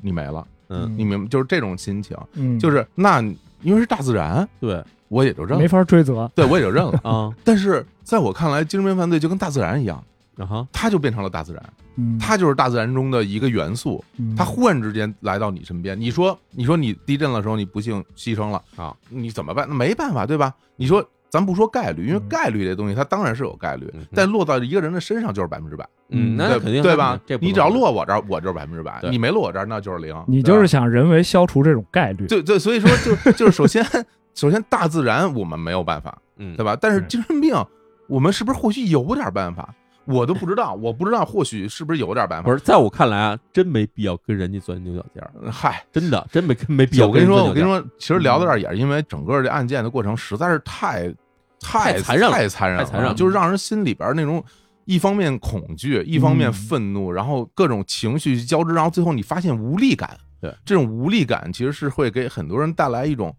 [SPEAKER 2] 你没了，
[SPEAKER 1] 嗯，
[SPEAKER 2] 你明白？就是这种心情，
[SPEAKER 3] 嗯，
[SPEAKER 2] 就是那因为是大自然，
[SPEAKER 1] 对。
[SPEAKER 2] 我也就认
[SPEAKER 3] 没
[SPEAKER 2] 了，
[SPEAKER 3] 法追责。
[SPEAKER 2] 对我也就认了
[SPEAKER 1] 啊
[SPEAKER 2] 但是在我看来，精神病犯罪就跟大自然一样，
[SPEAKER 1] 啊哈，
[SPEAKER 2] 它就变成了大自然。
[SPEAKER 3] 嗯，
[SPEAKER 2] 它就是大自然中的一个元素，
[SPEAKER 3] 嗯
[SPEAKER 2] 它忽然之间来到你身边。你说，你说你地震的时候你不幸牺牲了
[SPEAKER 1] 啊，
[SPEAKER 2] 你怎么办？那没办法，对吧？你说，咱不说概率，因为
[SPEAKER 3] 嗯
[SPEAKER 2] 概率这东西它当然是有概率
[SPEAKER 1] 嗯哼，
[SPEAKER 2] 但落到一个人的身上就是百分之百，
[SPEAKER 1] 嗯，那
[SPEAKER 2] 对
[SPEAKER 1] 肯定
[SPEAKER 2] 对吧
[SPEAKER 1] 这？不
[SPEAKER 2] 你
[SPEAKER 1] 能
[SPEAKER 2] 只要落我这儿，我就是百分之百；
[SPEAKER 1] 对
[SPEAKER 2] 你没落我这儿，那就是零。
[SPEAKER 3] 你
[SPEAKER 2] 对吧
[SPEAKER 3] 就是想人为消除这种概率。
[SPEAKER 2] 对对，所以说就就是首先首先大自然我们没有办法，
[SPEAKER 1] 嗯
[SPEAKER 2] 对吧？但是
[SPEAKER 3] 嗯
[SPEAKER 2] 精神病，我们是不是或许有点办法？我都不知道，我不知道，或许是不是有点办法？
[SPEAKER 1] 不是，在我看来啊，真没必要跟人家钻牛角尖儿，
[SPEAKER 2] 是，嗨，
[SPEAKER 1] 真的，真没没必要。
[SPEAKER 2] 我跟你说，我
[SPEAKER 1] 跟
[SPEAKER 2] 跟
[SPEAKER 1] 人钻牛
[SPEAKER 2] 你
[SPEAKER 1] 角尖儿，
[SPEAKER 2] 说，其实聊到
[SPEAKER 1] 嗯
[SPEAKER 2] 这儿也是因为整个这案件的过程实在是太太
[SPEAKER 1] 太残忍了
[SPEAKER 2] 太残忍了，
[SPEAKER 1] 太残忍了
[SPEAKER 2] 就是让人心里边那种一方面恐惧，一方面
[SPEAKER 3] 嗯
[SPEAKER 2] 愤怒，然后各种情绪交织，然后最后你发现无力感。
[SPEAKER 1] 对，
[SPEAKER 2] 这种无力感其实是会给很多人带来一种，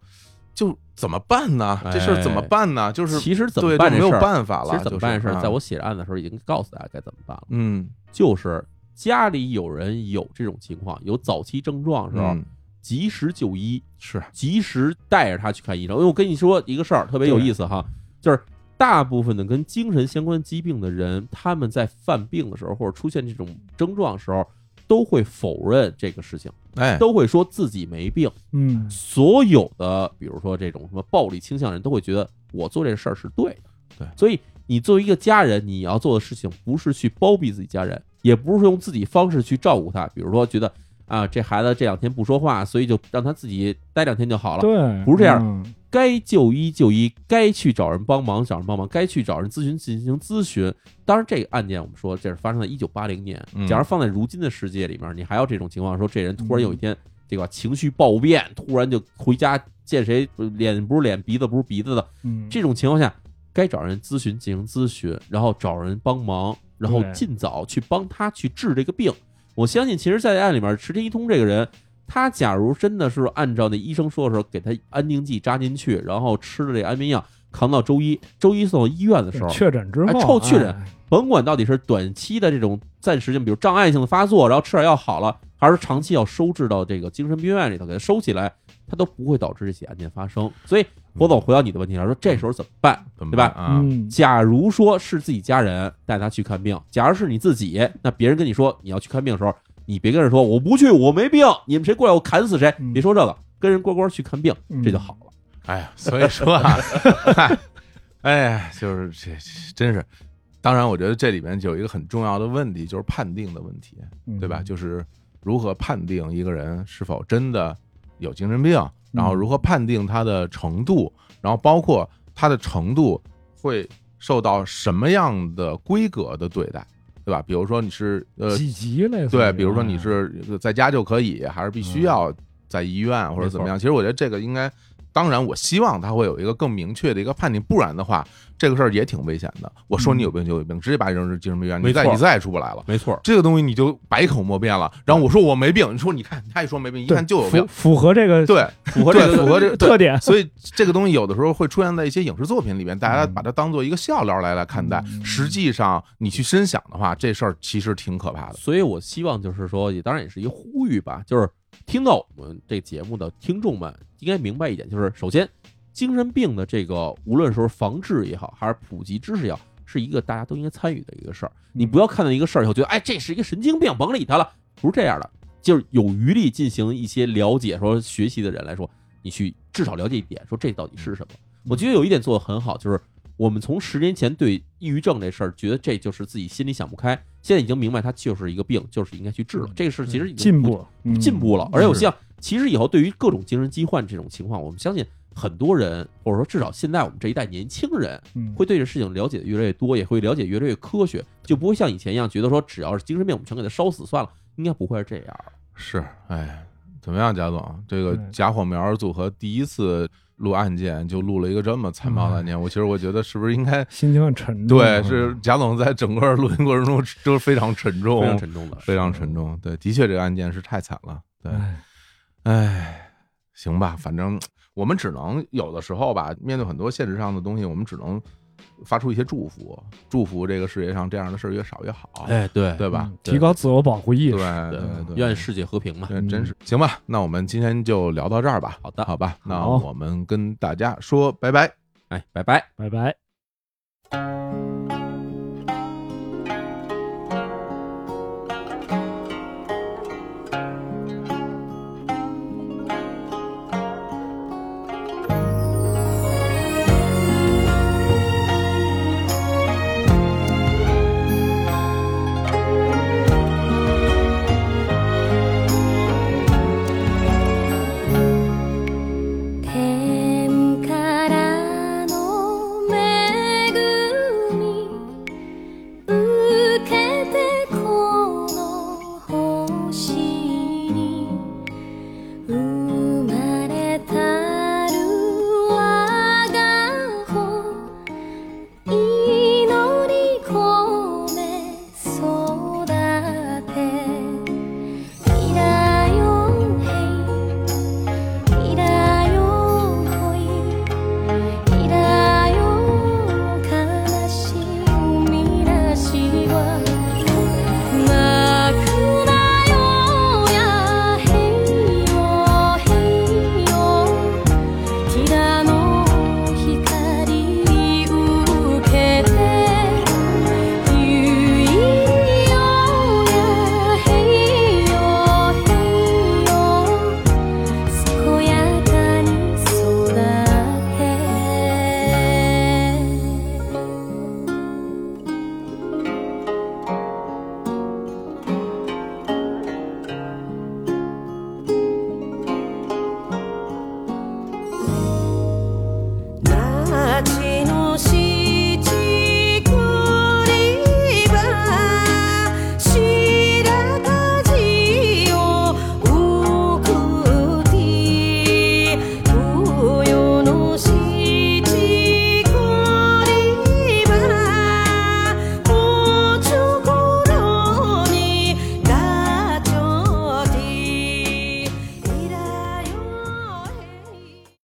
[SPEAKER 2] 就怎么办呢？这事儿怎么
[SPEAKER 1] 哎
[SPEAKER 2] 办呢？就是
[SPEAKER 1] 其实怎么
[SPEAKER 2] 对，
[SPEAKER 1] 办
[SPEAKER 2] 就
[SPEAKER 1] 这
[SPEAKER 2] 没有
[SPEAKER 1] 事儿
[SPEAKER 2] 办法了。
[SPEAKER 1] 其实怎么办这
[SPEAKER 2] 就
[SPEAKER 1] 事
[SPEAKER 2] 是啊
[SPEAKER 1] 儿，在我写着案子的时候已经告诉大家该怎么办了。
[SPEAKER 2] 嗯
[SPEAKER 1] 就是家里有人有这种情况，有早期症状的时候，
[SPEAKER 2] 嗯
[SPEAKER 1] 及时就医，
[SPEAKER 2] 是
[SPEAKER 1] 及时带着他去看医生。因为哎我跟你说一个事儿，特别有意思哈，就是大部分的跟精神相关疾病的人，他们在犯病的时候或者出现这种症状的时候，都会否认这个事情，
[SPEAKER 2] 哎
[SPEAKER 1] 都会说自己没病。
[SPEAKER 3] 嗯，
[SPEAKER 1] 所有的，比如说这种什么暴力倾向人都会觉得我做这事儿是对的。
[SPEAKER 2] 对
[SPEAKER 1] 所以你作为一个家人，你要做的事情不是去包庇自己家人，也不是用自己方式去照顾他，比如说觉得啊这孩子这两天不说话，所以就让他自己待两天就好了。
[SPEAKER 3] 对，
[SPEAKER 1] 不是这样
[SPEAKER 3] 嗯
[SPEAKER 1] 该就医就医，该去找人帮忙找人帮忙，该去找人咨询进行咨询。当然，这个案件我们说这是发生在一九八零年
[SPEAKER 2] 嗯，
[SPEAKER 1] 假如放在如今的世界里面，你还有这种情况，说这人突然有一天对吧情绪暴变，突然就回家见谁脸不是脸鼻子不是鼻子的
[SPEAKER 3] 嗯，
[SPEAKER 1] 这种情况下，该找人咨询进行咨询，然后找人帮忙，然后
[SPEAKER 3] 对
[SPEAKER 1] 尽早去帮他去治这个病。我相信，其实，在案里面，池田一通这个人，他假如真的是按照那医生说的时候，给他安定剂扎进去，然后吃了这安眠药，扛到周一，周一送到医院的时候，
[SPEAKER 3] 确诊之
[SPEAKER 1] 哎臭
[SPEAKER 3] 后，
[SPEAKER 1] 确诊
[SPEAKER 3] 哎，
[SPEAKER 1] 甭管到底是短期的这种暂时性，比如障碍性的发作，然后吃点药好了，还是长期要收治到这个精神病院里头给他收起来，它都不会导致这起案件发生。所以，火总回到你的问题上，说这时候怎么办，
[SPEAKER 2] 怎么
[SPEAKER 1] 对吧
[SPEAKER 2] 办？啊？
[SPEAKER 3] 嗯，
[SPEAKER 1] 假如说是自己家人带他去看病，假如是你自己，那别人跟你说你要去看病的时候，你别跟人说我不去，我没病，你们谁过来我砍死谁，
[SPEAKER 3] 嗯
[SPEAKER 1] 别说这个，跟人乖乖去看病，
[SPEAKER 3] 嗯
[SPEAKER 1] 这就好了。
[SPEAKER 2] 哎呀，所以说啊， 嗨哎呀，就是这真是，当然，我觉得这里面有一个很重要的问题，就是判定的问题，
[SPEAKER 3] 嗯
[SPEAKER 2] 对吧？就是如何判定一个人是否真的有精神病，然后如何判定他的程度，然后包括他的程度会受到什么样的规格的对待，对吧？比如说你是呃
[SPEAKER 3] 几级类似于
[SPEAKER 2] 对，比如说你
[SPEAKER 3] 啊
[SPEAKER 2] 是在家就可以，还是必
[SPEAKER 1] 嗯
[SPEAKER 2] 须要在医院或者怎么样？其实我觉得这个应该，当然我希望他会有一个更明确的一个判定，不然的话，这个事儿也挺危险的。我说你有病就有病，直接把你扔进精神病院，
[SPEAKER 1] 嗯没
[SPEAKER 2] 你再
[SPEAKER 1] 错
[SPEAKER 2] 你再也出不来了。
[SPEAKER 1] 没错，
[SPEAKER 2] 这个东西你就百口莫辩了。然后我说我没病，你说你看他一说没病，一
[SPEAKER 3] 对
[SPEAKER 2] 看就有
[SPEAKER 3] 符
[SPEAKER 2] 病，
[SPEAKER 3] 符合这个
[SPEAKER 2] 对，
[SPEAKER 1] 符合这
[SPEAKER 2] 对
[SPEAKER 1] 个
[SPEAKER 2] 符合这个对
[SPEAKER 3] 特点，
[SPEAKER 2] 所以这个东西有的时候会出现在一些影视作品里面，大家
[SPEAKER 1] 嗯
[SPEAKER 2] 把它当做一个笑料来来看待。实际上你去深想的话，这事儿其实挺可怕的。
[SPEAKER 1] 所以我希望就是说，也当然也是一呼吁吧，就是听到我们这节目的听众们应该明白一点，就是首先，精神病的这个无论说是防治也好，还是普及知识也好，是一个大家都应该参与的一个事儿。你不要看到一个事儿以后觉得，哎，这是一个神经病，甭理他了，不是这样的。就是有余力进行一些了解、说学习的人来说，你去至少了解一点，说这到底是什么。我觉得有一点做得很好，就是我们从十年前对抑郁症这事儿，觉得这就是自己心里想不开，现在已经明白它就是一个病，就是应该去治了。这个事儿其实已经
[SPEAKER 3] 进步嗯
[SPEAKER 1] 不进步了，而且我
[SPEAKER 2] 是
[SPEAKER 1] 希望，其实以后对于各种精神疾患这种情况，我们相信很多人，或者说至少现在我们这一代年轻人，
[SPEAKER 3] 嗯
[SPEAKER 1] 会对这事情了解的越来越多，也会了解越来越科学，就不会像以前一样觉得说只要是精神病，我们全给他烧死算了，应该不会是这样。
[SPEAKER 2] 是，哎，怎么样，贾总？这个
[SPEAKER 1] 嗯
[SPEAKER 3] 对
[SPEAKER 2] 假火苗组合第一次录案件就录了一个这么残暴的
[SPEAKER 1] 嗯
[SPEAKER 2] 案件，我其实我觉得是不是应该
[SPEAKER 3] 心情很沉重，啊
[SPEAKER 2] 对？是贾总在整个录音过程中都是非常沉重，
[SPEAKER 1] 非常沉重的，
[SPEAKER 2] 哦
[SPEAKER 1] 嗯
[SPEAKER 2] 非常沉重。对，的确这个案件是太惨了。对，
[SPEAKER 3] 哎
[SPEAKER 2] 哎，行吧，反正我们只能有的时候吧，面对很多现实上的东西，我们只能发出一些祝福，祝福这个世界上这样的事儿越少越好，
[SPEAKER 1] 哎，对
[SPEAKER 2] 对吧
[SPEAKER 3] 嗯？
[SPEAKER 2] 对
[SPEAKER 3] 提高自我保护意
[SPEAKER 2] 对
[SPEAKER 3] 识，
[SPEAKER 2] 对对，
[SPEAKER 1] 愿世界和平嘛。嗯
[SPEAKER 2] 这真是行吧，那我们今天就聊到这儿吧。
[SPEAKER 1] 好的
[SPEAKER 2] 好吧，那
[SPEAKER 3] 好
[SPEAKER 2] 我们跟大家说拜拜。
[SPEAKER 1] 哎，拜拜。
[SPEAKER 3] 拜拜。